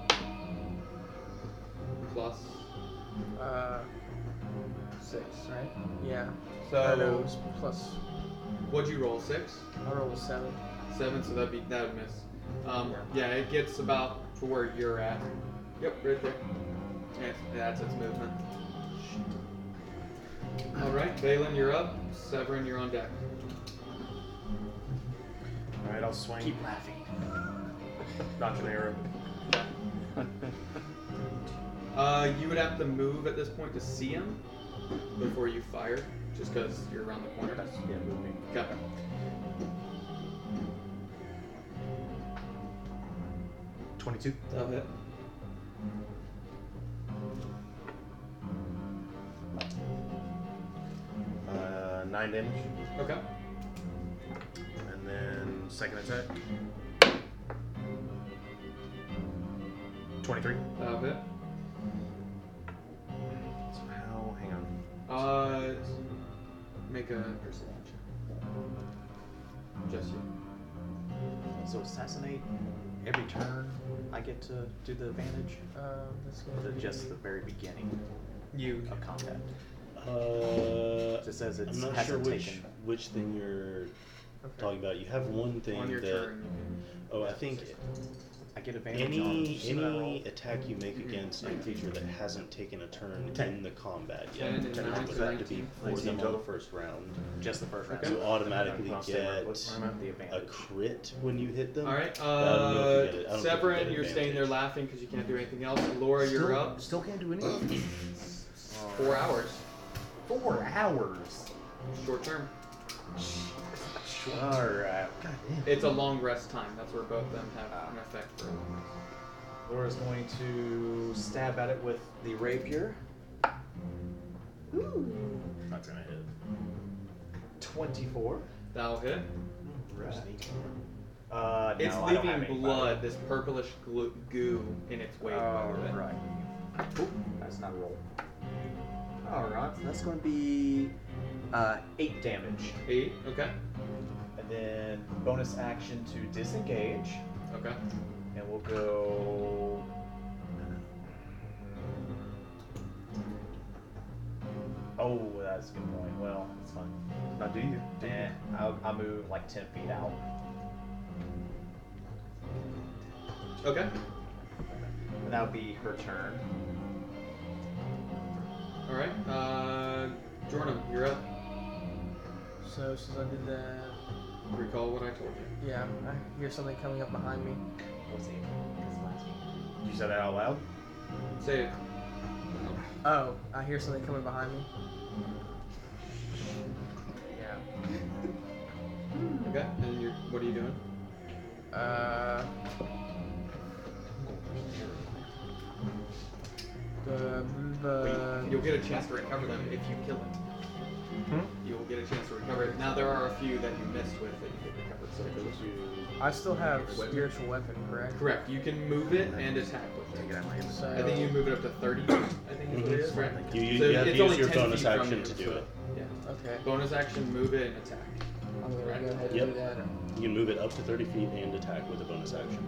Plus.
Uh, six, right? Yeah.
So-
Or no, it was plus.
What'd you roll? Six.
I rolled a seven.
Seven, so that'd be that would miss. Um, yeah. it gets about to where you're at. Yep, right there. Yeah, that's its movement. All right, Balin, you're up. Severin, you're on deck.
All right, I'll swing. Keep laughing. Notch an arrow.
Uh, you would have to move at this point to see him before you fire, just because you're around the corner.
Yeah, moving.
Okay.
Twenty-two.
That'll hit.
Uh, nine damage.
Okay.
And then second attack. Twenty-three.
That'll hit.
Somehow, hang on.
Uh, make a perception. Just you.
So assassinate every turn. I get to do the advantage.
Um, that's
Or is
gonna
it
be
just the very beginning
You
of combat?
Uh,
Just says it's-
I'm not sure
hasn't
which
taken.
which thing you're talking about. You have one thing
On your
that.
turn,
oh, I think.
I get advantage on
Any
should I roll?
any attack you make against a creature that hasn't taken a turn in the combat yet,
Ten,
which
nine,
would have to be
nineteen.
for them
Nineteen
on the
total.
first round.
Just the first round.
You
Okay.
automatically
I'll stay where-
get
where I'm at, the
a
advantage.
crit when you hit them.
All right.
but I don't know
Uh,
if you get it. I don't think you
Severin,
get
you're staying there laughing because you can't do anything else. Laura, you're
Still-
up.
Still can't do anything.
Four hours.
Four hours.
Short term.
All right.
It's a long rest time. That's where both of them have an effect for. a long rest.
Laura's going to stab at it with the rapier.
Ooh.
Not gonna hit.
24.
That'll hit.
Uh,
It's
no, I don't have
leaving
any
blood, this purplish glu- goo in its wake.
Oh,
by the way.
right. Oop, that's not a roll.
Oh,
Alright, so that's going to be uh, 8 damage.
Eight. Okay.
And then bonus action to disengage.
Okay.
And we'll go. Oh, that's a good point. Well, that's fine.
Now do you? Do
Yeah, I'll, I'll move like 10 feet out.
Okay.
And that'll be her turn.
All right. Uh, Jordan, you're up.
So since I did that,
Recall what I told you.
yeah, I hear something coming up behind me. What's
You said that out loud?
Say it.
Oh, I hear something coming behind me. Yeah.
Okay. And you're, what are you doing?
Uh. The, the,
Wait, you'll get a chance to recover them if you kill it.
Hmm?
You'll get a chance to recover it. Now there are a few that you messed with that you did recover. So it goes to.
I still have
Weapon.
spiritual weapon, correct?
Correct. You can move it and attack with it. I think you move it up to 30. I think
Mm-hmm.
is what it is, right?
You- you-
So
you have
it's
to
only
use your
10 feet
bonus
from
action
you,
to do
so-
it.
Yeah.
Okay.
Bonus action, move it and attack.
I'm gonna
Correct.
go ahead and
Yep.
do that.
You can move it up to 30 feet and attack with a bonus action.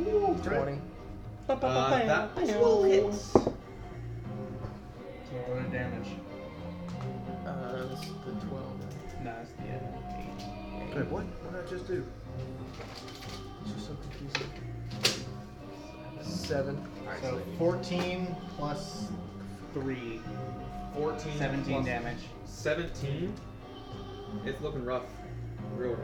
Ooh, 20.
Uh, that
Well, hits.
So what are the damage?
Uh, this is the 12.
No, it's the uh, eight.
Hey, what? What did I just do?
It's just so confusing. Seven.
So 14 plus 3.
14
17
plus-
damage.
17? It's looking rough. Real rough.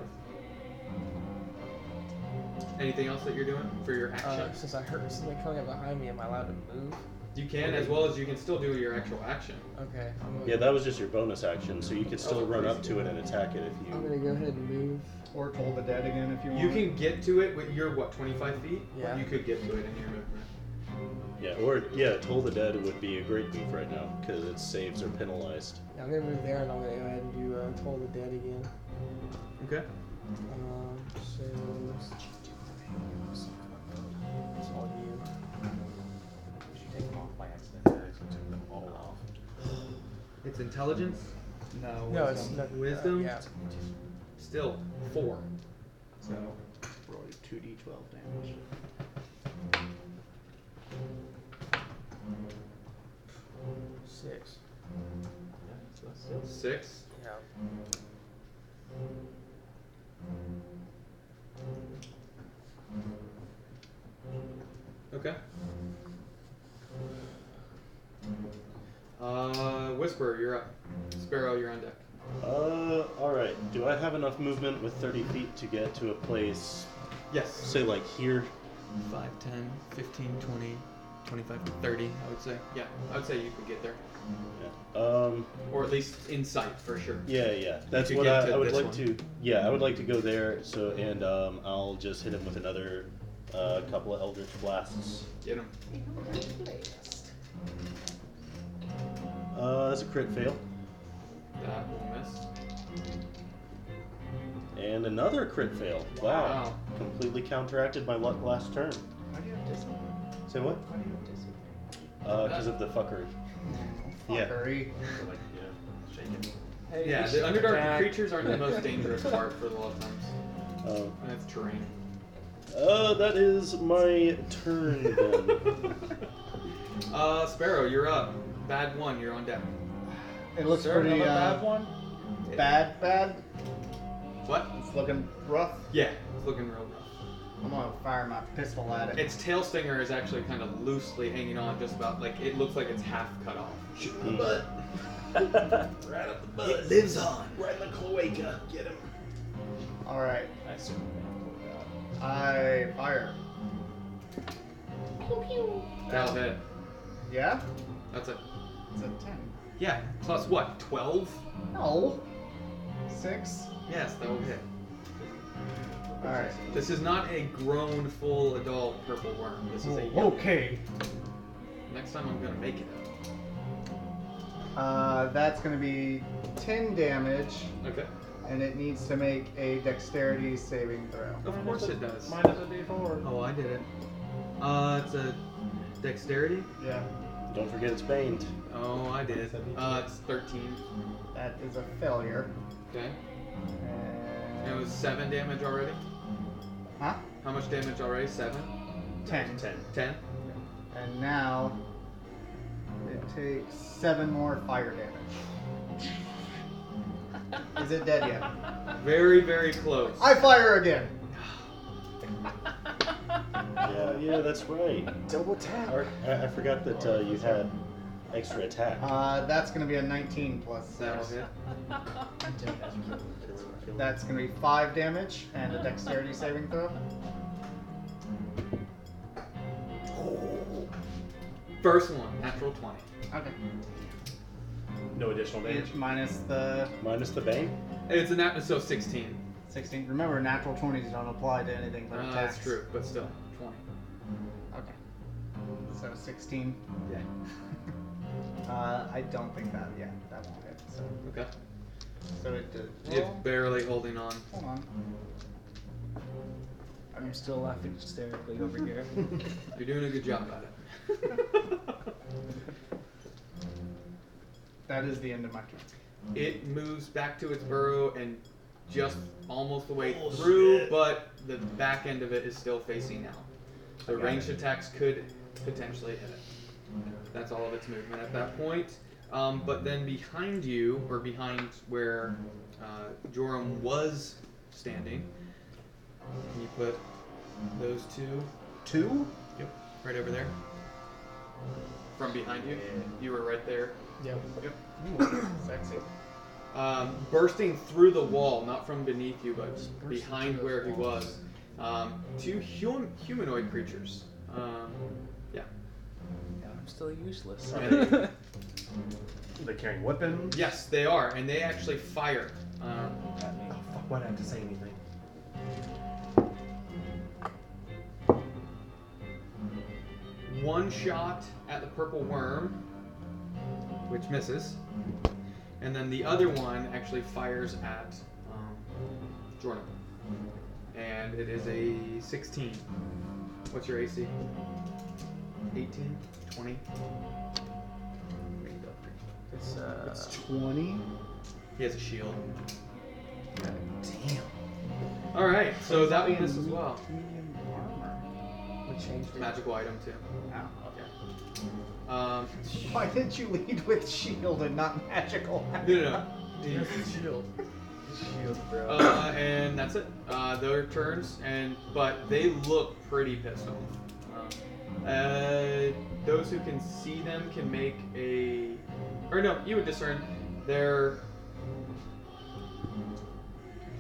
Anything else that you're doing for your action?
Uh, since I heard something coming up behind me, am I allowed to move?
you can, as well as you can still do your actual action.
Okay. I'm gonna,
Yeah, that was just your bonus action, so you can still
Oh,
run up
crazy.
to it and attack it if
I'm
you.
gonna go ahead and move.
Or toll the dead again if you want.
You can get to it with your, what, 25 feet?
Yeah.
You could get to it in your movement.
Yeah, or yeah, Toll the Dead would be a great move right now because its saves are penalized.
Yeah, I'm gonna move there and I'm gonna go ahead and do uh, Toll the Dead again.
Okay.
Um, so. It's all you.
Take them off by accident.
Took them all off.
It's intelligence?
No.
No,
wisdom.
it's not.
Wisdom?
yeah.
Still, four.
So roll two d twelve damage.
Six.
Six.
Yeah.
Okay. Uh, Whisper, you're up. Sparrow, you're on deck.
Uh, all right. Do I have enough movement with 30 feet to get to a place,
Yes.
say like here?
5, 10, 15, 20, 25, 30, I would say. Yeah, I would say you could get there.
Yeah. Um.
Or at least in sight, for sure.
Yeah, yeah. That's
could
what
get
I,
to
I would
this
like
one.
to. Yeah, I would like to go there. So and um, I'll just hit him with another uh, couple of Eldritch blasts.
Get him.
Uh, that's a crit fail.
That will miss.
And another crit fail. Wow.
Wow.
Completely counteracted by luck last turn.
Why do you have discipline?
Say what? Uh,
Why do you have discipline?
Because of the fuckery.
Fuckery.
Like, yeah, shake it.
Hey,
yeah,
we
the
should
Underdark
attack.
creatures aren't the most dangerous part for a lot of times.
Yeah. Um,
And it's terrain.
uh, that is my turn then.
Uh, Sparrow, you're up. Bad one, you're on deck.
It looks
Is there
pretty.
another
Uh,
bad one?
Bad, bad.
What?
It's looking rough.
Yeah, it's looking real rough.
I'm gonna fire my pistol at it.
Its tail stinger is actually kind of loosely hanging on, just about like it looks like it's half cut off. Shoot in the butt.
Right up the butt.
It lives on.
Right in the cloaca. Get him.
All right,
I assume they have cloaca.
I fire.
That'll hit.
Yeah,
That's it.
it's a ten.
Yeah, plus what? Twelve?
No, six.
Yes, that will hit.
All right.
This is not a grown, full adult purple worm. This is a young.
Oh, Okay.
Next time I'm gonna make it. up.
Uh, that's gonna be ten damage,
Okay.
and it needs to make a dexterity saving throw.
Of course it does.
Mine is a D4.
Oh, I did it. Uh, it's a dexterity.
Yeah,
Don't forget it's baned.
Oh, I did. Uh, it's thirteen.
that is a failure.
Okay. And it
And
was seven damage already.
huh?
How much damage already? Seven.
Ten.
Ten.
And now it takes seven more fire damage. Is it dead yet?
Very, very close.
I fire again.
Yeah, yeah, that's right.
Double tap.
Ar- I, I forgot that uh, you had extra attack.
Uh, that's going to be a 19 plus 6.
That'll hit.
That's going to be 5 damage and a dexterity saving throw.
First one, natural 20.
Okay.
No additional
It's minus the.
Minus the bane?
It's a nat, so 16.
16. Remember, natural 20s don't apply to anything but
Uh,
attacks.
that's true, but still, 20.
Okay. So 16. Yeah. uh, I don't think that, yeah, that won't hit. So.
Okay.
So it did.
It's
roll.
barely holding on.
Hold on.
I'm still laughing hysterically over here.
You're doing a good job at it.
That is the end of my turn.
It moves back to its burrow and just almost the way through, but the back end of it is still facing out. So
Okay.
ranged attacks could potentially hit it. That's all of its movement at that point. Um, but then behind you, or behind where uh, Joram was standing, can you put those two?
Two?
Yep, right over there. From behind you? You were right there.
Yep.
Yep.
Sexy.
um, bursting through the wall, not from beneath you, but behind where he was. Um, two hum- humanoid creatures. Um, yeah.
I'm still useless.
And-
They're carrying weapons.
yes, they are, and they actually fire. Um,
Oh fuck! Why did I have to say anything?
one shot at the purple worm, which misses, and then the other one actually fires at um, Jordan, and it is a 16. What's your AC? 18, 20.
It's, uh,
It's 20.
He has a shield. Damn. All right, so that one misses as well.
We changed it.
Magical item too. Okay. Um,
Why did you lead with shield and not magical?
No, no, no.
shield. Shield, bro.
Uh, and that's it. Uh, their turns, and but they look pretty pissed off. Uh, those who can see them can make a, or no, you would discern. They're.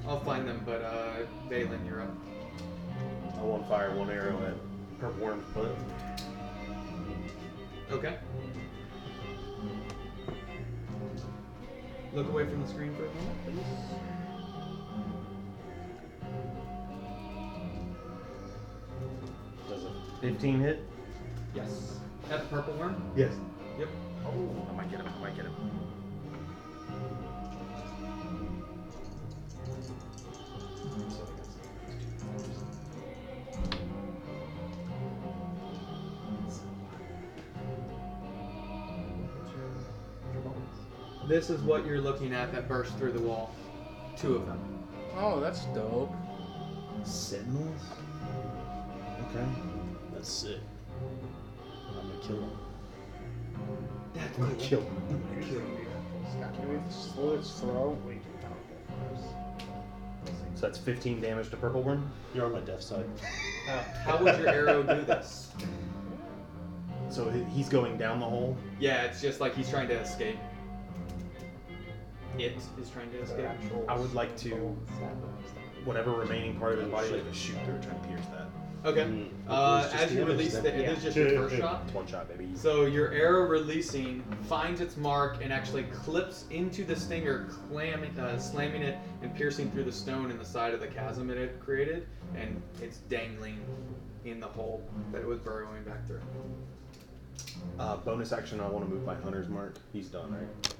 I'll find them, but uh, Valen, you're up.
I want to fire one arrow at Purple Worm's foot.
Okay. Look away from the screen for a moment, please.
Does a 15 hit?
Yes. At the purple worm.
Yes.
Yep.
Oh, I might get him. I might get him.
This is what you're looking at that burst through the wall. Two of them.
Oh, that's dope.
Sentinels? Okay.
That's sick. I'm gonna kill him.
That's
I'm gonna Oh, kill him.
Can we slow it slow? Wait, no, go first.
So that's 15 damage to Purple Worm?
You're on my death side.
How would your arrow do this?
So he- he's going down the hole?
Yeah, it's just like he's trying to escape. It is trying to escape.
I would like to, whatever remaining part of his body, like to shoot through, try to pierce that. Mm.
Okay. Uh,
It's just
as you
damage
release
then.
the, it is just your first shot.
It's one shot, baby.
So your arrow releasing finds its mark and actually clips into the stinger, clamming, uh, slamming it and piercing through the stone in the side of the chasm it had created, and it's dangling in the hole that it was burrowing back through.
Uh, bonus action, I want to move my hunter's mark. He's done, right?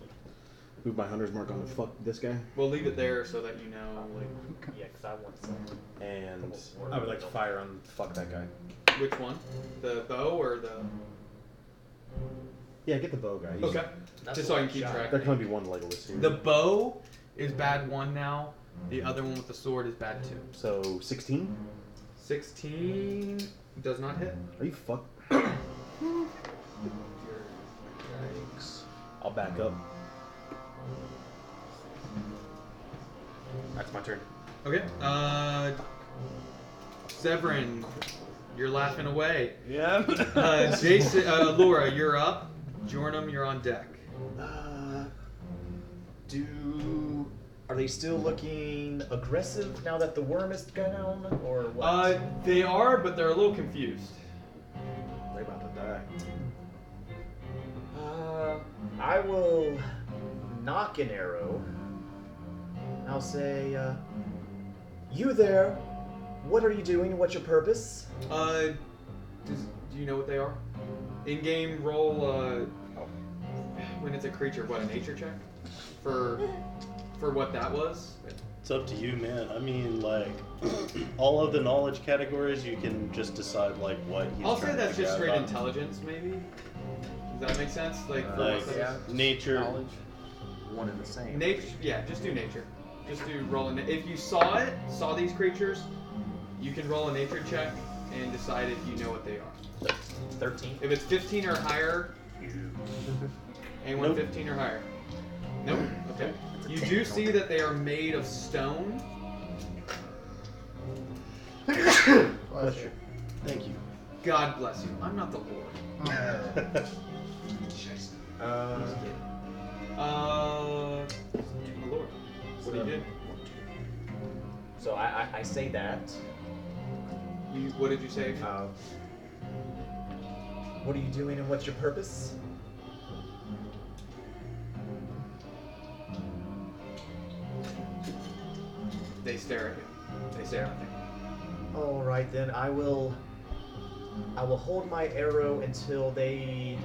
Move my hunter's mark on the fuck this guy.
We'll leave it there so that you know, like,
Yeah, because I want some.
And I would like to fire on fuck that guy.
which one, the bow or the.
Yeah, get the bow guy. He's-
Okay. Just so I can keep track.
There can only be one legolas here.
The bow is bad one now. The other one with the sword is bad two.
So 16?
16 does not hit.
Are you fuck?
Yikes.
I'll back up. That's my turn.
Okay. Uh, Severin, you're laughing away.
Yeah.
Uh, Jason, uh, Laura, you're up. Jornum, you're on deck.
Uh, do are they still looking aggressive now that the worm is down, or what?
Uh, they are, but they're a little confused.
They about to die. Uh, I will knock an arrow. I'll say, uh, you there. What are you doing? What's your purpose?
Uh, does, do you know what they are? In game, roll uh, when it's a creature, what a nature check for for what that was.
It's up to you, man. I mean, like, all of the knowledge categories, you can just decide, like, what he's
I'll say
trying to
that's just
figure
straight
out.
intelligence, maybe. Does that make sense? Like, for
Like,
what's-
Uh, yeah. nature.
One and the same.
Nature, yeah, just do nature. Just do roll a. Na- if you saw it, saw these creatures, you can roll a nature check and decide if you know what they are.
Thirteen.
If it's fifteen or higher, anyone
Nope.
fifteen or higher. Nope. Okay.
That's a
You
ten.
do see that they are made of stone.
Bless you.
Thank you.
God bless you. I'm not the Lord.
Uh,
uh, my Lord. What do you do?
So I, I, I say that.
You, what did you say?
Uh, what are you doing and what's your purpose?
They stare at you. They say nothing.
All right then, I will. I will hold my arrow until they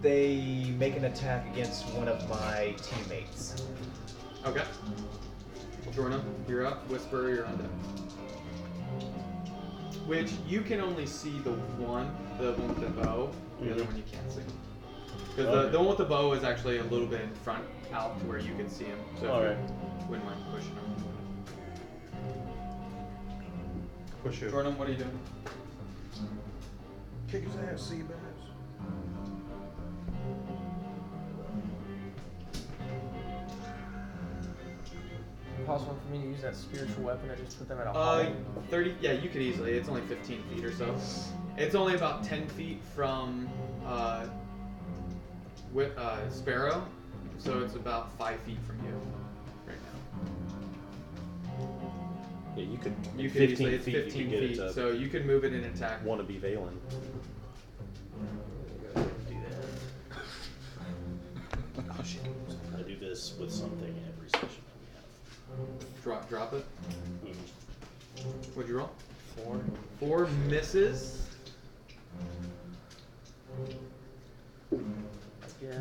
they make an attack against one of my teammates.
Okay. Jorna, you're up. Whisper, you're on deck. Which you can only see the one, the one with the bow. The other
Mhm.
one you can't see. Because the,
Okay.
the one with the bow is actually a little bit in front, out to where you can see him. So if you wouldn't mind pushing him.
Push who?
Jordan, what are you doing?
Kick his ass, see you guys.
Possible for me to use that spiritual weapon or just put them at a
Uh,
hole?
30. Yeah, you could easily. It's only 15 feet or so. It's only about 10 feet from uh, wi- uh, Sparrow, so it's about 5 feet from you right now.
Yeah, you could.
You could
15
easily. It's
feet, you
15
could get it
feet,
to
so you could move it and attack.
wannabe Valen.
Oh, shit. I do this with something every session that
Drop, drop it.
we have.
Mm-hmm.
What'd you roll?
Four.
Four misses.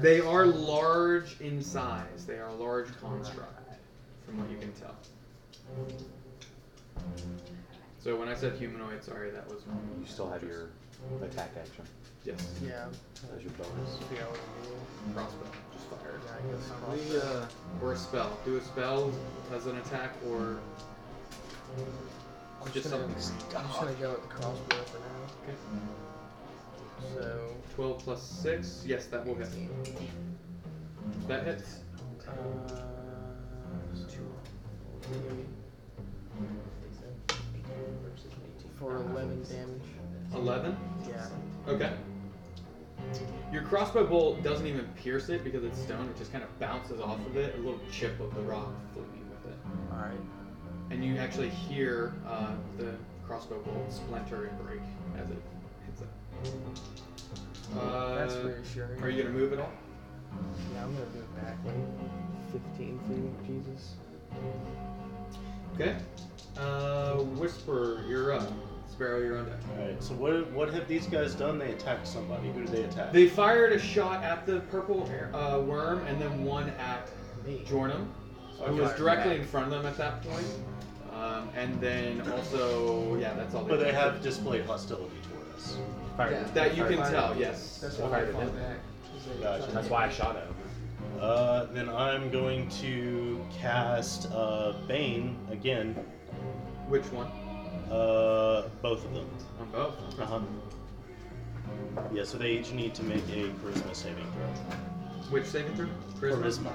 They are large in size. They are a large construct, from what you can tell. So when I said humanoid, sorry, that was wrong.
You still have your attack action.
Yes.
Yeah.
As your bonus.
Crossbow. Just fire. it.
I guess
We, uh, or a spell. Do a spell as an attack or
I'm
just
just gonna,
something.
I'm just gonna go with the crossbow for now. So
12 plus 6. Yes, that will hit. That hits.
Uh, for 11 damage.
11?
Yeah.
Okay. Your crossbow bolt doesn't even pierce it because it's stone. It just kind of bounces off of it. A little chip of the rock floating with it.
Alright.
And you actually hear uh, the crossbow bolt splinter and break as it hits it. Uh,
That's reassuring.
Are you going to move at all?
Yeah, I'm gonna do it back like 15 feet, Jesus.
Okay. Uh, Whisper, you're up. Sparrow, you're on deck.
Alright, so what, what have these guys done? They attacked somebody. Who did they attack?
They fired a shot at the purple uh, worm and then one at Jornum,
So I
who was
fired
directly
back.
in front of them at that point. Um, and then also, yeah, that's all.
But they
did.
have displayed hostility toward us.
Yeah, that you can tell. Yes.
That's
Yeah,
why I
fired
fought
him.
back.
Gotcha.
That's why I shot at
Uh, then I'm going to cast uh, Bane again.
Which one?
Uh, both of them.
On both.
Uh huh. Yeah, so they each need to make a charisma saving throw.
Which saving throw?
Charisma.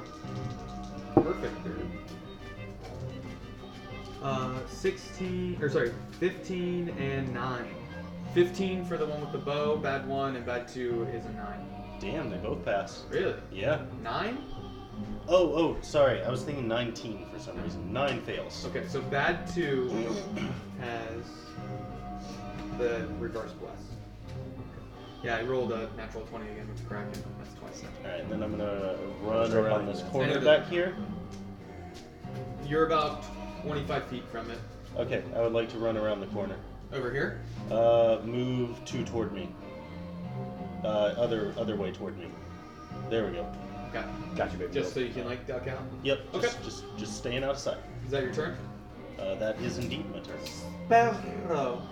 Perfect. dude. Uh, 16 or sorry, 15 and 9. 15 for the one with the bow, bad one, and bad two is a 9.
Damn, they both pass.
Really?
Yeah.
Nine?
Oh, oh, sorry. I was thinking 19 for some reason. Nine fails.
Okay, so bad two has the reverse blast. Yeah, I rolled a natural 20 again with the Kraken. That's 27.
Alright, and then I'm gonna run around this corner back here.
You're about 25 feet from it.
Okay, I would like to run around the corner.
Over here?
Uh, move two toward me. Uh, other other way toward me. There we go.
Okay.
Got you, baby.
Just so
girl.
you can, like, duck out?
Yep.
Okay.
Just, just just staying out of sight.
Is that your turn?
Uh, that is indeed my turn.
Sparrow.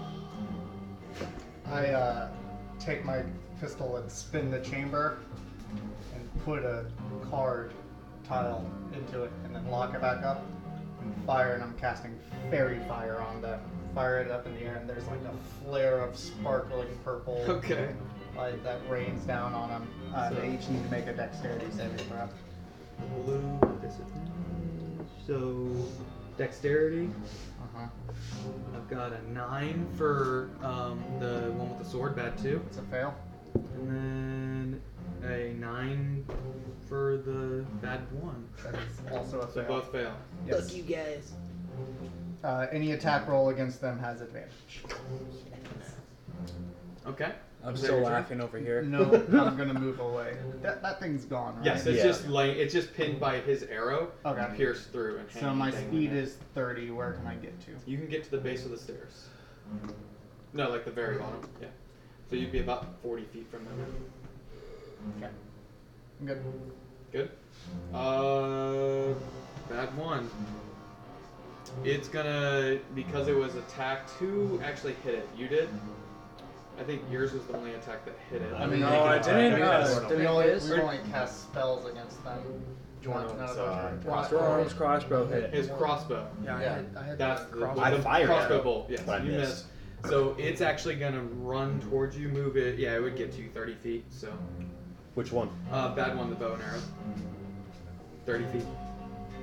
I uh, take my pistol and spin the chamber and put a card tile into it and then lock it back up and fire and I'm casting fairy fire on them. Fire it up in the air and there's like a flare of sparkling purple
Okay.
light that rains down on them. Uh,
So-
they each need to make a dexterity saving throw.
Blue disadvantage. So dexterity. Uh huh. I've got a nine for um, the one with the sword, bad two.
It's a fail.
And then a nine for the bad one.
That's also a
So
fail.
both fail.
Yes.
you guys.
Uh, any attack roll against them has advantage.
Okay.
I'm
Is that
still
your turn?
laughing over here.
No, I'm gonna move away. That, that thing's gone, right?
Yes, it's just like it's just pinned by his arrow,
Okay.
pierced through, and
So
hanging
my
dangling
speed
there.
is 30. Where can I get to?
You can get to the base of the stairs. No, like the very bottom. Yeah. So you'd be about forty feet from them.
Okay. I'm good.
Good. Uh, bad one. It's gonna because it was attacked. Who actually hit it? You did. I think yours was the only attack that hit it.
I mean,
No, I didn't.
we only, we
Or-
only cast spells against them. None of those are-
Forearms crossbow hit.
His crossbow.
Yeah, I
Yeah.
had, I had
That's
that
the,
crossbow.
the
I fired
crossbow
at it,
bolt. Yes,
but I
you missed.
missed.
So it's actually gonna run towards you. Move it. Yeah, it would get to you thirty feet. So
Which one?
uh, bad one, the bow and arrow. Thirty feet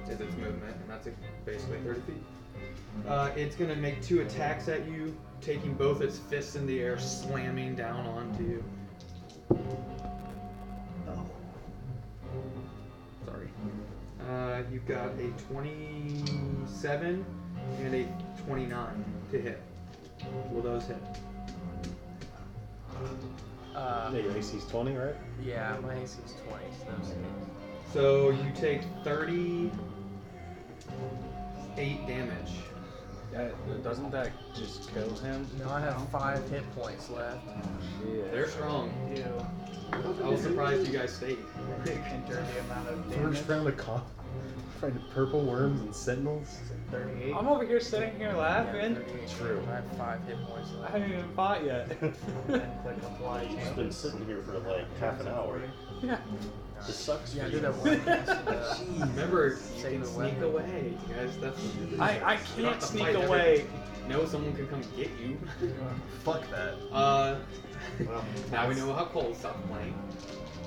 is its movement, and that's basically thirty feet. Uh, it's gonna make two attacks at you, taking both its fists in the air, slamming down onto you.
Oh.
Sorry. Uh, you've got a 27 and a 29 to hit. Will those hit?
yeah, your AC's 20, right?
Yeah, my AC is 20, so that was
So you take 38 damage.
That, doesn't that just kill him? Oh,
No, I have five hit points left.
They're strong.
Ew.
I was surprised you guys stayed.
Enter the amount of
George
damage.
found a cop. Find purple worms and sentinels.
38.
I'm over here sitting here laughing.
True. I have five hit points
I
left.
haven't even fought yet.
Click apply.
He's been sitting here for like half an hour.
yeah.
This sucks.
Yeah, I
for you.
did that one.
Remember, you
Save
can
the
sneak
weapon.
away, you guys. That's
I- I
You're
can't
not to
sneak
fight every-
away.
No, someone could come get you.
Fuck that.
Uh,
Well,
now we know how Cole stopped playing.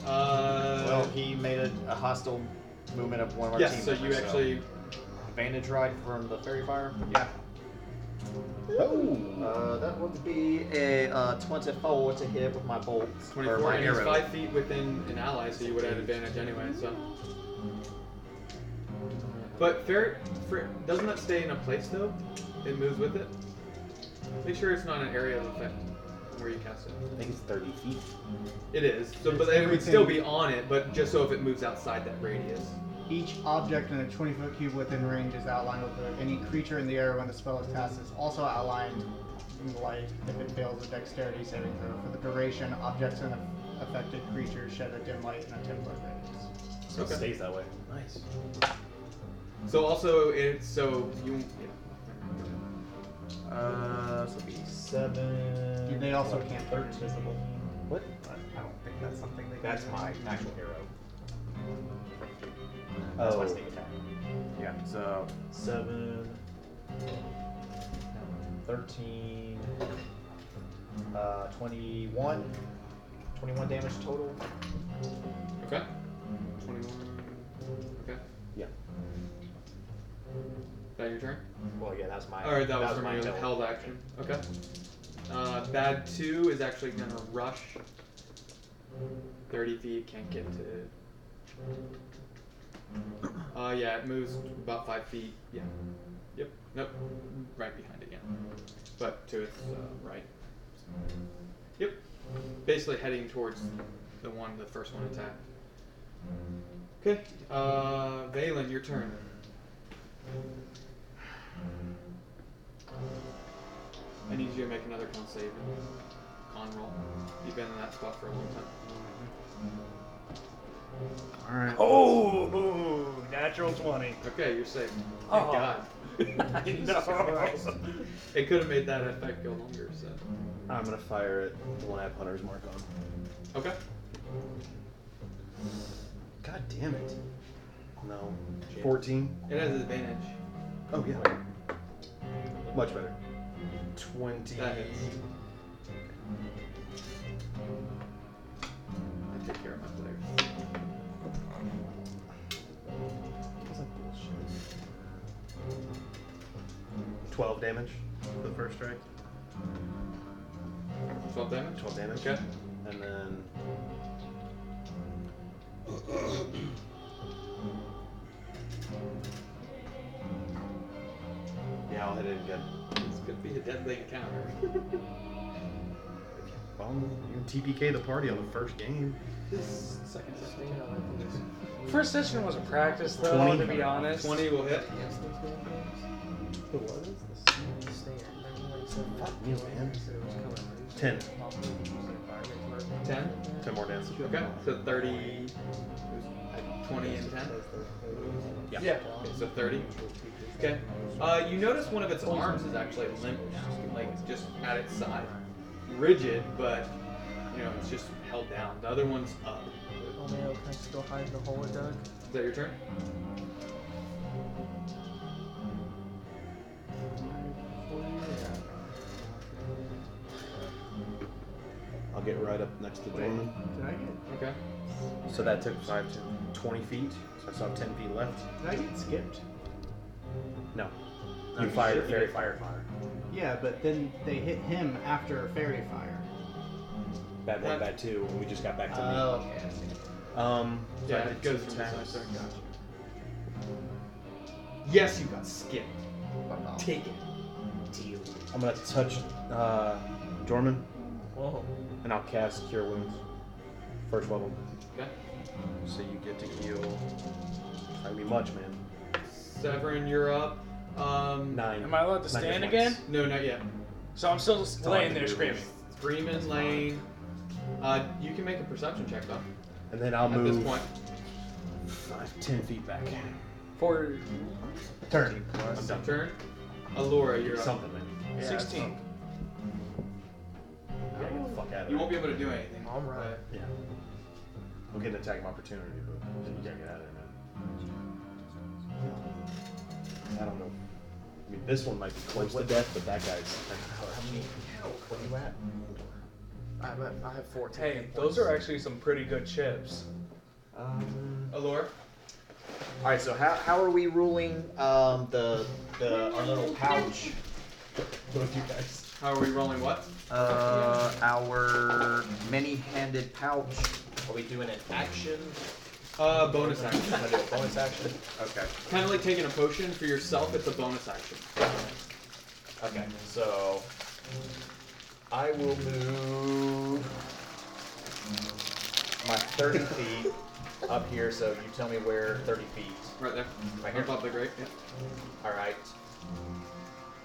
Uh,
Well, he made a, a hostile movement of one of our
yes,
team
so you
members,
actually
advantage right from the fairy fire.
Yeah.
Oh, uh, that would be a uh, 24 to hit with my bolt or
24
my
and he's
arrow.
five feet within an ally, so you would have advantage anyway. So, but fair, fair doesn't that stay in a place though? It moves with it. Make sure it's not an area of effect where you cast it.
I think it's 30 feet.
It is. So, but
It's
it would still be
everything-
on it, but just so if it moves outside that radius.
Each object in a 20 foot cube within range is outlined with a- any creature in the area when the spell is cast is also outlined in light if it fails a dexterity saving throw. For the duration, objects and aff- affected creatures shed a dim light in a 10 foot radius.
So
Okay.
it stays that way.
Nice.
So also it's so you. Yeah.
Uh, so it'd be seven.
They also
twelve,
can't
thirteen.
hurt visible.
What?
I don't think that's something they
That's
can do.
my natural arrow. That's my
Oh.
sneak attack. Yeah, so seven, thirteen, uh, 21, 21 damage total.
Okay. Twenty-one. Okay.
Yeah.
Is that your turn?
Well, yeah, that's my.
All right, that, was, from
my
your
total.
held action. Okay. Uh, bad two is actually gonna rush. Thirty feet can't get to. Uh, yeah, it moves about five feet. Yeah. Yep. Nope. Right behind it. Yeah. But to its uh, right. Yep. Basically heading towards the one, the first one attacked. Okay. Uh, Valen, your turn. I need you to make another con save. Con roll. You've been in that spot for a long time.
All right.
Oh, ooh, natural 20.
Okay, you're safe. Thank
Oh.
God.
I know.
It could have made that effect go longer, so.
I'm gonna fire it. The lab hunter's mark on.
Okay.
God damn it. No. 14.
It has advantage.
Oh yeah. Much better. 20.
That hits. I take care of my players.
That's like bullshit. 12 damage. The first strike.
12 damage?
12 damage.
Okay.
And then. Yeah, I'll hit it again.
It's gonna be a deadly encounter.
Well, you TPK the party on the first game.
This second session.
First session was a practice, though,
20.
to be honest.
20 will hit.
The what? Fuck you, man. 10.
10?
10 more damage.
Okay, so 30, 20 and 10?
Yeah.
Okay, so 30. Okay. Uh, you notice one of its arms is actually limp now, like just at its side. Rigid, but, you know, it's just held down. The other one's up.
Oh man, can I just go hide in the hole with Doug?
Is that your turn?
I'll get right up next to Dorman.
Did I get
Okay.
So that took 5 to 20 feet. So I still have 10 feet left.
did I get skipped?
No.
Oh,
You fire
shit.
fairy fire. fire.
Yeah, but then they hit him after fairy fire.
Bad one, bad two, and we just got back to
Oh,
me.
okay. I see.
Um, so
Yeah,
I did
it goes
two
from the side.
attacks.
Sorry, gotcha. Yes, you got skipped. Take it. Deal.
I'm gonna touch uh, Dorman,
Whoa.
and I'll cast Cure Wounds. First level.
Okay.
So you get to heal. That'd be much, man.
Severin, you're up. Um,
Nine.
Am I allowed to
Nine hit
stand
points.
again?
No, not yet.
So I'm still just
all I
laying
can
there
do
screaming.
is Screaming Lane. Uh, you can make a perception check though.
And then I'll
At
move.
this point.
Five, ten feet back.
For
Turn. I'm
plus.
done.
Turn. Allura, you're up.
Something, man.
16.
I gotta get the fuck out of
You
there.
won't be able to do anything.
All right.
Yeah. We'll get an attack of opportunity, but you gotta get out of there, man. I don't know. I mean, this one might be close to death, but that guy's.
How many? What are you at?
I'm at, I have 14.
Hey, those are actually some pretty good chips.
Um,
Allura.
all right. So how, how are we ruling um, the the our little pouch?
Both you guys.
How are we rolling? What?
Uh, our many-handed pouch. Are we doing an action?
Uh, bonus action.
Wanna do a bonus action. Okay.
Kind of like taking a potion for yourself. It's a bonus action.
Okay. So I will move my 30 feet up here. So you tell me where 30 feet.
Right there.
Right here.
Above the grape. Yeah.
All right.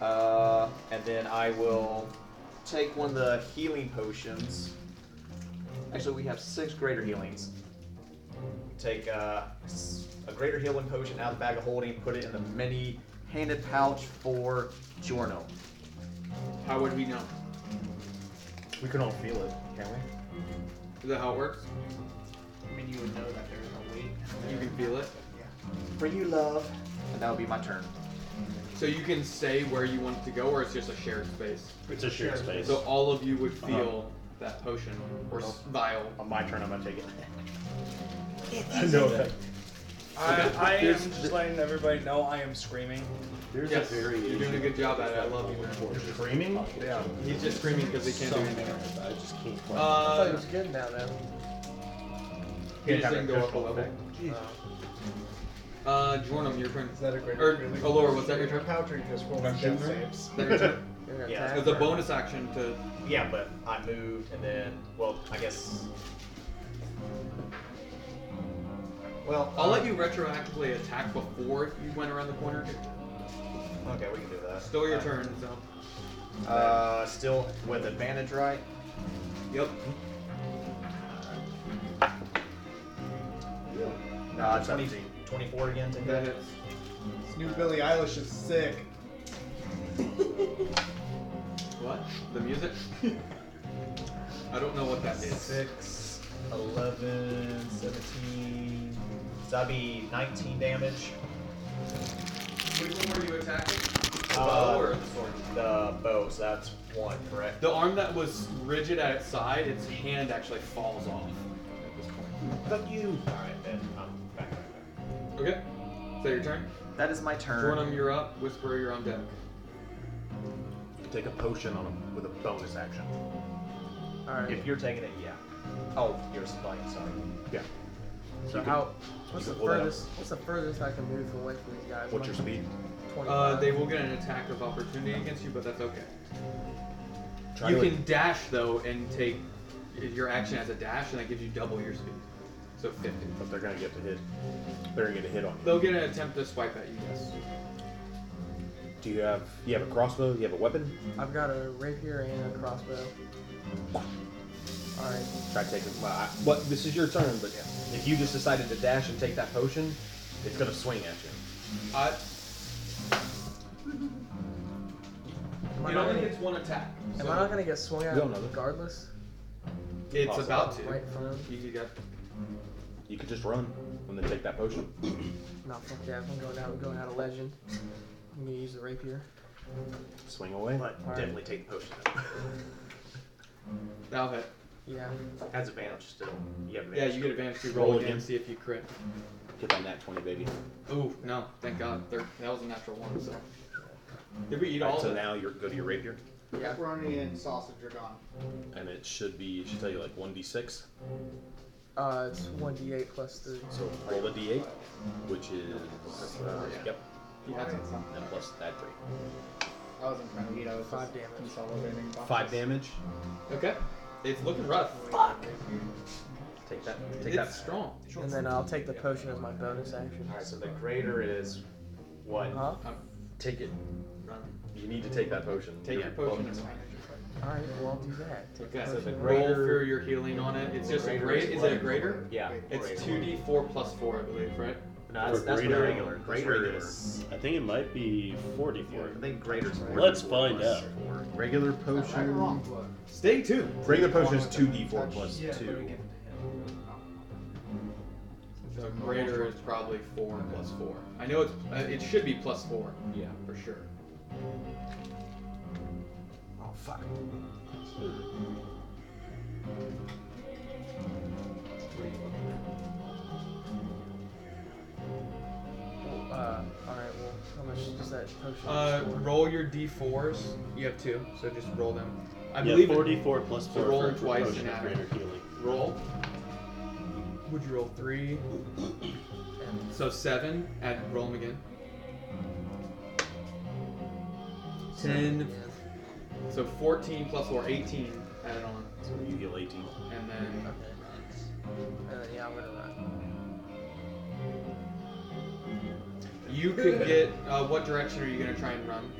Uh, and then I will take one of the healing potions. Actually, we have six greater healings. Take uh, s- a greater healing potion out of the bag of holding, put it in the mini handed pouch for Giorno.
How would we know?
We can all feel it, can't we?
Is that how it works?
I mean, you would know that there's a weight.
You can feel it.
For you, love. And that would be my turn.
So you can say where you want it to go, or it's just a shared space.
It's a shared Uh-huh. space.
So all of you would feel that potion
Oh.
or s- vial.
On my turn, I'm gonna take it.
It
no effect.
I, I am
There's-
just letting everybody know I am screaming.
There's a Yes, variation. you're doing a good job at it. I love you, man. You're screaming? Yeah. He's just screaming 'cause he can't do anything else.
I just can't.
Uh, I thought he was
good now, though.
He
just
just
didn't
didn't
go up a level.
Uh, Jornum, your turn. Is
that a great
Or,
feeling?
Alora, was that your turn?
Powder just rolled
Is that
death
your
saves.
turn?
Yeah.
It's a bonus action to.
Yeah, but I moved and then, well, I guess.
Well, I'll let you retroactively attack before you went around the corner.
Okay, we can do that.
Still your
Uh,
turn, so.
Uh, still with advantage, right?
Yep.
Nah, it's 20, 24 again. Take that.
This new Billie Eilish is sick.
What? The music? I don't know what that is.
6, 11, 17. So that'd be 19 damage.
Which one were you attacking? The
Uh,
bow or the sword?
The bow, so that's one, correct?
The arm that was rigid at its side, its hand actually falls off at this point.
Fuck you! Alright, then I'm back, back, back.
Okay. Is that your turn?
That is my turn.
Jornum, you're up. Whisperer, you're on deck.
You can take a potion on him with a bonus action.
Alright.
If you're taking it, yeah. Oh, you're supplying, sorry.
Yeah.
So
You can-
how?
you
What's
can
the
pull that out.
furthest? What's the furthest I can move away from these guys?
What's your speed?
Uh, they will get an attack of opportunity against you, but that's okay.
Try
you
to-
can dash though and take your action as a dash, and that gives you double your speed, so 50.
But they're gonna get to hit. They're gonna get a hit on you.
They'll get an attempt to swipe at you. Yes.
Do you have? You have a crossbow? You have a weapon?
I've got a rapier and a crossbow. Alright.
Try taking. Well, I, but this is your turn. But if you just decided to dash and take that potion, it's gonna swing at you.
I. It only hits one attack.
Am
so
I not gonna get swung at
You don't know this.
regardless?
It's
Possible.
about to.
Right in front of
You could get.
You could just run and then take that potion.
No, fuck that. I'm going out. I'm going out of legend. I'm gonna use the rapier.
Swing away.
But
Alright.
definitely take the potion.
That'll hit.
Yeah.
Has advantage still. You have
Yeah,
advantage.
you get advantage to roll,
Roll
again,
again.
see if you crit.
Get that nat twenty, baby.
Ooh, no, thank God. There, that was a natural one. So. Did we eat
Alright,
all?
so
of it?
now you're go to your rapier,
Pepperoni and sausage are gone.
and it should be. It should tell you like one d six.
Uh, it's one d8 plus three.
So roll a d8, which is yep,
Yeah.
and plus that three.
I wasn't trying to eat. I was
Five
just consolidating. boxes.
Five damage.
Okay. It's looking rough.
Fuck.
Take that. Take
It's
that.
strong.
And then I'll take the potion as my bonus action.
Alright, so the greater is what?
Huh?
Take it. You need to take that potion.
Take your potion. and
Alright, well I'll do that. Take
Okay,
the
so the
potion.
roll for your healing on it. It's just a
Greater
great.
is
Is
what?
it a greater?
Yeah.
It's
Greater.
two d four plus four, I believe, right?
No, that's,
For
that's
greater.
regular. That's
Greater
regular.
is- I think it might be 44.
I think greater is
Let's find out.
Regular
Right or
potion.
wrong, blood.
Stay tuned.
Regular potion is two d4 plus two.
So greater is probably four
Mm-hmm.
and plus four. I know it's. Uh, it should be plus four. Yeah, for sure.
Oh fuck.
Uh, alright, well, how much does that potion?
Uh,
score?
roll your d4s. You have two, so just roll them. I
yeah,
believe it-
44 plus 4
So roll
for
them twice
potion
and
of
add
greater
it.
healing.
Roll. Would you roll three? So seven. Add roll them again. Ten. So fourteen plus four, eighteen. Add it on,
So you heal 18.
and then
Uh, yeah, I'm gonna run.
you could get. Uh, what direction are you gonna try and run?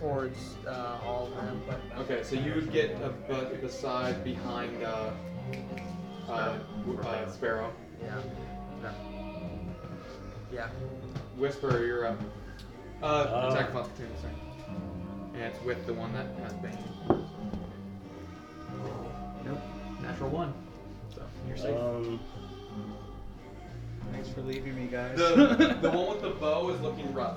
Towards uh, all of them.
Okay, so you would get a, but the side behind uh, uh, w- uh, Sparrow.
Yeah. No. Yeah.
Whisperer, you're up. Uh,
Uh,
attack of opportunity, sorry. And it's with the one that has Bane. Nope. Natural one. So you're safe.
Um,
Thanks for leaving me, guys.
the, the one with the bow is looking rough.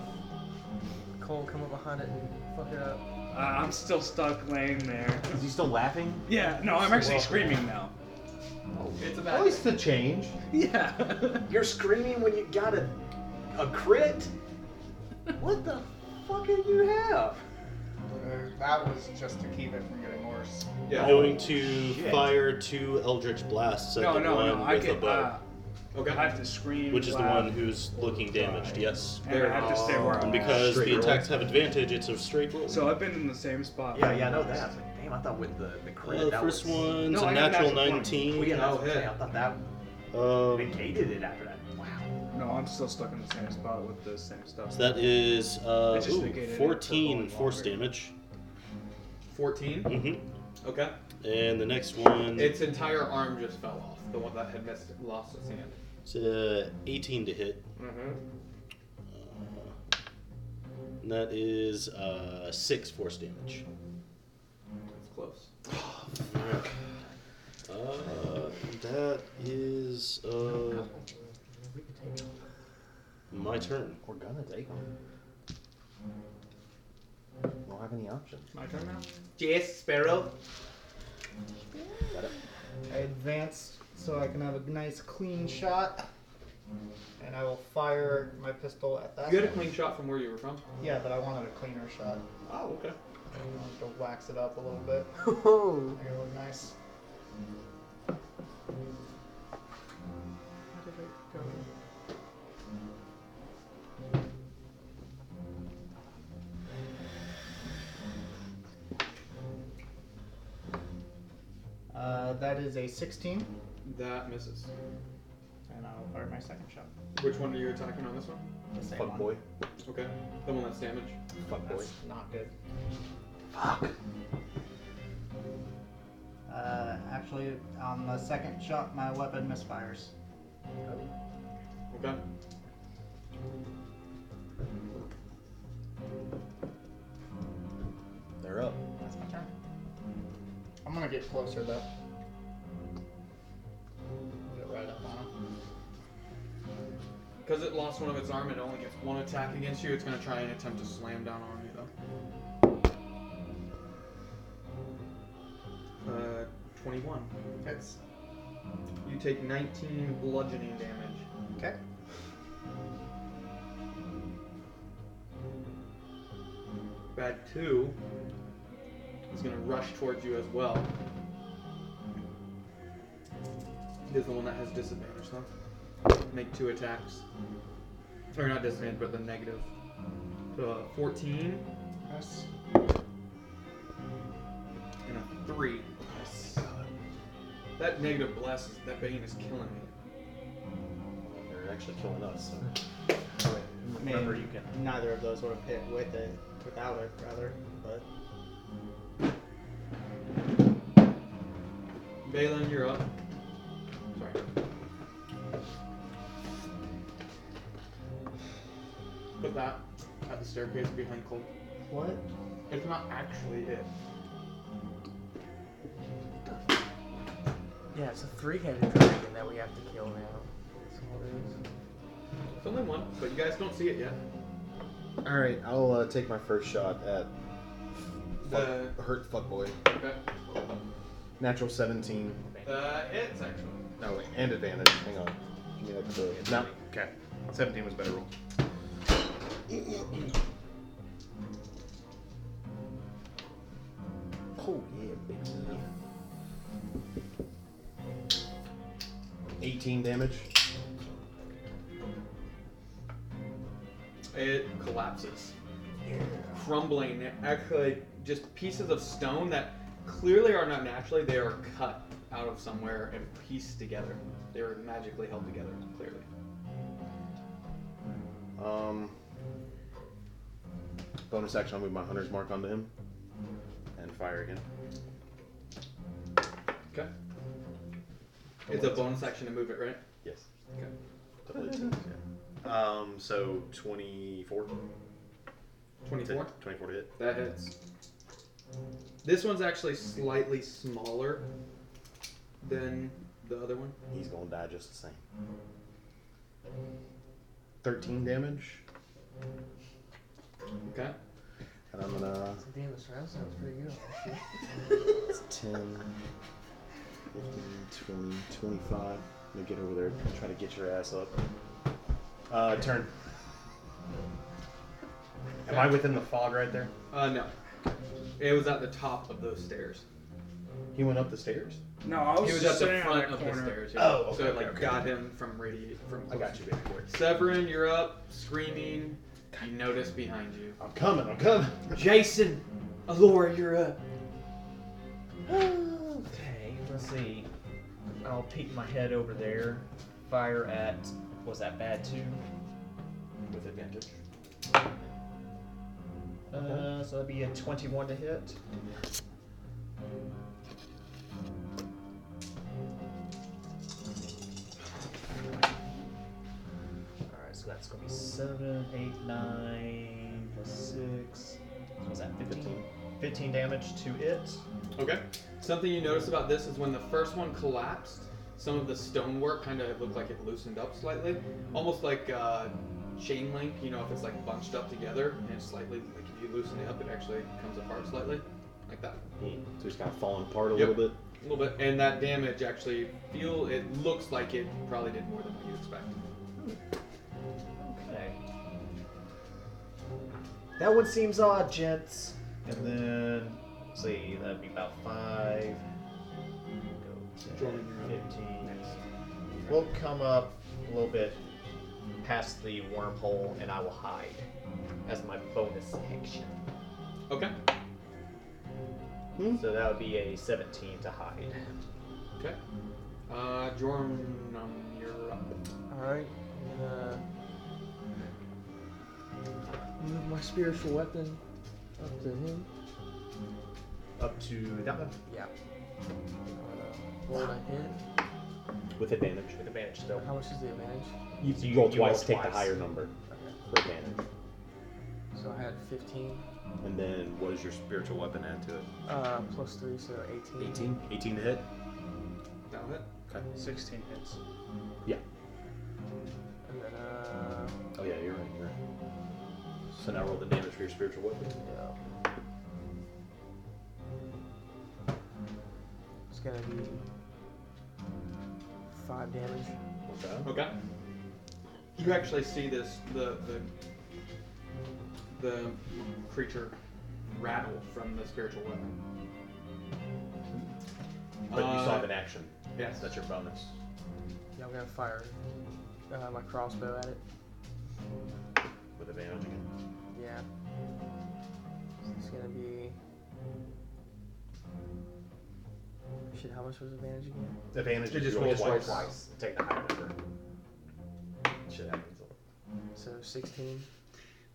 Cole, come up behind it and fuck it up.
Uh, I'm still stuck laying there.
Is he still laughing?
Yeah, no, I'm actually screaming now.
It's a
At
bad
least the change.
Yeah.
You're screaming when you got a
A crit? What the fuck did you have?
That was just to keep it from getting worse.
Going
Oh,
to
Shit.
fire two Eldritch Blasts at
No,
the
no,
one
no,
with
I
a
get,
bow.
uh,
okay.
I have to scream.
Which is the
loud.
one who's looking damaged, yes.
And I have to stay where I'm
And
at.
because
Straight
the
roll.
attacks have advantage, it's a straight roll.
So I've been in the same spot.
Yeah, yeah, I know that. But damn, I thought with the the crit.
Uh, the
that
first
was...
one's No, a I got a natural natural 19. 20.
Well, yeah, that's what I'm
Oh,
saying.
yeah. Um,
I thought that negated it after that. Wow.
No, I'm still stuck in the same spot with the same stuff.
So that is
It
uh,
just
ooh,
negated it for
14
going
force
longer.
damage.
14?
Mm-hmm.
Okay.
And the next one.
Its entire arm just fell off. The one that had missed, lost its hand.
It's a 18 to hit.
Mm-hmm.
And that is uh, 6 force damage.
That's close.
Uh, that is uh, my turn.
We're gonna take them. We don't have any options.
My turn now?
Yes, Sparrow.
I advance so I can have a nice clean shot. And I will fire my pistol at that.
You had a
one.
clean shot from where you were from?
Yeah, but I wanted a cleaner shot.
Oh, okay.
I wanted to wax it up a little bit. Oh. Make it look nice.
How did it go?
Uh, that is a 16,
That misses.
and I'll fire my second shot.
Which one are you attacking on this one?
The same Fuck one. boy.
Okay. The one that's damaged.
Fuck boy. That's not good. Fuck. Uh, actually, on the second shot, my weapon misfires.
Okay.
They're up.
That's my turn. I'm gonna get closer though. Get right up on him.
Because it lost one of its arm and it only gets one attack against you, it's going to try and attempt to slam down on you, though. Uh, 21.
Hits.
You take 19 bludgeoning damage.
Okay.
Bad 2 is going to rush towards you as well. It is the one that has disadvantage, though. Make two attacks. Or not disadvantage, but the negative. So, uh, 14
Yes.
and a 3. That negative bless, is- that bane is killing me.
They're actually killing us. So.
I mean,
Remember, you can.
neither of those would have hit with it, without it, rather. But
Balin, you're up. Sorry. Put that at the staircase behind Colt.
What?
It's not actually it.
Yeah, it's a three-headed dragon that we have to kill now. That's all it is.
It's only one, but you guys don't see it yet.
All right, I'll uh, take my first shot at
The
fuck, hurt fuckboy.
Okay.
Natural 17.
Uh, it's actually.
No wait, and advantage. Hang on. Give me that the- No. Okay. 17 was better roll. Oh yeah, baby. 18 damage.
It collapses. Crumbling, actually, just pieces of stone that clearly are not naturally, they are cut out of somewhere and pieced together. They were magically held together, clearly.
Um. Bonus action. I'll move my hunter's mark onto him, and fire again.
Okay.
Don't
It's a
worry.
bonus action to move it, right?
Yes.
Okay.
Double 18s, yeah. Um, so 24.
24?
To- 24 to hit.
That hits. This one's actually slightly smaller than the other one.
He's going to die just the same. 13 Mm-hmm. damage.
Okay.
And I'm going to
Damn, this round sounds pretty good.
10, 15, 20, 25. I'm going to get over there and try to get your ass up. Uh, turn. Am I within the fog right there?
Uh, no. It was at the top of those stairs.
He went up the stairs.
No, I
was
he was
just
at the
sitting on
front
that
of
corner.
the stairs. Yeah.
Oh, okay,
so it like
okay, okay.
got him from radiate from.
I got you, baby boy.
Severin, you're up, screaming. You notice behind you.
I'm coming. I'm coming.
Jason, Alora, you're up.
Okay, let's see. I'll peek my head over there. Fire at was that bad two?
With advantage.
Uh, so that'd be a twenty-one to hit. All right, so that's gonna be seven, eight, nine, plus six. So was that fifteen? Fifteen damage to it.
Okay. Something you notice about this is when the first one collapsed, some of the stonework kind of looked like it loosened up slightly, almost like uh, chain link. You know, if it's like bunched up together and it's slightly like if you loosen it up, it actually comes apart slightly, like that.
So he's kind of falling apart a
Yep.
little bit.
A little bit, and that damage actually feel it looks like it probably did more than what you expect.
Okay. That one seems odd, gents. And then, let's see, that'd be about five. Go 10, 15. We'll come up a little bit past the wormhole, and I will hide as my bonus action.
Okay.
So that would be a 17 to hide.
Okay. Uh, Jordan, you're up.
Alright, I'm gonna move my spiritual weapon up to him. Uh,
Up to that one
Yeah. Roll a hit.
with advantage.
With advantage still.
How much is the advantage?
You,
So you-
roll
you roll
twice, take the
twice.
higher number for advantage.
So I had 15
And then what is your spiritual weapon add to it?
uh, plus 3, so 18.
18. 18 to hit.
Down it.
Okay.
16 hits.
Yeah.
And then, uh,
Oh yeah, you're right. You're right. So now roll the damage for your spiritual weapon.
it's gonna be 5 damage.
Okay. You actually see this the the the creature rattle from the spiritual weapon.
But you still
Uh,
have an action.
yes.
That's your bonus.
Yeah, I'm gonna fire uh, my crossbow at it.
With advantage again.
Yeah. So it's gonna be. Shit, how much was advantage again?
Advantage
You
is
just
roll
roll
twice.
twice.
Take the higher number. Shit happens.
So 16.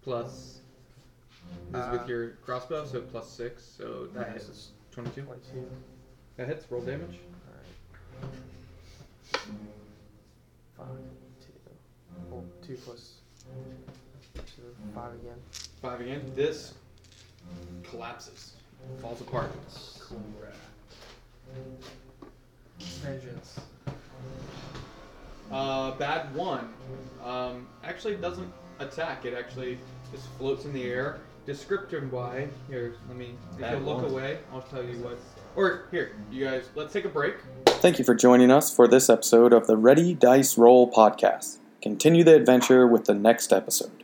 Plus this
Uh,
is with your crossbow, so plus six, so that
Nice.
hits twenty two.
22.
That hits, roll damage.
Five, two. Well, two plus. So five again.
Five again. This collapses. Falls apart.
Vengeance.
Uh, bad one um, actually doesn't attack. It actually just floats in the air. Description why? Here, let me. If
Bad
you look
one.
away, I'll tell you what. Or here, you guys. Let's take a break.
Thank you for joining us for this episode of the Ready Dice Roll podcast. Continue the adventure with the next episode.